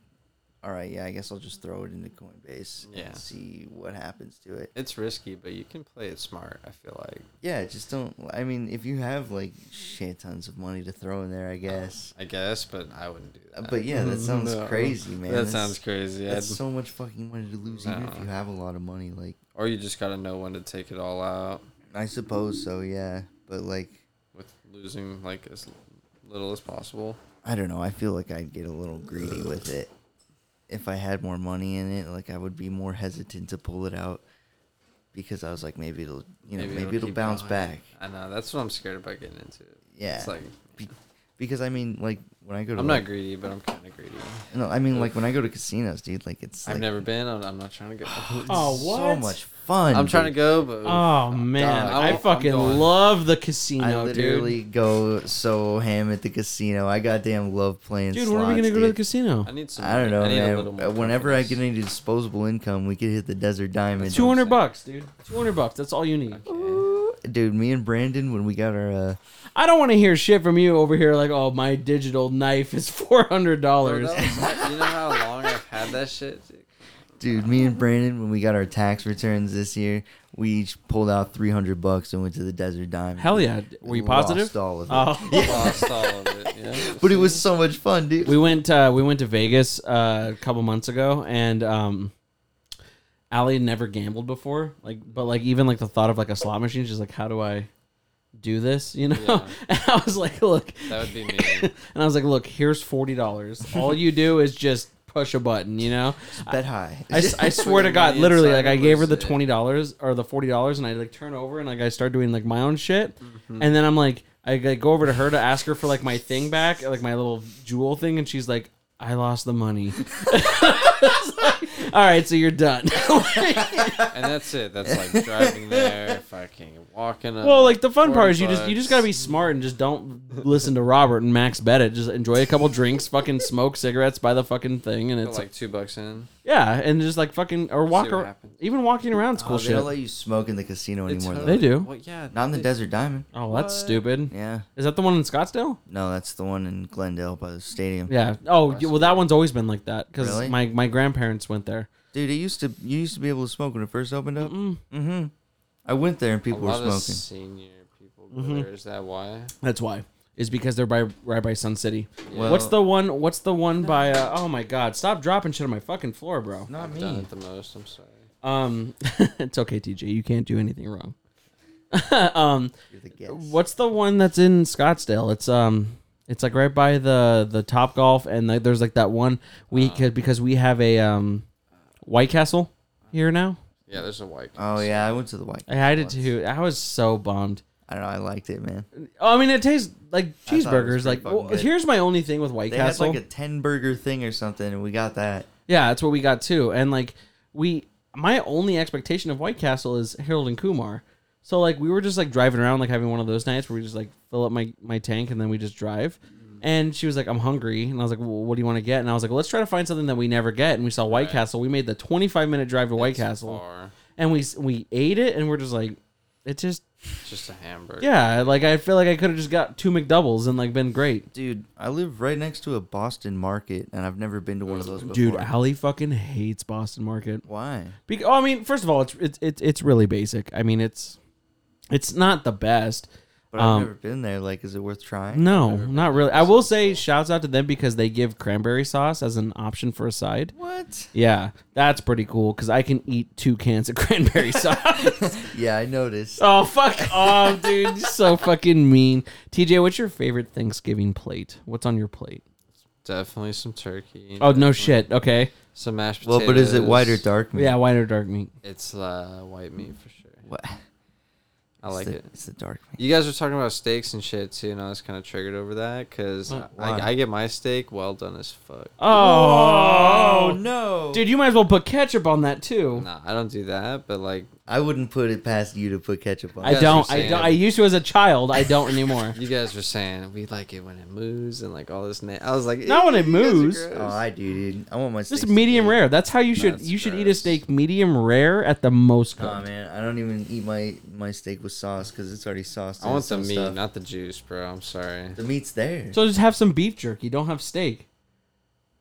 Speaker 4: all right, yeah, I guess I'll just throw it into Coinbase
Speaker 5: Yeah.
Speaker 4: and see what happens to it.
Speaker 5: It's risky, but you can play it smart. I feel like
Speaker 4: Yeah, just don't. I mean, if you have like shit tons of money to throw in there, I guess.
Speaker 5: I guess, but I wouldn't do
Speaker 4: Uh,
Speaker 5: that.
Speaker 4: But yeah, that sounds
Speaker 5: No.
Speaker 4: crazy, man.
Speaker 5: That
Speaker 4: That's-
Speaker 5: sounds crazy. I'd-
Speaker 4: That's so much fucking money to lose, even if
Speaker 5: No.
Speaker 4: you have a lot of money. Like,
Speaker 5: or you just gotta know when to take it all out
Speaker 4: I suppose so, yeah. But like,
Speaker 5: with losing like as little as possible.
Speaker 4: I don't know. I feel like I'd get a little greedy with it. If I had more money in it, like I would be more hesitant to pull it out because I was like, maybe it'll, you know, maybe, it'll,
Speaker 5: keep
Speaker 4: bounce
Speaker 5: going.
Speaker 4: back.
Speaker 5: I know. That's what I'm scared about getting into.
Speaker 4: Yeah.
Speaker 5: It's like
Speaker 4: Be- because I mean, like when I go to,
Speaker 5: I'm not
Speaker 4: like-
Speaker 5: greedy, but I'm kind of greedy.
Speaker 4: No, I mean, like when I go to casinos, dude. Like it's
Speaker 5: I've
Speaker 4: like,
Speaker 5: never been. I'm, I'm not trying to go.
Speaker 3: Oh, what?
Speaker 4: so much fun.
Speaker 5: I'm trying to
Speaker 4: dude.
Speaker 5: go, but
Speaker 3: Oh man,
Speaker 5: I'm-
Speaker 3: I
Speaker 5: I'm
Speaker 3: fucking
Speaker 5: going.
Speaker 3: love the
Speaker 4: I
Speaker 3: casino, dude.
Speaker 4: literally go so ham at the casino. I goddamn love playing.
Speaker 3: Dude, when are we gonna
Speaker 4: slots,
Speaker 3: go to the
Speaker 4: dude.
Speaker 3: casino?
Speaker 5: I need some.
Speaker 4: I don't know,
Speaker 5: I need a little more
Speaker 4: man. Whenever I get
Speaker 5: confidence.
Speaker 4: any disposable income, we could hit the desert diamond.
Speaker 3: Two hundred bucks, dude. Two hundred bucks. That's all you need.
Speaker 4: dude. Me and Brandon, when we got our, uh,
Speaker 3: I don't want to hear shit from you over here. Like, oh, my digital knife is four hundred
Speaker 5: Bro,
Speaker 3: dollars.
Speaker 5: that was- you know how long I've had that shit. dude?
Speaker 4: dude, me and Brandon, when we got our tax returns this year, we each pulled out three hundred bucks and went to the desert diamond.
Speaker 3: Hell yeah. Were you
Speaker 4: Lost
Speaker 3: positive?
Speaker 4: all of it.
Speaker 3: Oh.
Speaker 5: Lost all of it. Yeah.
Speaker 4: But it was so much fun, dude.
Speaker 3: We went uh, we went to Vegas uh, a couple months ago, and um, Allie had never gambled before. Like, but like even like the thought of like a slot machine, she's like, "How do I do this?" You know.
Speaker 5: Yeah.
Speaker 3: And I was like, "Look,"
Speaker 5: That would be me.
Speaker 3: and I was like, "Look, here's forty dollars. All you do is just push a button." You know.
Speaker 4: Bet high.
Speaker 3: I, s- I swear to
Speaker 5: the
Speaker 3: God,
Speaker 5: money
Speaker 3: literally,
Speaker 5: inside
Speaker 3: like I
Speaker 5: it
Speaker 3: gave her
Speaker 5: was
Speaker 3: the
Speaker 5: it.
Speaker 3: twenty dollars or the forty dollars, and I like turn over and like I start doing like my own shit, and then I'm like I like, go over to her to ask her for like my thing back, like my little jewel thing, and she's like, "I lost the money." It's like, All right, so you're done.
Speaker 5: And that's it. That's like driving there, fucking walking. Up,
Speaker 3: well, like the fun part is you
Speaker 5: 40
Speaker 3: just you just
Speaker 5: bucks.
Speaker 3: gotta be smart and just don't listen to Robert and Max Bennett. Just enjoy a couple drinks, fucking smoke cigarettes, buy the fucking thing, and
Speaker 5: Put,
Speaker 3: it's
Speaker 5: like two bucks in.
Speaker 3: yeah, and just like fucking or walk
Speaker 5: what
Speaker 3: ar-
Speaker 5: happens.
Speaker 3: even walking around is cool
Speaker 4: Oh, They
Speaker 3: shit.
Speaker 4: don't let you smoke in the casino anymore.
Speaker 5: It's-
Speaker 4: Though.
Speaker 3: They do.
Speaker 5: Well, yeah.
Speaker 4: Not in the
Speaker 5: they-
Speaker 4: Desert Diamond.
Speaker 3: oh, that's stupid.
Speaker 4: Yeah.
Speaker 3: Is that the one in Scottsdale?
Speaker 4: No, that's the one in Glendale by the stadium.
Speaker 3: Yeah. Oh, yeah, well, that one's always been like that because
Speaker 4: Really?
Speaker 3: my, my grandparents went there.
Speaker 4: Dude, it used to you used to be able to smoke when it first opened up. Mm-hmm. I went there and
Speaker 5: A
Speaker 4: people were
Speaker 5: lot
Speaker 4: smoking.
Speaker 5: of senior people go
Speaker 3: Mm-hmm.
Speaker 5: there. Is that why?
Speaker 3: That's why. Is because they're by right by Sun City.
Speaker 4: Well-
Speaker 3: what's the one? What's the one by? Uh, oh my God! Stop dropping shit on my fucking floor, bro.
Speaker 4: Not
Speaker 5: I've
Speaker 4: me.
Speaker 5: done it the most. I'm sorry.
Speaker 3: Um, it's okay, TJ. You can't do anything wrong. um,
Speaker 4: You're the guest.
Speaker 3: what's the one that's in Scottsdale? It's um, it's like right by the the Top Golf, and like there's like that one we
Speaker 4: Uh,
Speaker 3: could because we have a um, White Castle here now.
Speaker 5: Yeah, there's a white.
Speaker 4: Oh yeah, I went to the White.
Speaker 3: I had it too. I was so bummed.
Speaker 4: I don't know. I liked it, man.
Speaker 3: Oh, I mean, it tastes like
Speaker 4: thought it was
Speaker 3: cheeseburgers.
Speaker 4: pretty
Speaker 3: Like,
Speaker 4: fucking
Speaker 3: well,
Speaker 4: good.
Speaker 3: here's my only thing with White
Speaker 4: They
Speaker 3: Castle.
Speaker 4: had like a ten burger thing or something, and we got that.
Speaker 3: yeah, that's what we got too. And like, we, my only expectation of White Castle is Harold and Kumar. So like, we were just like driving around, like having one of those nights where we just like fill up my my tank and then we just drive. And she was like, "I'm hungry," and I was like, well, "What do you want to get?" And I was like, well, "Let's try to find something that we never get." And we saw White Castle. We made the 25 minute drive to White Castle,
Speaker 5: Bar.
Speaker 3: and we s- we ate it, and we're just like, it just
Speaker 5: It's just a hamburger.
Speaker 3: yeah, like I feel like I could have just got two McDoubles and like been great.
Speaker 4: Dude, I live right next to a Boston market, and I've never been to one of those before.
Speaker 3: Dude, Ali fucking hates Boston Market.
Speaker 4: why?
Speaker 3: Because, oh, I mean, first of all, it's it's it's it's really basic. I mean, it's It's not the best.
Speaker 4: But I've
Speaker 3: Um,
Speaker 4: never been there. Like, is it worth trying?
Speaker 3: No, not really. I will say shouts out to them because they give cranberry sauce as an option for a side.
Speaker 5: What?
Speaker 3: Yeah, that's pretty cool because I can eat two cans of cranberry sauce.
Speaker 4: Yeah, I noticed.
Speaker 3: Mm-hmm. oh, fuck off, dude. You're so fucking mean. TJ, what's your favorite Thanksgiving plate? What's on your plate?
Speaker 5: Definitely some turkey.
Speaker 3: Oh, no shit. Okay.
Speaker 5: Some mashed
Speaker 4: well,
Speaker 5: potatoes.
Speaker 4: but is it white or dark meat?
Speaker 3: Yeah, white or dark meat.
Speaker 5: It's uh, white meat for sure.
Speaker 4: What?
Speaker 5: I like
Speaker 4: it's
Speaker 5: it.
Speaker 4: The, it's the dark meat.
Speaker 5: You guys were talking about steaks and shit too, and I was kind of triggered over that because
Speaker 3: Uh,
Speaker 5: I,
Speaker 4: why?
Speaker 5: I get my steak well done as fuck.
Speaker 3: Oh,
Speaker 4: no,
Speaker 3: Dude, you might as well put ketchup on that too.
Speaker 5: Nah, I don't do that, but like
Speaker 4: I wouldn't put it past you to put ketchup on.
Speaker 3: I
Speaker 5: Yeah,
Speaker 4: it.
Speaker 3: don't.
Speaker 5: that's what I'm
Speaker 3: I don't.
Speaker 5: saying.
Speaker 3: I used to as a child. I don't anymore.
Speaker 5: you guys were saying, we like it when it moves and like all this. Na- I was like,
Speaker 3: Not when it
Speaker 5: "Ew, you guys are
Speaker 3: moves."
Speaker 5: gross."
Speaker 4: Oh, I do, dude. I want my
Speaker 3: Just
Speaker 4: steaks
Speaker 3: medium
Speaker 4: to be-
Speaker 3: rare. That's how you should.
Speaker 5: That's
Speaker 3: you should eat a
Speaker 5: gross.
Speaker 3: steak medium rare at the most.
Speaker 4: Oh
Speaker 3: cooked.
Speaker 4: man, I don't even eat my my steak with sauce because it's already sauced.
Speaker 5: I
Speaker 4: in
Speaker 5: want the
Speaker 4: some
Speaker 5: meat,
Speaker 4: stuff.
Speaker 5: not the juice, bro. I'm sorry.
Speaker 4: The meat's there.
Speaker 3: So just have some beef jerky. Don't have steak.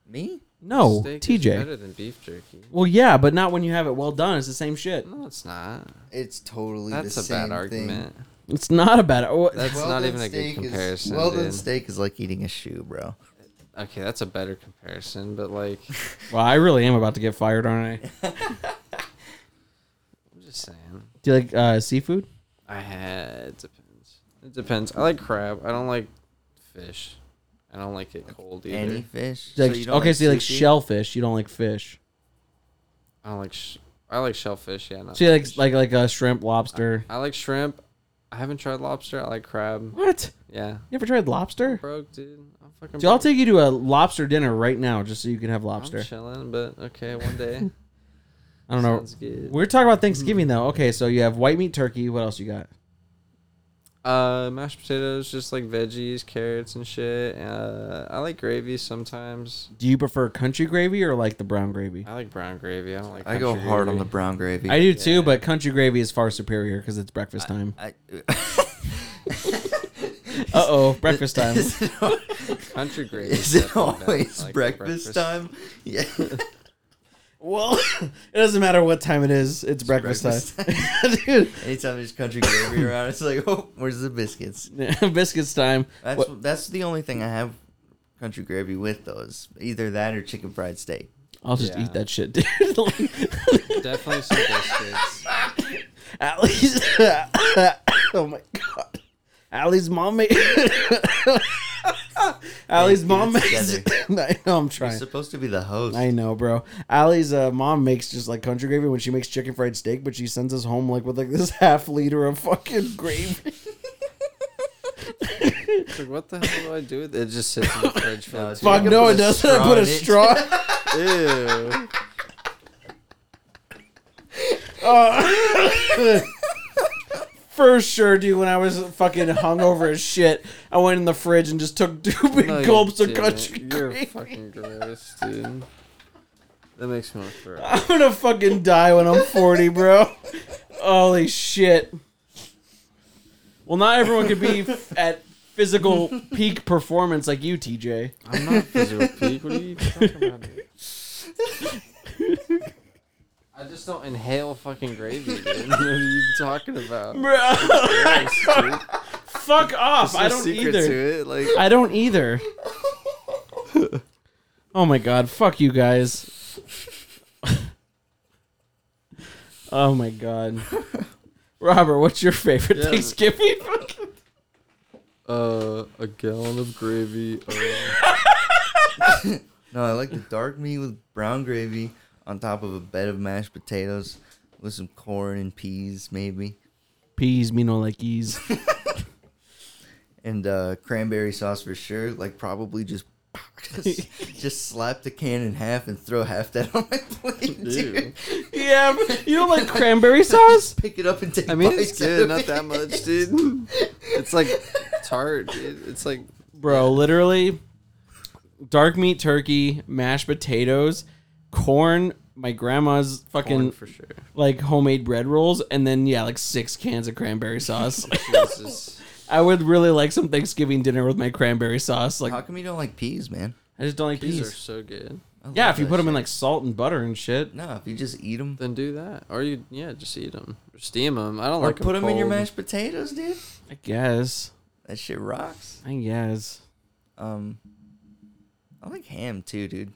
Speaker 4: me?
Speaker 3: No,
Speaker 5: Steak is
Speaker 3: TJ.
Speaker 5: better than beef jerky.
Speaker 3: Well, yeah, but not when you have it well done. It's the same shit.
Speaker 5: No, it's not.
Speaker 4: It's totally
Speaker 5: That's
Speaker 4: the
Speaker 5: a bad
Speaker 4: same
Speaker 5: argument.
Speaker 3: It's not about it. Oh,
Speaker 5: That's
Speaker 4: Thing.
Speaker 5: not
Speaker 4: Well-done
Speaker 5: even a good
Speaker 4: steak is-
Speaker 5: comparison.
Speaker 4: Well done
Speaker 5: dude.
Speaker 4: steak is like eating a shoe, bro.
Speaker 5: Okay, that's a better comparison, but like,
Speaker 3: Well, I really am about to get fired, aren't I?
Speaker 5: I'm just saying.
Speaker 3: Do you like uh, seafood?
Speaker 5: I had it depends. It depends. I like crab. I don't like fish. I don't like it cold either.
Speaker 4: Any fish?
Speaker 3: Do you like-
Speaker 4: you don't
Speaker 3: okay, so you like
Speaker 4: sushi?
Speaker 3: shellfish. You don't like fish.
Speaker 5: I don't like. Sh- I like shellfish. Yeah. Not
Speaker 3: So you like
Speaker 5: fish. Uh,
Speaker 3: like like a shrimp, lobster.
Speaker 5: I like shrimp. I haven't tried lobster. I like crab.
Speaker 3: What?
Speaker 5: Yeah.
Speaker 3: You ever tried lobster?
Speaker 5: Broke, dude. I'm fucking.
Speaker 3: Dude, I'll
Speaker 5: broke.
Speaker 3: take you to a lobster dinner right now just so you can have lobster.
Speaker 5: I'm chilling, but okay, one day.
Speaker 3: I don't know.
Speaker 5: Sounds good.
Speaker 3: We're talking about Thanksgiving though. Okay, so you have white meat turkey. What else you got?
Speaker 5: Uh, mashed potatoes, just like veggies, carrots and shit. Uh, I like gravy sometimes.
Speaker 3: Do you prefer country gravy or like the brown gravy?
Speaker 5: I like brown gravy. I don't like.
Speaker 4: I go
Speaker 5: country
Speaker 4: hard on the
Speaker 5: gravy.
Speaker 4: brown gravy.
Speaker 3: I do too, but country gravy is far superior because it's breakfast time.
Speaker 4: I-
Speaker 3: Uh oh, breakfast time.
Speaker 4: Is it al-
Speaker 5: country gravy.
Speaker 4: is it
Speaker 5: definitely better.
Speaker 4: always
Speaker 5: I like
Speaker 4: breakfast, time? Yeah.
Speaker 3: Well, it doesn't matter what time it is. It's breakfast, time, dude.
Speaker 4: Anytime there's country gravy around, it's like, oh, where's the biscuits?
Speaker 3: yeah, biscuits time.
Speaker 4: That's
Speaker 3: What-
Speaker 4: that's the only thing I have country gravy with though is either that or chicken fried steak.
Speaker 3: I'll just
Speaker 5: Yeah.
Speaker 3: eat that shit, dude. Like,
Speaker 5: Definitely some biscuits.
Speaker 3: At least, oh my god, Allie's mom made. Allie's mom
Speaker 4: Get it
Speaker 3: makes. I know I'm
Speaker 4: You're
Speaker 3: trying.
Speaker 4: supposed to be the host.
Speaker 3: I know, bro. Allie's uh, mom makes just like country gravy when she makes chicken fried steak, but she sends us home like with like this half liter of fucking gravy.
Speaker 5: It's like, what the hell do I do with it? It just sits in the fridge for like
Speaker 4: it's
Speaker 5: two
Speaker 3: Fuck
Speaker 4: You
Speaker 3: no,
Speaker 4: put
Speaker 3: it
Speaker 4: a
Speaker 3: doesn't. I
Speaker 4: straw
Speaker 3: put a
Speaker 4: in it.
Speaker 3: straw.
Speaker 5: Ew.
Speaker 3: For sure, dude. When I was fucking hungover as shit, I went in the fridge and just took two big
Speaker 5: No, you
Speaker 3: gulps of
Speaker 5: didn't.
Speaker 3: country
Speaker 5: You're
Speaker 3: gravy.
Speaker 5: fucking gross, dude. That makes me want to throw up.
Speaker 3: I'm gonna fucking die when I'm 40, bro. Holy shit. Well, not everyone could be f- at physical peak performance like you, TJ.
Speaker 5: I'm not physical peak. What are you talking about? dude? I just don't inhale fucking gravy. Dude. What are you talking about?
Speaker 3: Bro,
Speaker 5: Gross, dude.
Speaker 3: fuck off.
Speaker 5: There's
Speaker 3: I
Speaker 5: no
Speaker 3: don't
Speaker 5: secret
Speaker 3: either.
Speaker 5: to it. Like,
Speaker 3: I don't either. oh my god, fuck you guys. oh my god. Robert, what's your favorite
Speaker 5: Yeah.
Speaker 3: Thanksgiving?
Speaker 5: uh, a gallon of gravy. Uh,
Speaker 4: No, I like the dark meat with brown gravy on top of a bed of mashed potatoes with some corn and peas, maybe,
Speaker 3: Peas, me no like ease.
Speaker 4: and uh, cranberry sauce for sure. Like probably just. Just, just slap the can in half and throw half that on my plate, dude.
Speaker 3: yeah, but you don't like cranberry sauce?
Speaker 4: Pick it up and take.
Speaker 5: I mean,
Speaker 4: bites
Speaker 5: it's good,
Speaker 4: out of
Speaker 5: not
Speaker 4: it.
Speaker 5: that much, dude. It's like tart. dude. It's like
Speaker 3: Bro, literally dark meat turkey, mashed potatoes, corn, my grandma's fucking
Speaker 5: corn for sure.
Speaker 3: like homemade bread rolls, and then yeah, like six cans of cranberry sauce.
Speaker 5: Jesus.
Speaker 3: I would really like some Thanksgiving dinner with my cranberry sauce. Like
Speaker 4: How come you don't like peas, man?
Speaker 3: I just don't like
Speaker 5: These are
Speaker 3: peas.
Speaker 5: so good.
Speaker 4: I
Speaker 3: Yeah,
Speaker 4: love
Speaker 3: if you
Speaker 4: that
Speaker 3: put them in
Speaker 4: shit.
Speaker 3: like salt and butter and shit.
Speaker 4: no, if you just eat them,
Speaker 5: Then do that, or you yeah, just eat them. Or Steam them. I don't
Speaker 4: Or
Speaker 5: like 'em
Speaker 4: put them in your
Speaker 5: cold.
Speaker 4: mashed potatoes, dude.
Speaker 3: I guess.
Speaker 4: That shit rocks.
Speaker 3: I guess.
Speaker 4: Um, I like ham too, dude.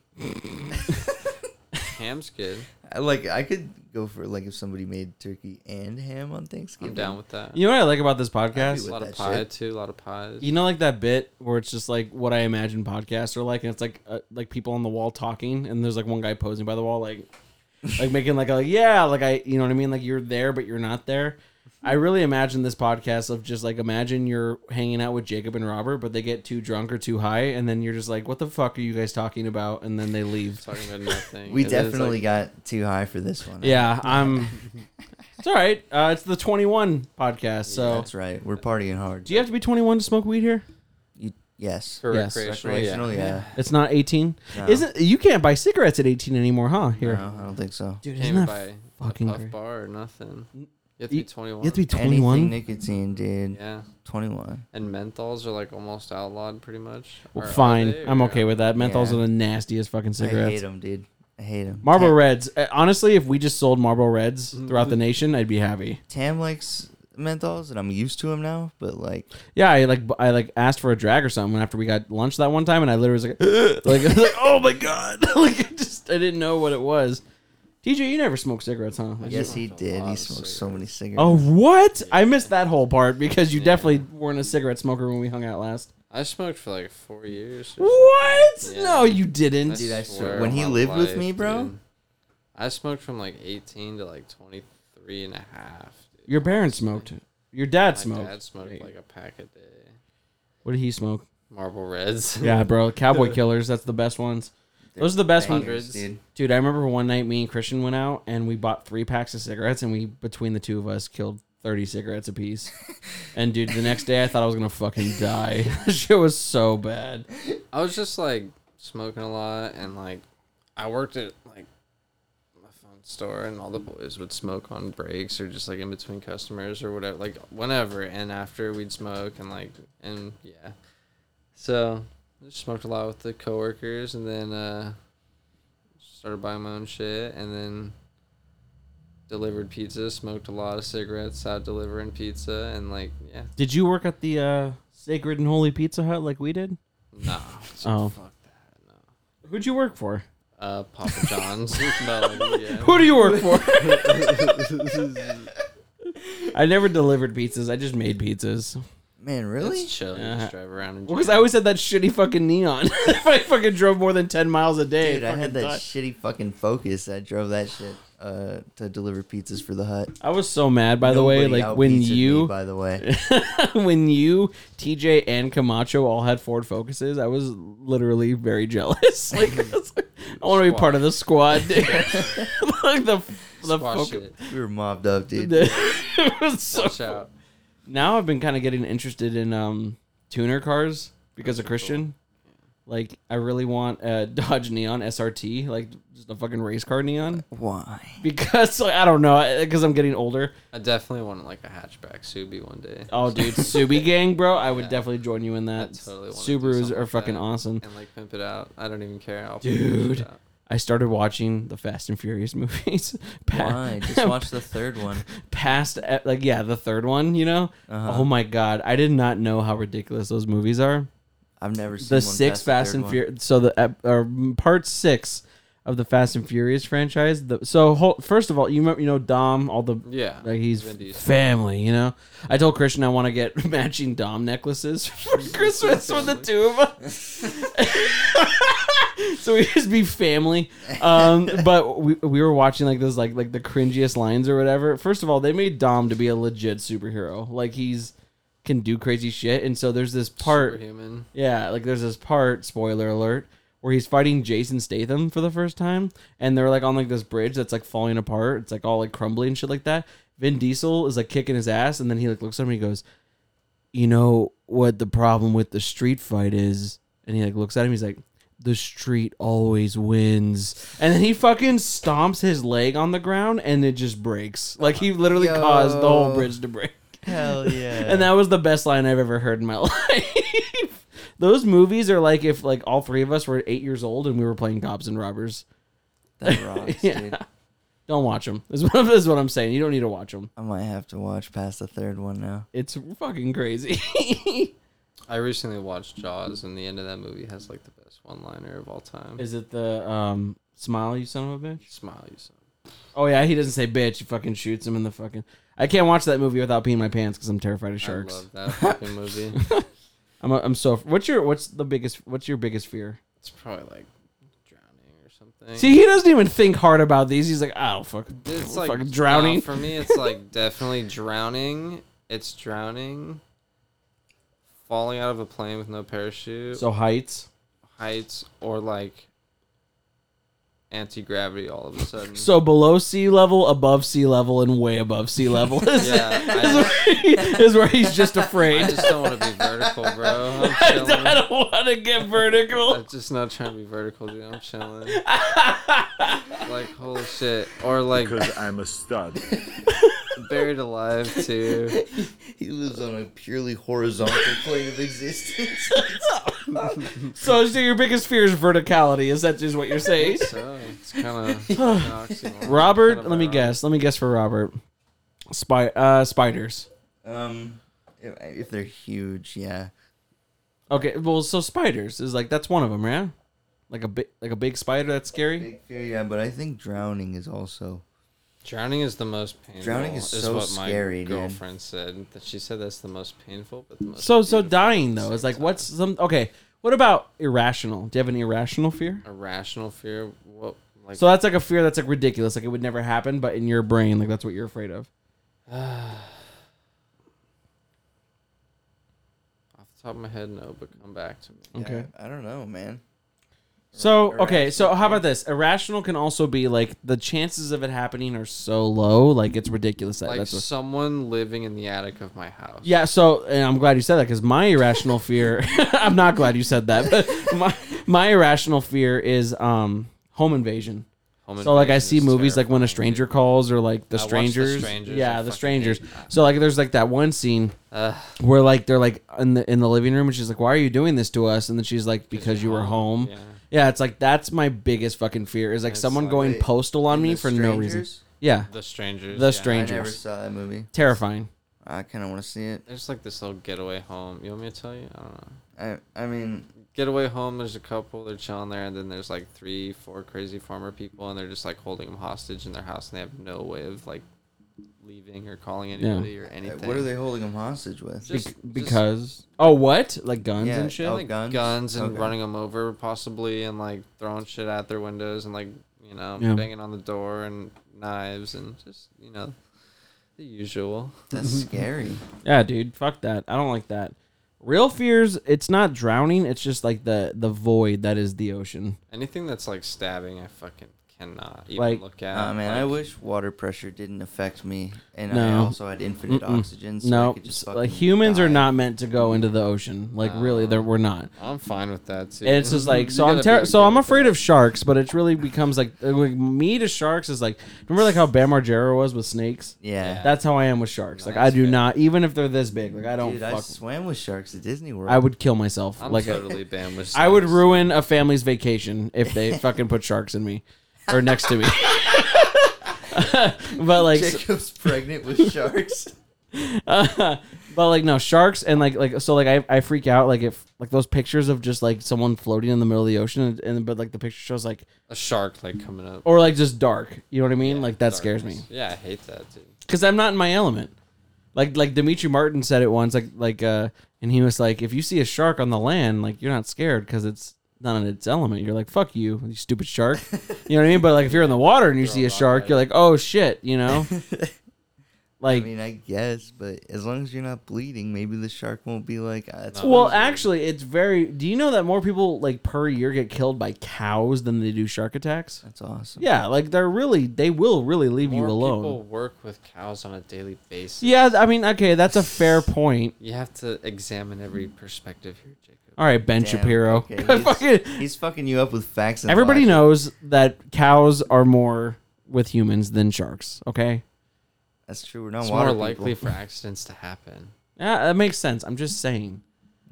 Speaker 5: Ham's good.
Speaker 4: I like I could go for like if somebody made turkey and ham on Thanksgiving.
Speaker 5: I'm down with that.
Speaker 3: You know what I like about this
Speaker 5: a
Speaker 3: podcast?
Speaker 4: with
Speaker 5: lot
Speaker 4: that
Speaker 5: of pie
Speaker 4: shit.
Speaker 5: too. A lot of pies.
Speaker 3: You know, like that bit where it's just like what I imagine podcasts are like, and it's like uh, like people on the wall talking, and there's like one guy posing by the wall, like like making like a yeah, like I, you know what I mean? Like you're there, but you're not there. I really imagine this podcast of just like imagine you're hanging out with Jacob and Robert, but they get too drunk or too high, and then you're just like, what the fuck are you guys talking about? And then they leave.
Speaker 5: Talking about nothing.
Speaker 4: We
Speaker 5: It is, like,
Speaker 4: definitely got too high for this one.
Speaker 3: Yeah, I'm. It's all right. Uh, it's the 21 podcast, so.
Speaker 4: that's right. We're partying hard.
Speaker 3: Do you have to be 21 to smoke weed here?
Speaker 4: You- yes.
Speaker 5: for
Speaker 3: Yes.
Speaker 5: recreational.
Speaker 4: Recreational,
Speaker 5: Yeah.
Speaker 4: yeah.
Speaker 3: It's not 18.
Speaker 4: No.
Speaker 3: Isn't you can't buy cigarettes at 18 anymore, huh? Here.
Speaker 4: No, I don't think so.
Speaker 3: Dude,
Speaker 5: You
Speaker 3: isn't
Speaker 5: can't even
Speaker 3: that
Speaker 5: buy
Speaker 3: fucking
Speaker 5: a puff
Speaker 3: great?
Speaker 5: bar or nothing. You have to be 21.
Speaker 3: You have to be
Speaker 4: Anything
Speaker 3: 21.
Speaker 4: nicotine, dude.
Speaker 5: yeah.
Speaker 4: Twenty one.
Speaker 5: And menthols are like almost outlawed pretty much.
Speaker 3: Well,
Speaker 5: Or are
Speaker 3: fine,
Speaker 5: they,
Speaker 3: I'm
Speaker 5: or-
Speaker 3: okay with that. Menthols
Speaker 4: Yeah.
Speaker 3: are the nastiest fucking
Speaker 4: I hate
Speaker 3: cigarettes.
Speaker 4: them, dude. I hate them.
Speaker 3: Marlboro Reds. Uh, Honestly, if we just sold Marlboro Reds
Speaker 5: Mm-hmm.
Speaker 3: throughout the nation, I'd be happy.
Speaker 4: Tam likes menthols, and I'm used to them now. But like,
Speaker 3: Yeah, I like I like asked for a drag or something after we got lunch that one time, and I literally was like, like, like oh my god, like I just I didn't know what it was. TJ, you never smoked cigarettes, huh? I
Speaker 4: yes,
Speaker 3: just-
Speaker 4: he did.
Speaker 5: lot
Speaker 4: He
Speaker 5: of
Speaker 4: smokes so many cigarettes.
Speaker 3: Oh what? I missed that whole part because you definitely weren't a cigarette smoker when we hung out last.
Speaker 5: I smoked for like four years. or
Speaker 3: What?
Speaker 5: Yeah.
Speaker 3: No, you didn't.
Speaker 4: Dude, I
Speaker 5: swear
Speaker 4: swear- when
Speaker 5: on
Speaker 4: he
Speaker 5: my
Speaker 4: lived with me,
Speaker 5: life,
Speaker 4: bro?
Speaker 5: dude. I smoked from like 18 to like 23 and a half. Dude.
Speaker 3: Your parents smoked. Your dad
Speaker 5: My
Speaker 3: smoked.
Speaker 5: dad smoked
Speaker 3: Wait,
Speaker 5: like a pack a day.
Speaker 3: what did he smoke?
Speaker 5: Marble Reds.
Speaker 3: Yeah, bro, Cowboy Killers. That's the best ones. Those are the best
Speaker 4: Bangers,
Speaker 3: ones,
Speaker 4: dude.
Speaker 3: dude. I remember one night me and Christian went out and we bought three packs of cigarettes and we between the two of us killed thirty cigarettes apiece. and dude, the next day I thought I was gonna fucking die. Shit was so bad.
Speaker 5: I was just like smoking a lot and like I worked at like my phone store and all the boys would smoke on breaks or just like in between customers or whatever like whenever and after we'd smoke and like and yeah. So I just smoked a lot with the coworkers and then uh started buying my own shit and then delivered pizza, smoked a lot of cigarettes out delivering pizza and like yeah.
Speaker 3: Did you work at the uh, Sacred and Holy Pizza Hut like we did?
Speaker 5: Nah. So
Speaker 3: Oh.
Speaker 5: fuck that. No.
Speaker 3: Who'd you work for?
Speaker 5: Uh, Papa John's. no, yeah.
Speaker 3: Who do you work for? I never delivered pizzas. I just made pizzas.
Speaker 4: Man, really?
Speaker 5: It's chill. You
Speaker 3: Uh-huh.
Speaker 5: just drive around and
Speaker 3: Well, because I always had that shitty fucking neon. if I fucking drove more than 10 miles a day.
Speaker 4: Dude,
Speaker 3: it
Speaker 4: I had
Speaker 3: fucking
Speaker 4: that
Speaker 3: died.
Speaker 4: shitty fucking Focus. I drove that shit uh, to deliver pizzas for the hut.
Speaker 3: I was so mad, by the way.
Speaker 4: Nobody
Speaker 3: Like, when
Speaker 4: outpizza'd me,
Speaker 3: you,
Speaker 4: by the way,
Speaker 3: when you, TJ, and Camacho all had Ford Focuses, I was literally very jealous. like, I, want to be part of the squad, dude. like, the, the
Speaker 5: squash
Speaker 3: Focus.
Speaker 5: it.
Speaker 4: we were mobbed up, dude.
Speaker 3: it was so
Speaker 5: Watch out.
Speaker 3: now I've been kind of getting interested in um tuner cars because of Christian. Like I really want a Dodge Neon SRT, like just a fucking race car neon.
Speaker 4: Why?
Speaker 3: Because like, I don't know, because I'm getting older.
Speaker 5: I definitely want like a hatchback Subi one day.
Speaker 3: Oh, dude, Subi gang, bro, I would definitely join you in that.
Speaker 5: I totally wanna do
Speaker 3: Subarus
Speaker 5: something
Speaker 3: are
Speaker 5: like
Speaker 3: fucking
Speaker 5: that.
Speaker 3: awesome.
Speaker 5: And like pimp it out. I don't even care. I'll Pimp
Speaker 3: Dude.
Speaker 5: it out.
Speaker 3: I started watching the Fast and Furious movies. Pa-
Speaker 4: Why? Just watch the third one.
Speaker 3: past e- like yeah, the third one, you know?
Speaker 4: Uh-huh.
Speaker 3: Oh my god, I did not know how ridiculous those movies are.
Speaker 4: I've never seen
Speaker 3: the
Speaker 4: one
Speaker 3: six
Speaker 4: past the
Speaker 3: Fast
Speaker 4: third
Speaker 3: and
Speaker 4: one.
Speaker 3: Furious. So the ep- or mm, part six of the Fast and Furious franchise. The, so hol- first of all, you remember, you know Dom, all the
Speaker 5: Yeah.
Speaker 3: like he's
Speaker 5: Vin Diesel.
Speaker 3: family. You know, I told Christian I want to get matching Dom necklaces for Christmas with the two of us. So we just be family, um, but we, we were watching like those like like the cringiest lines or whatever. First of all, they made Dom to be a legit superhero, like he's can do crazy shit. And so there's this part
Speaker 5: Superhuman.
Speaker 3: yeah, like there's this part, spoiler alert, where he's fighting Jason Statham for the first time, and they're like on like this bridge that's like falling apart. It's like all like crumbly and shit like that. Vin Diesel is like kicking his ass, and then he like looks at him and he goes, "You know what the problem with the street fight is?" And he like looks at him. He's like, "The street always wins." And then he fucking stomps his leg on the ground, and it just breaks. Like he literally caused the whole
Speaker 4: Yo.
Speaker 3: bridge to break.
Speaker 4: Hell yeah.
Speaker 3: And that was the best line I've ever heard in my life. Those movies are like if like all three of us were eight years old and we were playing cops and robbers.
Speaker 4: That rocks,
Speaker 3: Yeah.
Speaker 4: dude.
Speaker 3: Don't watch them. Is what, is what I'm saying. You don't need to watch them.
Speaker 4: I might have to watch past the third one now.
Speaker 3: It's fucking crazy.
Speaker 5: I recently watched Jaws, and the end of that movie has like the best one-liner of all time.
Speaker 3: is it the um smile you son of a bitch?
Speaker 5: Smile, you son.
Speaker 3: Oh yeah, he doesn't say bitch. He fucking shoots him in the fucking. I can't watch that movie without peeing my pants because I'm terrified of sharks.
Speaker 5: I love that fucking movie.
Speaker 3: I'm I'm so. What's your what's the biggest what's your biggest fear?
Speaker 5: It's probably like drowning or something.
Speaker 3: See, he doesn't even think hard about these. He's like, oh fuck,
Speaker 5: it's like
Speaker 3: fucking drowning.
Speaker 5: no, for me, it's like definitely drowning. It's drowning. Falling out of a plane with no parachute,
Speaker 3: so heights.
Speaker 5: heights, or like anti gravity all of a sudden.
Speaker 3: So below sea level, above sea level, and way above sea level is,
Speaker 5: yeah, I,
Speaker 3: is where he's just
Speaker 5: I
Speaker 3: afraid.
Speaker 5: just don't want to be vertical, bro. I'm
Speaker 3: I
Speaker 5: chilling.
Speaker 3: don't want to get vertical.
Speaker 5: I'm just not trying to be vertical, dude. I'm chilling. like holy shit, or like
Speaker 7: Because I'm a stud.
Speaker 5: buried alive too.
Speaker 4: He lives on a purely horizontal plane of existence.
Speaker 3: So, so your biggest fear is verticality. Is that just what you're saying?
Speaker 5: So it's kind of
Speaker 3: Robert, let me guess. Let me guess for Robert. Spy, uh, spiders.
Speaker 4: Um, if, if they're huge, yeah.
Speaker 3: Okay, well, so spiders is like that's one of them, right? Like a big, like a big spider. That's scary.
Speaker 4: Big fear, yeah, but I think drowning is also.
Speaker 5: Drowning is the most painful.
Speaker 4: Drowning is so
Speaker 5: what
Speaker 4: scary,
Speaker 5: My
Speaker 4: dude.
Speaker 5: girlfriend said that she said that's the most painful, but the most
Speaker 3: So, so
Speaker 5: beautiful
Speaker 3: dying
Speaker 5: at the
Speaker 3: though is
Speaker 5: same
Speaker 3: like
Speaker 5: time.
Speaker 3: what's some okay. What about irrational? Do you have an irrational fear?
Speaker 5: irrational fear. What like
Speaker 3: So that's like a fear that's like ridiculous, like it would never happen, but in your brain, like that's what you're afraid of.
Speaker 5: off the top of my head, no, but come back to me.
Speaker 3: Okay.
Speaker 4: I don't know, man.
Speaker 3: So okay, so how about this? Irrational can also be like the chances of it happening are so low, like it's ridiculous. That
Speaker 5: Like
Speaker 3: that's what,
Speaker 5: someone living in the attic of my house.
Speaker 3: yeah. So and I'm glad you said that because my irrational fear, I'm not glad you said that, but my my irrational fear is um home invasion.
Speaker 5: Home
Speaker 3: So like I
Speaker 5: invasion
Speaker 3: see
Speaker 5: is
Speaker 3: movies like when a
Speaker 5: terrifying,
Speaker 3: stranger calls or like the
Speaker 5: I watched The
Speaker 3: strangers.
Speaker 5: Strangers. I
Speaker 3: Yeah, the
Speaker 5: fucking
Speaker 3: strangers.
Speaker 5: hate that.
Speaker 3: So like there's like that one scene
Speaker 5: dude. Ugh.
Speaker 3: where like they're like in the in the living room and she's like, Why are you doing this to us? And then she's like, Because you were home.
Speaker 5: Yeah.
Speaker 3: Yeah. it's like that's my biggest fucking fear is like
Speaker 5: It's
Speaker 3: someone
Speaker 5: like-
Speaker 3: going
Speaker 4: Wait,
Speaker 3: postal on
Speaker 4: And
Speaker 3: me
Speaker 4: The
Speaker 3: for no reason.
Speaker 4: Strangers?
Speaker 3: Yeah.
Speaker 5: The strangers.
Speaker 3: The
Speaker 5: yeah.
Speaker 4: I
Speaker 3: Strangers.
Speaker 4: never saw that movie.
Speaker 3: Terrifying.
Speaker 4: I kind of want to see it.
Speaker 5: There's like this little getaway home. You want me to tell you? I don't know.
Speaker 4: I I mean,
Speaker 5: Getaway home. There's a couple. They're chilling there, and then there's like three, four crazy farmer people, and they're just like holding them hostage in their house, and they have no way of like leaving or calling anybody or anything.
Speaker 4: what are they holding him hostage with?
Speaker 5: Just-
Speaker 3: Bec- because Oh what? Like guns
Speaker 4: Yeah,
Speaker 3: and shit?
Speaker 4: oh,
Speaker 5: like guns,
Speaker 4: guns?
Speaker 5: and
Speaker 4: Okay.
Speaker 5: running them over possibly, and like throwing shit out their windows, and like you know
Speaker 3: Yeah.
Speaker 5: banging on the door and knives and just you know the usual.
Speaker 4: That's scary.
Speaker 3: Yeah, dude, fuck that. I don't like that. Real fears, it's not drowning, it's just like the the void that is the ocean.
Speaker 5: Anything that's like stabbing, I fucking cannot even
Speaker 3: Like,
Speaker 5: look at.
Speaker 4: Uh, man, I
Speaker 5: like,
Speaker 4: wish water pressure didn't affect me, and I
Speaker 3: No.
Speaker 4: also had infinite
Speaker 3: Mm-mm.
Speaker 4: oxygen. So I
Speaker 3: no,
Speaker 4: could just
Speaker 3: like
Speaker 4: fucking
Speaker 3: humans are
Speaker 4: die.
Speaker 3: not meant to go into the ocean. Like really, there we're not.
Speaker 5: I'm fine with that too.
Speaker 3: And it's just like
Speaker 5: You
Speaker 3: so I'm
Speaker 5: gotta
Speaker 3: ter-
Speaker 5: be
Speaker 3: so
Speaker 5: okay
Speaker 3: I'm
Speaker 5: with
Speaker 3: afraid
Speaker 5: that.
Speaker 3: of sharks, but it really becomes like, uh, like me to sharks is like remember like how Bam Margera was with snakes.
Speaker 4: Yeah.
Speaker 3: That's how I am with sharks. Like I
Speaker 5: That's
Speaker 3: do
Speaker 5: fair.
Speaker 3: not even if they're this big. Like I don't
Speaker 4: Dude, I
Speaker 3: fuck.
Speaker 4: swam with sharks at Disney World.
Speaker 3: I would kill myself.
Speaker 5: I'm
Speaker 3: like
Speaker 5: totally banned with.
Speaker 3: I would
Speaker 5: snakes.
Speaker 3: ruin a family's vacation if they fucking put sharks in me or next to me. but like so-
Speaker 4: Jacob's pregnant with sharks.
Speaker 3: But like no sharks and like like so like I, I freak out like if like those pictures of just like someone floating in the middle of the ocean and, and but like the picture shows like
Speaker 5: a shark like coming up.
Speaker 3: or like just dark you know what I mean like that scares me
Speaker 5: darkness. Yeah, I hate that too.
Speaker 3: because I'm not in my element like like Dimitri Martin said it once like like uh and he was like if you see a shark on the land like you're not scared because it's not in its element you're like fuck you you stupid shark you know what I mean but like if you're in the water and you see a shark you're like oh shit you know
Speaker 4: I
Speaker 3: like
Speaker 4: mean, I guess, but as long as you're not bleeding, maybe the shark won't be like, ah, that's
Speaker 3: Well, actually, it's very. Do you know that more people like per year get killed by cows than they do shark attacks?
Speaker 4: that's awesome.
Speaker 3: Yeah, like they're really they will really leave you
Speaker 5: More
Speaker 3: alone.
Speaker 5: people work with cows on a daily basis.
Speaker 3: Yeah, I mean, okay, that's a fair point.
Speaker 5: You have to examine every perspective here, Jacob.
Speaker 3: All right, Ben
Speaker 4: Damn,
Speaker 3: Shapiro.
Speaker 4: okay,
Speaker 3: I fucking-
Speaker 4: he's, he's fucking you up with facts. And
Speaker 3: everybody
Speaker 4: logic.
Speaker 3: knows that cows are more with humans than sharks. Okay,
Speaker 4: that's true. We're not
Speaker 5: It's
Speaker 4: water
Speaker 5: more
Speaker 4: people.
Speaker 5: likely for accidents to happen.
Speaker 3: yeah, that makes sense. I'm just saying.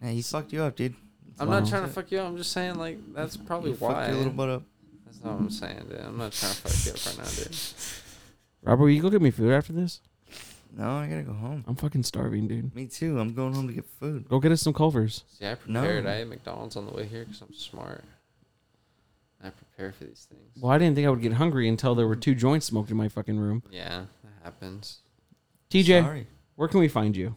Speaker 4: Yeah, he fucked you up, dude.
Speaker 5: I'm
Speaker 3: Wow.
Speaker 5: not trying to fuck you. up. I'm just saying like that's probably
Speaker 4: He fucked
Speaker 5: why.
Speaker 4: your little butt up.
Speaker 5: That's not what I'm saying, dude. I'm not trying to fuck you up right now, dude.
Speaker 3: Robert, will you go get me food after this?
Speaker 4: No, I gotta go home.
Speaker 3: I'm fucking starving, dude.
Speaker 4: Me too. I'm going home to get food.
Speaker 3: Go get us some Culvers.
Speaker 5: See, I
Speaker 4: No.
Speaker 5: prepared. I ate McDonald's on the way here because I'm smart. I prepare for these things.
Speaker 3: Well, I didn't think I would get hungry until there were two joints smoked in my fucking room.
Speaker 5: Yeah, that happens.
Speaker 3: TJ,
Speaker 4: Sorry.
Speaker 3: where can we find you?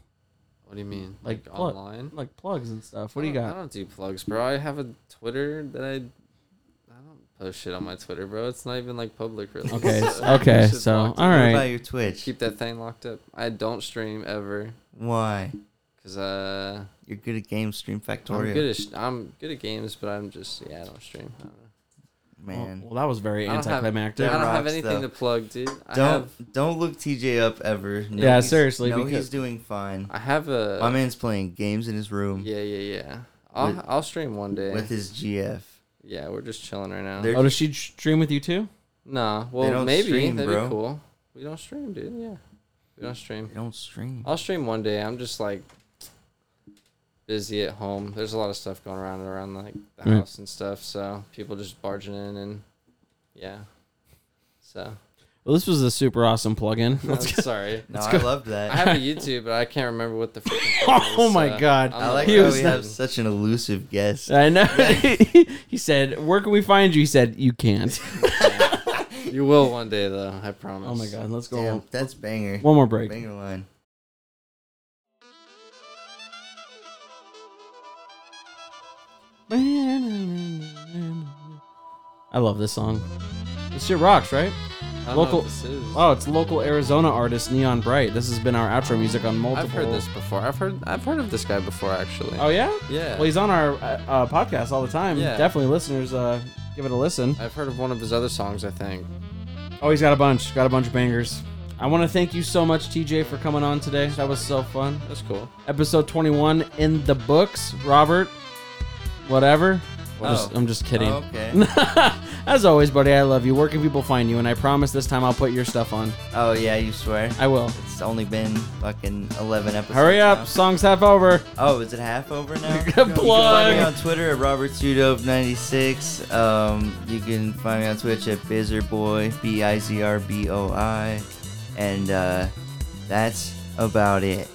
Speaker 5: What do you mean?
Speaker 3: Like,
Speaker 5: Like,
Speaker 3: plug-
Speaker 5: online?
Speaker 3: Like plugs and stuff. What do you
Speaker 5: I don't- I
Speaker 3: got?
Speaker 5: don't do plugs, bro. I have a Twitter that I. I don't post shit on my Twitter, bro. It's not even like public, really.
Speaker 3: Okay,
Speaker 5: so I
Speaker 3: okay.
Speaker 5: should
Speaker 3: So,
Speaker 5: lock it.
Speaker 3: all
Speaker 4: What about
Speaker 3: right.
Speaker 4: your Twitch?
Speaker 5: Keep that thing locked up. I don't stream ever
Speaker 4: Why?
Speaker 5: because uh,
Speaker 4: You're good at game stream
Speaker 5: I'm
Speaker 4: Factorio,
Speaker 5: good at sh- I'm good at games, but I'm just yeah, I don't stream. I don't, know.
Speaker 4: man.
Speaker 3: Oh, Well, that was very
Speaker 5: I don't have-
Speaker 3: anticlimactic.
Speaker 5: I don't have
Speaker 4: rocks,
Speaker 5: anything
Speaker 4: though.
Speaker 5: to plug, dude. I
Speaker 4: don't
Speaker 5: have
Speaker 4: don't look TJ up ever. No,
Speaker 3: Yeah,
Speaker 4: he's-
Speaker 3: seriously,
Speaker 4: No,
Speaker 3: because-
Speaker 4: he's doing fine.
Speaker 5: I have
Speaker 3: Uh,
Speaker 5: a
Speaker 4: My man's playing games in his room
Speaker 5: yeah yeah yeah. I'll
Speaker 4: With-
Speaker 5: I'll stream one day.
Speaker 4: with his GF.
Speaker 5: yeah, we're just chilling right now.
Speaker 4: They're-
Speaker 3: Oh, does she stream with you too?
Speaker 5: Nah, well
Speaker 4: don't
Speaker 5: maybe
Speaker 4: stream,
Speaker 5: that'd
Speaker 4: bro.
Speaker 5: be cool. We don't stream, dude. Yeah, we don't stream.
Speaker 4: They don't stream.
Speaker 3: Oh,
Speaker 5: I'll stream one day. I'm just like busy at home. There's a lot of stuff going around around like the
Speaker 3: Right.
Speaker 5: house and stuff, so people just barging in and yeah. So
Speaker 3: Well, this was a super awesome plug-in.
Speaker 5: I'm sorry.
Speaker 4: no, I loved that.
Speaker 5: I
Speaker 4: I,
Speaker 5: have a YouTube, but I can't remember what the. freaking thing
Speaker 3: Oh
Speaker 5: is,
Speaker 3: my
Speaker 5: so
Speaker 3: God.
Speaker 5: I'm not
Speaker 4: like
Speaker 3: He
Speaker 4: how
Speaker 5: aware.
Speaker 3: was
Speaker 4: we
Speaker 3: not-
Speaker 4: have such an elusive guest.
Speaker 3: I know. he said, "Where can we find you?" He said, "You can't."
Speaker 5: You will one day though. I promise.
Speaker 3: oh my God, let's go.
Speaker 4: Damn, that's banger.
Speaker 3: One more break.
Speaker 4: Banger line.
Speaker 3: I love this song. This shit rocks, right?
Speaker 5: I don't know
Speaker 3: Local-
Speaker 5: what this is.
Speaker 3: Oh, it's local Arizona artist Neon Bright. This has been our outro music on multiple.
Speaker 5: I've heard this before. I've heard. I've heard of this guy before actually.
Speaker 3: Oh yeah.
Speaker 5: yeah.
Speaker 3: Well, he's on our uh, uh, podcast all the time.
Speaker 5: Yeah.
Speaker 3: Definitely, listeners, uh, give it a listen.
Speaker 5: I've heard of one of his other songs. I think.
Speaker 3: Oh, he's got a bunch. Got a bunch of bangers. I want to thank you so much, TJ, for coming on today. That was so fun.
Speaker 5: That's cool.
Speaker 3: Episode 21 in the books. Robert, whatever. I'm, just,
Speaker 4: Oh.
Speaker 3: I'm just kidding.
Speaker 4: Oh, okay.
Speaker 3: As always, buddy, I love you. Where can people find you? And I promise this time I'll put your stuff on.
Speaker 4: oh yeah, you swear.
Speaker 3: I will.
Speaker 4: It's only been fucking eleven episodes.
Speaker 3: Hurry
Speaker 4: now.
Speaker 3: up. Song's half over.
Speaker 4: Oh, is it half over now?
Speaker 3: Plug.
Speaker 4: You can find me on Twitter at robertsudope96. Um, you can find me on Twitch at bizerboy, B-I-Z-R-B-O-I, and uh, that's about it.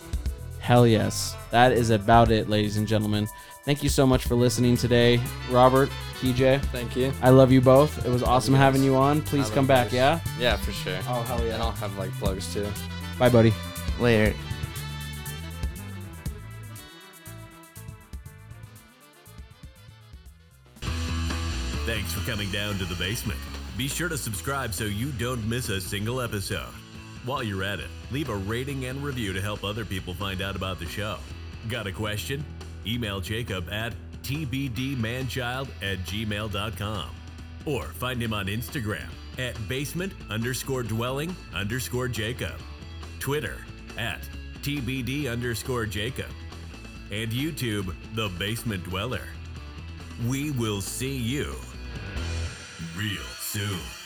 Speaker 3: Hell yes. That is about it, ladies and gentlemen. Thank you so much for listening today, Robert, TJ.
Speaker 5: Thank you.
Speaker 3: I love you both. It was awesome
Speaker 5: you guys.
Speaker 3: having you on.
Speaker 5: I
Speaker 3: Please
Speaker 5: love
Speaker 3: come back,
Speaker 5: you
Speaker 3: yeah?
Speaker 5: guys. Yeah, for sure.
Speaker 3: Oh, hell
Speaker 5: And I'll have like plugs too.
Speaker 3: Bye, buddy.
Speaker 4: Later.
Speaker 1: Thanks for coming down to the basement. Be sure to subscribe so you don't miss a single episode. While you're at it, leave a rating and review to help other people find out about the show. Got a question? Email Jacob at tbdmanchild at gmail.com or find him on Instagram at basement underscore dwelling underscore Jacob, Twitter at tbd underscore Jacob, and YouTube, The Basement Dweller. We will see you real soon.